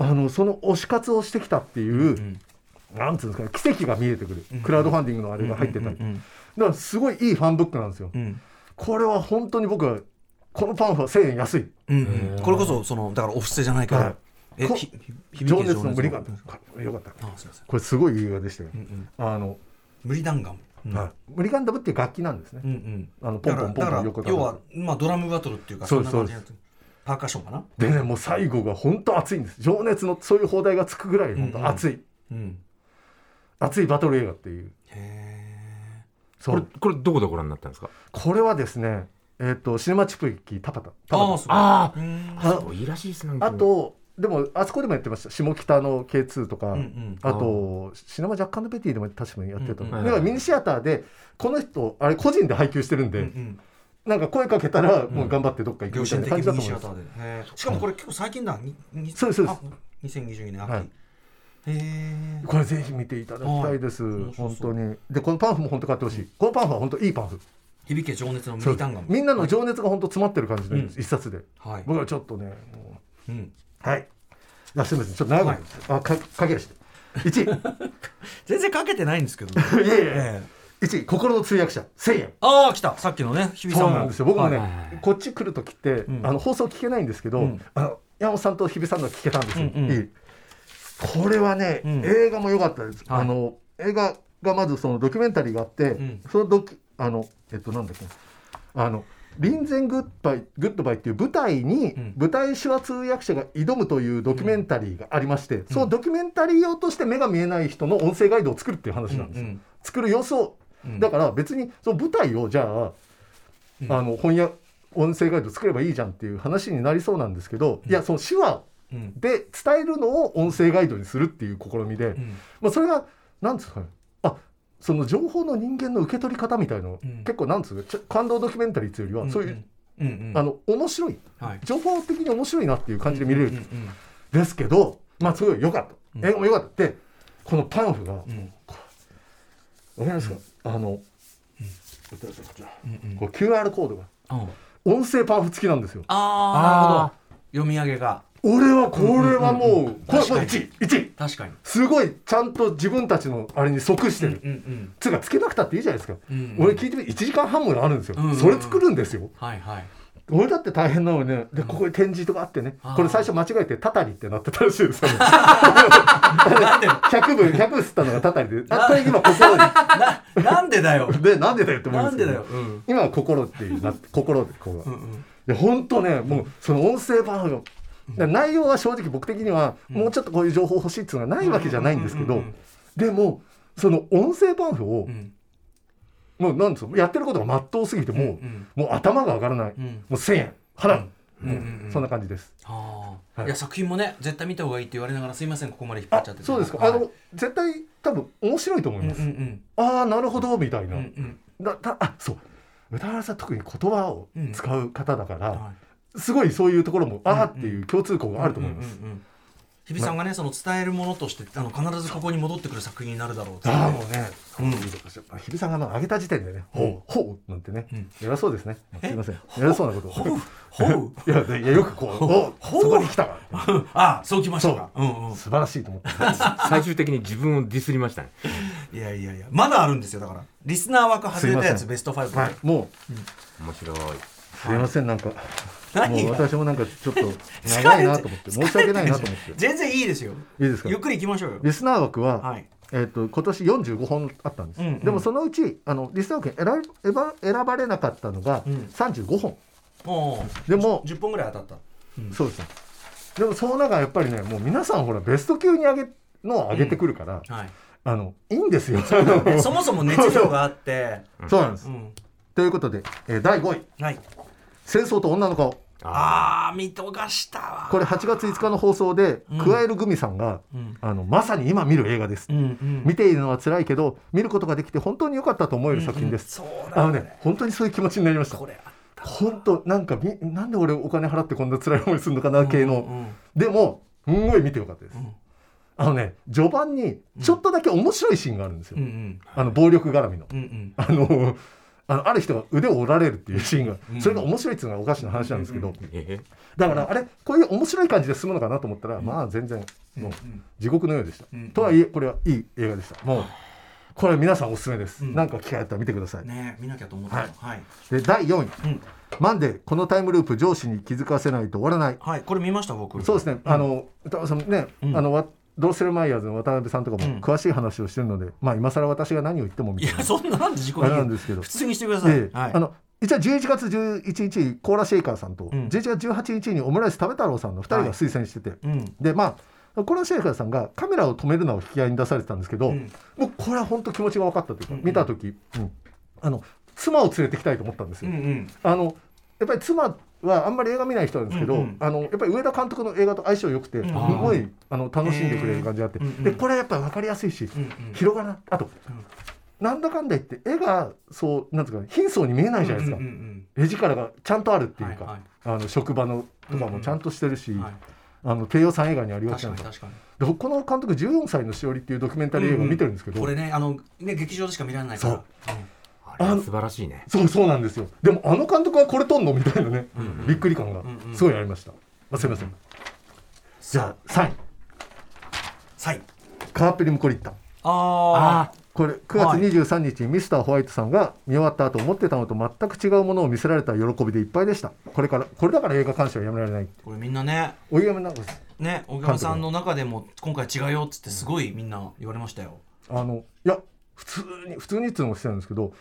S6: あのその推し活をしてきたっていう、
S2: ん
S6: なんつうんですかね奇跡が見えてくる、クラウドファンディングのあれが入ってたり、
S2: うんうんうん
S6: だからすごいいいファンブックなんですよ、
S2: うん
S6: これは本当に僕はこのパンフは1000円安い
S2: うんうんこれこそそのだからオフィスじゃないから
S6: はい
S2: え
S6: こ
S2: ひひ響け
S6: 情熱の無理があ
S2: 情熱の
S6: ったよかった
S2: あすいません
S6: これすごいいい映画でしたよ、あの、
S2: 無理弾丸うん
S6: はい無理ガンダムっていう楽器なんですね、
S2: うんうん
S6: あのポンポンポ
S2: だか
S6: ンポ
S2: ら
S6: ン
S2: だか
S6: 横
S2: ら
S6: 叩
S2: 要
S6: く
S2: はまあドラムバトルっていうか
S6: そう
S2: そんな感じのやつパーカッションかな
S6: でねもう最後が本当熱いんです情熱のそういう放題がつくぐらい本当熱い、
S2: うん
S6: 熱いバトル映画っていうそ
S5: これ
S6: う
S5: これどこでご覧になったんですか
S6: これはですねえっ、とシネマチプイキタパタタパ
S2: ああ
S6: タ
S2: すごい
S5: あ
S2: うん
S5: あそういいらしいですね
S6: あとでもあそこでもやってました下北の K2 とか、
S2: んうん
S6: あとシネマジャッカンドペティでも確かにやってた、
S2: うんうん
S5: うん
S6: だからミニシアターでこの人あれ個人で配給してるんで、
S2: うんうん
S6: なんか声かけたらもう頑張ってどっか行く
S2: 良
S6: みた
S2: 心
S6: いな
S2: 的
S6: 感じ
S2: にシア
S6: だと思います、
S2: ターで、へーしかもこれ結構最近だにに
S6: そうですそうで
S2: あ
S6: す
S2: 2022年秋、
S6: はい
S2: へえ
S6: これぜひ見ていただきたいです、
S2: はい
S6: 本当にでこのパンフも本当買ってほしいこのパンフは本当いいパンフ
S2: 響け情熱のミリタンガム
S6: みんなの情熱が本当詰まってる感じで、
S2: うん
S6: 一冊で
S2: はい、
S6: 僕はちょっとねも
S2: うん、
S6: うはいあすみませんちょっと長くなりましたあか駆け足 *laughs* で1
S2: 全然かけてないんですけど、ね
S6: 位いえいえ
S2: ええ
S6: 1位心の通訳者1000円
S2: ああ来たさっきのね日比さ
S6: そ
S2: ん
S6: う
S2: も
S6: なんですよ僕もね、
S5: はいはいはい
S6: こっち来る時って、
S2: ん
S6: あの放送聞けないんですけど、
S2: うん
S6: あの山本さんと日比さんの聞けたんですよ、
S2: うんうん
S6: いいこれはね、
S2: うん
S6: 映画も良かったです、
S2: はい
S6: あの映画がまずそのドキュメンタリーがあって、
S2: ん
S6: そのドキュあのえっとなんだっけあのリンゼングッバイグッドバイっていう舞台に
S2: ん
S6: 舞台手話通訳者が挑むというドキュメンタリーがありまして、そのドキュメンタリー用として目が見えない人の音声ガイドを作るっていう話なんですよ、
S2: うんうん
S6: 作る様子を、だから別にその舞台をじゃああの翻訳音声ガイド作ればいいじゃんっていう話になりそうなんですけど、いやその手話
S2: うん
S6: で伝えるのを音声ガイドにするっていう試みで、
S2: ん
S6: まあ、それがなんですかねあその情報の人間の受け取り方みたいの、
S2: うん
S6: 結構なんですかちょ感動ドキュメンタリーっていうよりはそういう、
S2: うんうん
S6: あの面白い
S2: はい
S6: 情報的に面白いなっていう感じで見れる、
S2: うん
S6: ですけどまあすごい良かった英語も良かったでこのパンフが、わか
S2: うんうん
S6: りますか、あの、
S2: うんうん
S6: こう QR コードが
S2: あ
S6: 音声パンフ付きなんですよ
S2: あーなるほど読み上げが
S6: 俺はこれはもう,、これ
S2: 確
S6: もう
S2: かに
S6: 1位1位
S2: 確かに
S6: すごいちゃんと自分たちのあれに即してる、
S2: うんうん
S6: つうかつけなくたっていいじゃないですか、
S2: うん
S6: 俺聞いてみて1時間半もあるんですよ、
S2: うんうんうん
S6: それ作るんですよ
S2: はいはい
S6: 俺だって大変なのにねでここに展示とかあってね、
S2: あー
S6: これ最初間違えて「たたり」ってなってたらしいです
S2: *laughs*
S6: よ
S2: なんで
S6: 100分100分吸ったのがたたりであこれ今
S2: *laughs*
S6: 心に
S2: ななんでだよ
S6: でなんでだよ *laughs* って思い
S2: な
S6: ま
S2: ん
S6: す
S2: で
S6: けど
S2: だようん
S6: 今は心っていうなって心でこう、
S2: うんうん
S6: いや本当ねもうその音声バージョンだから内容は正直僕的にはもうちょっとこういう情報欲しいっていうのはないわけじゃないんですけ
S2: うんう
S6: ど
S2: んうん
S6: でもその音声パンフを
S2: うん
S6: もうなんですかやってることがまっとうすぎても
S2: うんうん
S6: うもう頭が上がらない
S2: うん
S6: もう1000円払う
S2: うんうんうん
S6: そんな感じです
S2: ああ、、
S6: はいい
S2: や作品もね絶対見た方がいいって言われながらすいませんここまで引っ張っ
S6: あ
S2: ちゃってて
S6: そうですか
S2: はい
S6: あの絶対多分面白いと思
S2: う
S6: い
S2: んう
S6: ま
S2: ん
S6: すああなるほどみたい
S2: うんう
S6: なんだだあそう歌原さん特に言葉を使う方だか
S2: うん
S6: ら
S2: はい
S6: すごいそういうところもああっていう共通項があると思います
S2: うんうんうん日比さんがねその伝えるものとしてあの必ずここに戻ってくる作品になるだろうって
S6: ああもう
S2: う
S6: ね、
S2: ん
S6: 日比さんがあの上げた時点でね、ほう、ほうなんてね、
S2: うん
S6: 偉そうですね。すみません、
S2: ほう
S6: 偉そうなことを。
S2: ほう *laughs*
S6: *laughs* いや、でいやよくこう、おう
S2: ほう
S6: そこに来たか
S2: ああそうきましたかうんう
S6: ら、
S2: ん
S6: 素晴らしいと思って。
S5: 最終的に自分をディスりましたね
S2: いやいやいやまだあるんですよだからリスナー枠外れたや
S6: すいませ
S2: つ
S6: ん
S2: ベスト5、
S6: はい、も、
S5: 面白いう
S6: すみません、なんか、も
S2: 何が
S6: う私もなんかちょっと
S2: *laughs* 疲れて
S6: 長いなと思って、申し訳ないなと思っ
S2: 疲れてる
S6: て。
S2: でしょ *laughs* 全然いいですよ
S6: いいですか
S2: ゆっ。くり行きましょうよ
S6: リスナー枠は、
S2: はい
S6: えっと今年45本あったんです、
S2: うんうん
S6: でもそのうちあのリスナー枠に選ば選ば選ばれなかったのが
S2: うん
S6: 35本、
S2: おう
S6: でも
S2: 10本ぐらい当たっ
S6: そうですね。でもその中やっぱりね、もう皆さんほらベスト級に上げのを上げてくるから、
S2: たはい
S6: あのいいんです
S2: *laughs*
S6: よ。
S2: でそ
S6: そ
S2: もそも熱量があって、
S6: うなんです。
S2: うん、
S6: ということで、えー第5位
S2: はい
S6: 戦争と女の顔。
S2: あー見逃したわ
S6: これ8月5日の放送で、
S2: うん
S6: クワエルグミさんが、
S2: うん
S6: あのまさに今見る映画です。
S2: うんうん
S6: 見ているのは辛いけど見ることができて本当に良かったと思える作品です、
S2: そう
S6: あ
S2: だ
S6: の
S2: ね
S6: ね本当にそういう気持ちになりました
S2: これあ
S6: 本当なんかみなんで俺お金払ってこんな辛い思いするのかな系の、
S2: うん
S6: でもすんごい見てよかったです、
S2: ん
S6: あのね序盤にちょっとだけ面白いシーンがあるんですよ、
S2: うんうん
S6: あの暴力絡みの、
S2: うんうん
S6: あのあのある人が腕を折られるっていうシーンが、それが面白いっていうのがおかしな話なんですけど、
S5: え
S6: だからあれこういう面白い感じで進むのかなと思ったら、まあ全然もう地獄のようでした、
S2: うん
S6: とはいえこれはいい映画でしたもうこれは皆さんおすすめです、
S2: ん
S6: なんか機会あったら見てください、
S2: ね見なきゃと思ったのはい
S6: で第4位、
S2: ん
S6: マンデーこのタイムループ上司に気づかせないと終わらない
S2: はいこれ見ました僕
S6: そうですね、あの歌川さんね、
S2: ん
S6: あのわドーセルマイヤーズの渡辺さんとか
S2: う
S6: も
S2: ん
S6: 詳しい話をしてるので、まあ今更私が何を言ってもみ
S2: い
S6: たいな
S2: やそんななんで自己
S6: あれなんですけど
S2: 普通にしてください、
S6: ええ
S2: はい
S6: あの一応11月11日コーラシェイカーさんと、
S2: ん
S6: 11月18日にオムライス食べ太郎さんの2人が推薦してて、
S2: うん
S6: でまあコーラシェイカーさんがカメラを止めるなを引き合いに出されてたんですけど、
S2: うん
S6: もうこれは本当気持ちが分かったというか、見た時、うんあの妻を連れてきたいと思ったんです
S2: う
S6: よ。
S2: んうん
S6: あのやっぱり妻はあんまり映画見ない人なんですけど、
S2: うんうん
S6: あのやっぱり上田監督の映画と相性良くて、すごいあの楽しんでくれる感じがあって、
S2: へーうんうん
S6: でこれはやっぱり分かりやすいし、
S2: んうん
S6: 広がらなあと、なんだかんだ言って絵がそうなんですかね貧相に見えないじゃないですか、
S2: うんうん
S6: 絵力がちゃんとあるっていうか、
S2: はいはい
S6: あの職場のとかもちゃんとしてるし、
S2: うんはい
S6: あの低予算映画にあり
S2: うん
S6: が
S2: 確
S6: ち
S2: か
S6: なん
S2: に
S6: だ
S2: 確かに
S6: でこの監督「14歳のしおり」っていうドキュメンタリー映画を見てるんですけど、
S2: これねあのね劇場でしか見られないから
S6: そう
S5: あれは素晴らしいね
S6: そうそうなんですよでもあの監督はこれ撮んのみたいなね、びっくり感が
S2: んうん
S6: すごいありました、まあ、すいません、じゃあ3位
S2: サイン
S6: カーペリムコリッタ
S2: あ
S6: これ
S2: は
S6: 9
S2: い
S6: 月23日にミスターホワイトさんが見終わった後思ってたのと全く違うものを見せられた喜びでいっぱいでしたこれからこれだから映画鑑賞はやめられない
S2: あこれみんなね
S6: おやめなんか
S2: ね小川さんの中でも今回違うよっつってすごいみんな言われましたよ
S6: あのいや普通に普通にっていうのもしてるんですけど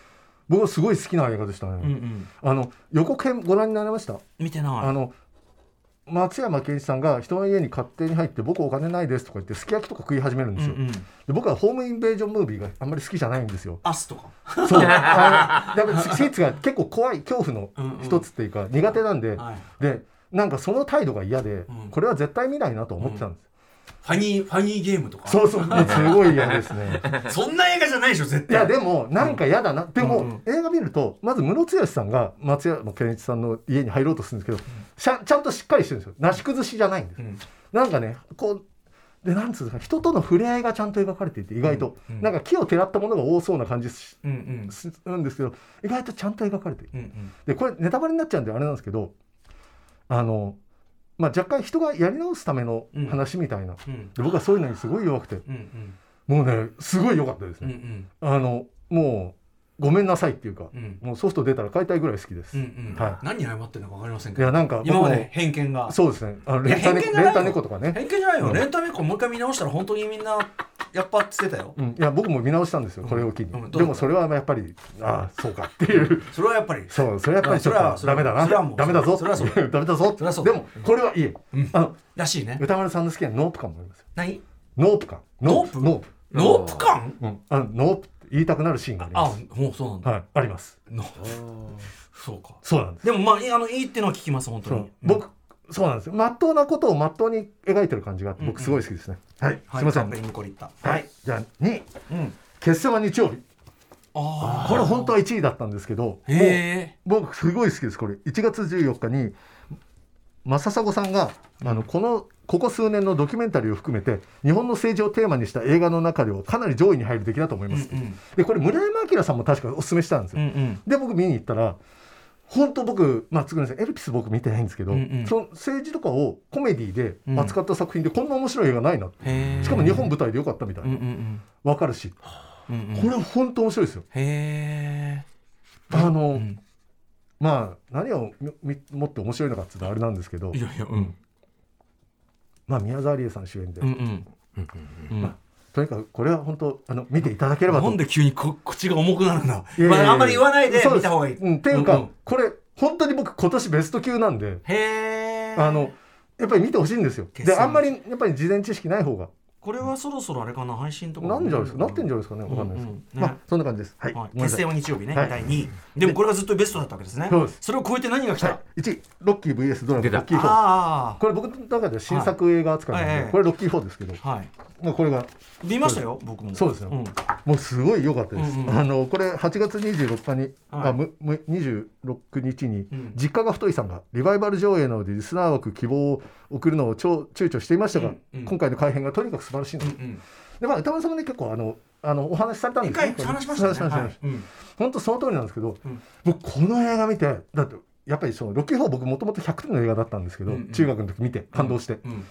S6: 僕はすごい好きな映画でしたね、
S2: うんうん
S6: あの予告編ご覧になりました
S2: 見てな
S6: あ
S2: い
S6: の松山ケンイチさんが人の家に勝手に入って僕お金ないですとか言ってすき焼きとか食い始めるんですよ、
S2: うんうん
S6: でで僕はホームインベージョンムービーがあんまり好きじゃないんですよ。
S2: アスとか *laughs*
S6: そう。あのだからスイーツが結構怖い恐怖の一つっていうか苦手なんで、
S2: はい
S6: でなんかその態度が嫌で、
S2: ん
S6: これは絶対見ないなと思ってたんです。
S2: ファニーファニーゲームとか
S6: そうそう、もうすごい嫌ですね。
S2: そんな映画じゃないでしょ絶
S6: い
S2: 対
S6: やでもなんか嫌だな、でも、
S2: うん
S6: 映画見るとまずムロツヨシさんが松山健一さんの家に入ろうとするんですけど、しゃちゃんとしっかりしてるんですよなし崩しじゃないんです、
S2: うん
S6: なんかねこうでなんつうんですか人との触れ合いがちゃんと描かれていて意外と、
S2: うんうん
S6: なんか木をてらったものが多そうな感じし
S2: うんうん
S6: するんですけど意外とちゃんと描かれている
S2: うんうん
S6: でこれネタバレになっちゃうんであれなんですけどあの、まあ、若干人がやり直すための話みたいな、
S2: うん
S6: で僕はそういうのにすごい弱くて
S2: うんうん
S6: もうねすごい良かったです
S2: う
S6: ね。
S2: んうん
S6: あのもうごめんなさいっていうか、
S2: うん
S6: もうソフト出たら買いたいぐらい好きです。
S2: うんうん
S6: は
S2: 何に謝ってんのか分かりません
S6: い、い
S2: け
S6: や
S2: ど
S6: なんか僕
S2: 今
S6: も
S2: まで偏見が
S6: そうですねあの
S2: いや
S6: レンタネ
S2: 偏見じゃないよ
S6: レンタ猫とかね、
S2: 偏見じゃないよ
S6: うん
S2: レンタメコもう一回見直したら本当にみんなやっぱって言ってたよ
S6: うん、いや僕も見直したんですよこれを機に、
S2: うんうんどうだった
S6: でもそれはやっぱりああそうかっていう
S2: それはやっぱり
S6: そうそれはやっぱりちょ
S2: あ
S6: っ
S2: そ
S6: と
S2: れは
S6: ダメだな
S2: それはもう
S6: ダメだぞ
S2: それはそう
S6: *laughs* ダメだぞ
S2: それはそう
S6: でもこれはいい、
S2: うん
S6: あの
S2: らしいね
S6: 歌丸さんの好きなノープ感もありますよ
S2: 何
S6: ノープ感ノープ
S2: ノ
S6: ノ
S2: ノープ感
S6: ープ、うん、あのノープって言いたくなるシーンがありま
S2: あ
S6: す
S2: もうそうなんだ
S6: はいあります
S2: ノープそうか
S6: そうなんです
S2: でもまあいいあのいいっていうのは聞きます本当
S6: そ
S2: に
S6: う僕そうなんですよ。まっとうなことをまっとうに描いてる感じがあって、僕すごい好きですね。はい、
S2: はい
S6: すみませ
S2: カンペ
S6: ん。
S2: インコリッタ
S6: はい、じゃあ2、
S2: うん
S6: 決戦は日曜日。
S2: あ
S6: これ本当は1位だったんですけど、
S2: あへ
S6: もう僕すごい好きです。これ1月14日に正砂さんがあのこのここ数年のドキュメンタリーを含めて日本の政治をテーマにした映画の中ではかなり上位に入る出来だと思い
S2: えう
S6: ま
S2: ん
S6: す。でこれ村山明さんも確かお勧めしたんですよ
S2: うんう。ん
S6: で僕見に行ったら本当僕まあつぐみさんエルピス僕見てないんですけど、
S2: うんうん
S6: その政治とかをコメディで扱った作品でこんな面白い映画ないなって、
S2: うん
S6: しかも日本舞台でよかったみたい
S2: うんう
S6: な、
S2: ん
S6: わかるし
S2: うんうんうん
S6: これ本当面白いですよ。
S2: へえ
S6: あの、
S2: ん
S6: まあ何をみみもって面白いのかっていうとあれなんですけど
S2: い、やいやうん
S6: まあ、宮沢りえさん主演で、
S2: うんうんうん
S6: とにかくこれは本当あの見ていただければと
S2: なんで急にこ口が重くなるんだ
S6: いやいやいや
S2: まああんまり言わないで
S6: そう
S2: 見
S6: す
S2: た方がいい
S6: うん、っていうか、
S2: うんうん
S6: これ本当に僕今年ベスト級なんで。
S2: へえ
S6: あのやっぱり見てほしいんですよ。
S2: 決
S6: で
S2: 算
S6: あんまりやっぱり事前知識ない方が
S2: これはそろそろあれかな配信とか
S6: なんじゃないですかなってんじ
S2: ゃ
S6: ゃないですかねわかんないですけど、
S2: うんうん
S6: ま
S2: ね
S6: あそんな感じですはい、
S2: はい、
S6: ごめんな
S2: 決
S6: さい
S2: 戦は日曜日ね、
S6: はい
S2: 第2位でもこれがずっとベストだったわけですね
S6: そうです
S2: れを超えて何が来た、
S6: はい1位ロッキー VS ドラゴ
S5: 出
S6: ン
S5: た
S6: ロッキー4
S2: あ
S6: これ僕の中では新作映画扱いなんで、
S2: はいはい
S6: これロッキー4ですけど、
S2: あはい
S6: まあ、これが
S2: 見ましたよ僕も
S6: そうですね
S2: ん
S6: もうすごい良かったです、
S2: うんうん
S6: あのこれ8月26日に、
S2: はい
S6: あむむ26日に、
S2: うん
S6: 実家が太いさんがリバイバル上映なのでリスナー枠希望を送るのを超躊躇していましたが、
S2: うんうん
S6: 今回の改編がとにかく素晴らしいの
S2: う
S6: で,、
S2: ん
S6: でまあ、歌丸さんもね結構あのあのお話しされた
S2: うんん一
S6: ですね
S2: 回話しましたね
S6: 話しました、
S2: はいうん
S6: 本当その通りなんですけど、
S2: うん
S6: 僕この映画見てだってやっぱりそのロッキー4僕もともと100点の映画だったんですけど、
S2: うんうん
S6: 中学の時見て感動して、
S2: うん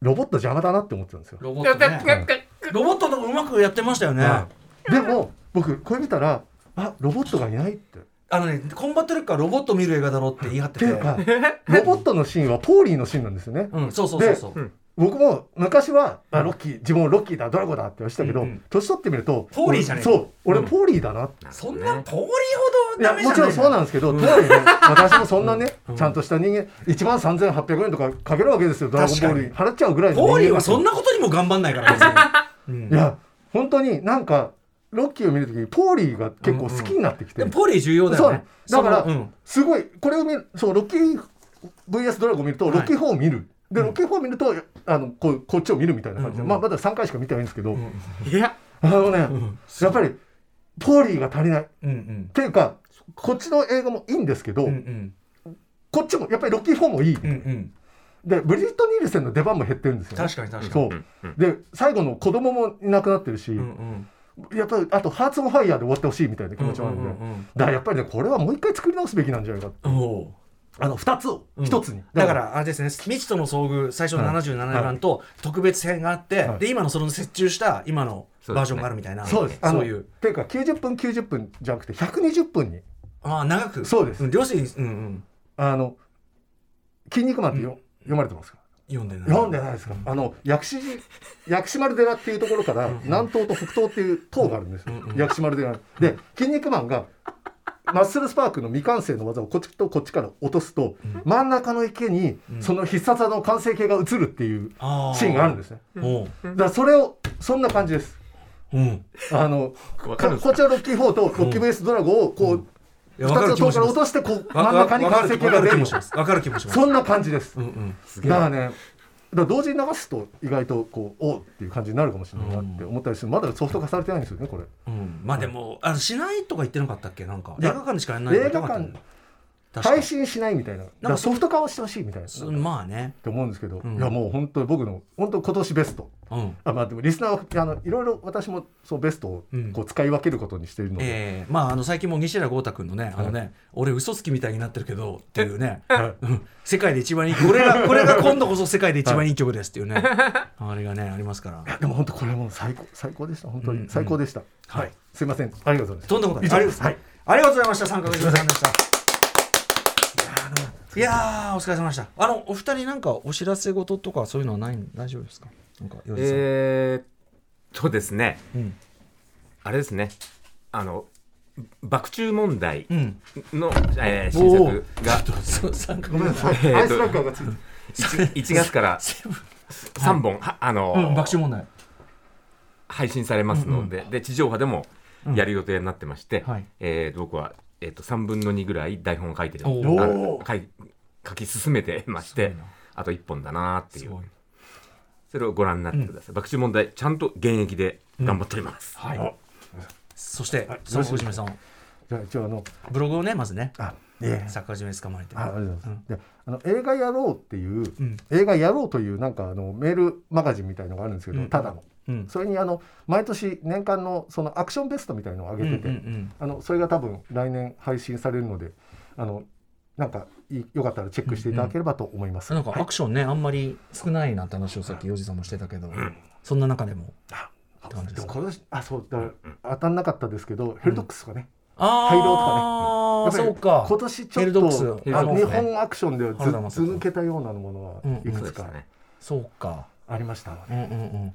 S6: ロボット邪魔だなって思ってたんですよ。
S2: ロボット、ね、ロボットとかうまくやってましたよね、
S6: はいでも僕これ見たらあロボットがいないって。っ
S2: あのねコンバットルックはロボット見る映画だろうって言い張って
S6: て
S2: て
S6: いうかロボットのシーンはポーリーのシーンなんですよね。
S2: うんそうそうそうそう、
S6: 僕も昔はあロッキー自分をロッキーだドラゴンだって言わしたけど、
S2: うんうん
S6: 年取ってみると
S2: ポーリーじゃねえ
S6: 俺そう俺
S2: うん
S6: ポーリーだなって。
S2: そんなポーリーほ
S6: い
S2: ど
S6: や
S2: ダメじゃ
S6: も
S2: ない
S6: ちろんそうなんですけど、とは
S2: *laughs*
S6: いえね、私もそんなね、
S2: ん
S6: ちゃんとした人間、1万3800円とかかけるわけですよ、ドラゴンボールに。払っちゃうぐらいの人
S2: ポ
S6: 間
S2: ーリーはそんなことにも頑張んないから別に、うん
S6: いや、本当になんか、ロッキーを見るときに、ポーリーが結構好きになってきて、
S2: でもポーリー重要だよね
S6: そうだから
S2: そのうん
S6: すごい、これを見る、そう、ロッキー VS ドラゴン見ると、
S2: はい
S6: ロッキー4を見る。で、ロッキー4を見ると、あのこうこっちを見るみたいな感じで、
S2: うんうん
S6: まあ、まだ3回しか見てないんですけど、
S2: いや
S6: あのね、やっぱり、ポーリーが足りない。っ
S2: うんうん
S6: ていうか、こっちの映画もいいんですけど、
S2: うんうん
S6: こっちもやっぱりロッキー4もいい、
S2: うんうん
S6: でブリット・ニールセンの出番も減ってるんですよ、ね、
S2: 確かに確か
S6: そ
S2: に
S6: う、で最後の子供もいなくなってるし、
S2: うんうん
S6: やっぱりあと「ハーツ・オン・ファイヤー」で終わってほしいみたいな気持ちもあるんで、
S2: うんうんうんうん
S6: だからやっぱりねこれはもう一回作り直すべきなんじゃないか
S2: おお
S6: あの2つを
S2: うん
S6: 1つに、
S2: だからあれですね未知との遭遇最初の
S6: はい
S2: 77番と特別編があって、
S6: はい
S2: で今のその折衷した今のバージョンがあるみたいな
S6: そうですあの
S2: そういう
S6: っていうか90分90分じゃなくて120分に
S2: ああ長く
S6: そうです
S2: ん両親にうんうん
S6: あの「筋肉マン」ってよ、読まれてますか
S2: 読んでない
S6: 読んでないですか、あの薬師寺薬師丸寺っていうところから南東と北東っていう塔があるんですよ、薬師丸寺で「筋肉マン」がマッスルスパークの未完成の技をこっちとこっちから落とすと、真ん中の池にその必殺技の完成形が映るっていう
S2: あ
S6: シーンがあるんですね
S2: おう
S6: だからそれをそんな感じです
S2: うん
S6: あの
S5: わかるんで
S6: か
S5: す
S6: こちらロッキー4とロッキーベースドラゴンをこう
S2: いや
S6: 2
S2: わかる
S6: つ
S2: 気
S6: の
S2: も
S6: 塔
S2: し
S6: から
S2: ま
S6: 落
S2: す
S6: としてこう真
S2: わ
S6: ん中に
S2: わ
S6: 完成形が出
S2: わかる気
S6: る
S2: もしますわかる気もします
S6: そんな感じです
S2: うんうん
S6: だからねだから同時に流すと意外とこうおうっていう感じになるかもしれないなって思ったりするまだソフト化されてないんですよねこれ
S2: うんまあでもあのしないとか言ってなかったっけなんか
S6: い
S2: 映
S6: や
S2: 画館でしかやらないとか
S6: 映画館
S2: 言ってなかった確
S6: 配
S2: か
S6: 信しないみたいなだか
S2: なんから
S6: ソフト化をしてほしいみたいな
S2: そうまあね
S6: って思うんですけど、
S2: うん
S6: いやもう本当に僕の本当今年ベスト
S2: うん
S6: あまあでもリスナーはあのいろいろ私もそうベストを
S2: うん
S6: こう使い分けることにしているので、
S2: ええまああの最近も西寺豪太君のねあのね俺嘘つきみたいになってるけ
S6: *laughs*
S2: どっていうね
S6: はい
S2: うん世界で一番いいこれ
S6: *laughs*
S2: がこれが今度こそ世界で一番いい曲ですっていうねあれがねありますから
S6: でも本当これはもう最高最高でした本当
S2: うんう
S6: に
S2: ん
S6: 最高でした、
S2: はい
S6: はいすいませんありがとうございます
S2: とんでもない
S6: 以上です
S2: あ
S6: は
S2: り
S6: い
S2: ありがとうございました3ヶ月さんでしたいやーお疲れ様でしたあのお二人なんかお知らせ事とかそういうのはない大丈夫ですかなんか洋一さん
S5: えー、っとですね、
S2: うん
S5: あれですね、あの、爆中問題
S2: うん
S5: の、えー
S2: お
S5: 新
S2: ー
S5: 作が
S2: そう *laughs* 三ヶ
S6: ごめんなさい、
S5: えーと
S6: アイスラッガーがついてる
S5: 1, 月から3本、はあの
S2: うん、爆笑問題。
S5: 配信されますので,、で地上波でもやる予定になってまして、
S2: うんはい
S5: えー僕は、えー、と3分の2ぐらい台本を書いてる
S2: お
S6: ー
S5: あ書い書き進めてましてあと1本だなーっていうそれをご覧になってください、爆笑問題ちゃんと現役で頑張っております、
S2: はい。そして
S6: はい、
S2: 作家島さん、
S6: じゃあ一応あの
S2: ブログをね、まずね、
S6: あいえ
S2: 作家島に捕まえて。
S6: あありがとうございます、
S2: うん
S6: であの映画やろうっていう、
S2: ん
S6: 映画やろうというなんかあのメールマガジンみたいのがあるんですけど、
S2: うん
S6: ただの
S2: うん。
S6: それにあの毎年年間のそのアクションベストみたいのを上
S2: うんう
S6: げ
S2: ん
S6: てて、あのそれが多分来年配信されるのであのなんかいよかったらチェックしていただければと思いま
S2: う
S6: す。
S2: ん。なんか
S6: はい
S2: アクションね、あんまり少ないなんて話をさっき、洋二さんもしてたけど、そんな中でも。って感じで
S6: ですも
S2: か
S6: このあそうだから当たんなかったですけどヘルドックスとかね、
S2: あ
S6: 廃炉とか
S2: あー、
S6: やっぱ
S2: そ
S6: り
S2: うか。
S6: 今年ち
S2: ヘ
S6: ょ
S2: ル
S6: っ
S2: ドックスヘル
S6: と
S2: ドッ
S6: あの
S2: クス
S6: 日
S2: ね
S6: 本アクションでは
S2: 原田正
S6: ずず
S2: 人
S6: 抜けたようなもの
S2: うん
S6: はいく
S5: そう
S6: つ
S5: でし
S6: か
S5: たね
S2: そうか。
S6: ありました
S2: うんうんうん。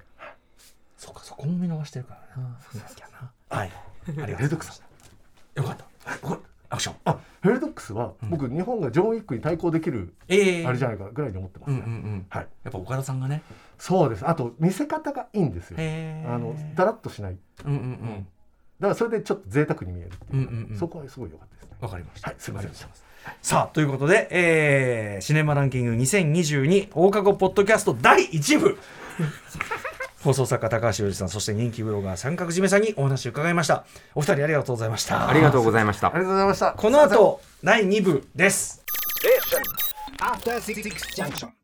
S2: そうか、そこも見逃してるからな。なきゃな。はい。ありがとうございます
S6: ヘルドックス
S2: よかった。これアクション。
S6: あヘルドックスは僕日本がジョン・ウィックに対抗できる
S2: ええ。
S6: あれじ
S2: ゃ。
S6: ゃないかぐらいに思ってま
S2: う
S6: す
S2: んうん
S6: ね、
S2: うん。
S6: はい
S2: やっぱ岡田さんがね。
S6: そうですあと見せ方がいいんですよ
S2: へえ。
S6: あのだらっとしない
S2: うんうんうん。
S6: だからそれでちょっと贅沢に見えるっていう,、
S2: うんうんうん
S6: そこはすごい良かったですね
S2: わかりました。
S6: はいすいません
S2: ありがとうございますさあということで、えーシネマランキング2022放課後ポッドキャスト第1部 *laughs* 放送作家高橋洋二さんそして人気ブロガー三角締めさんにお話を伺いましたお二人ありがとうございました
S5: ありがとうございました
S6: ありがとうございました
S2: この後第2部です
S7: After Six Junction.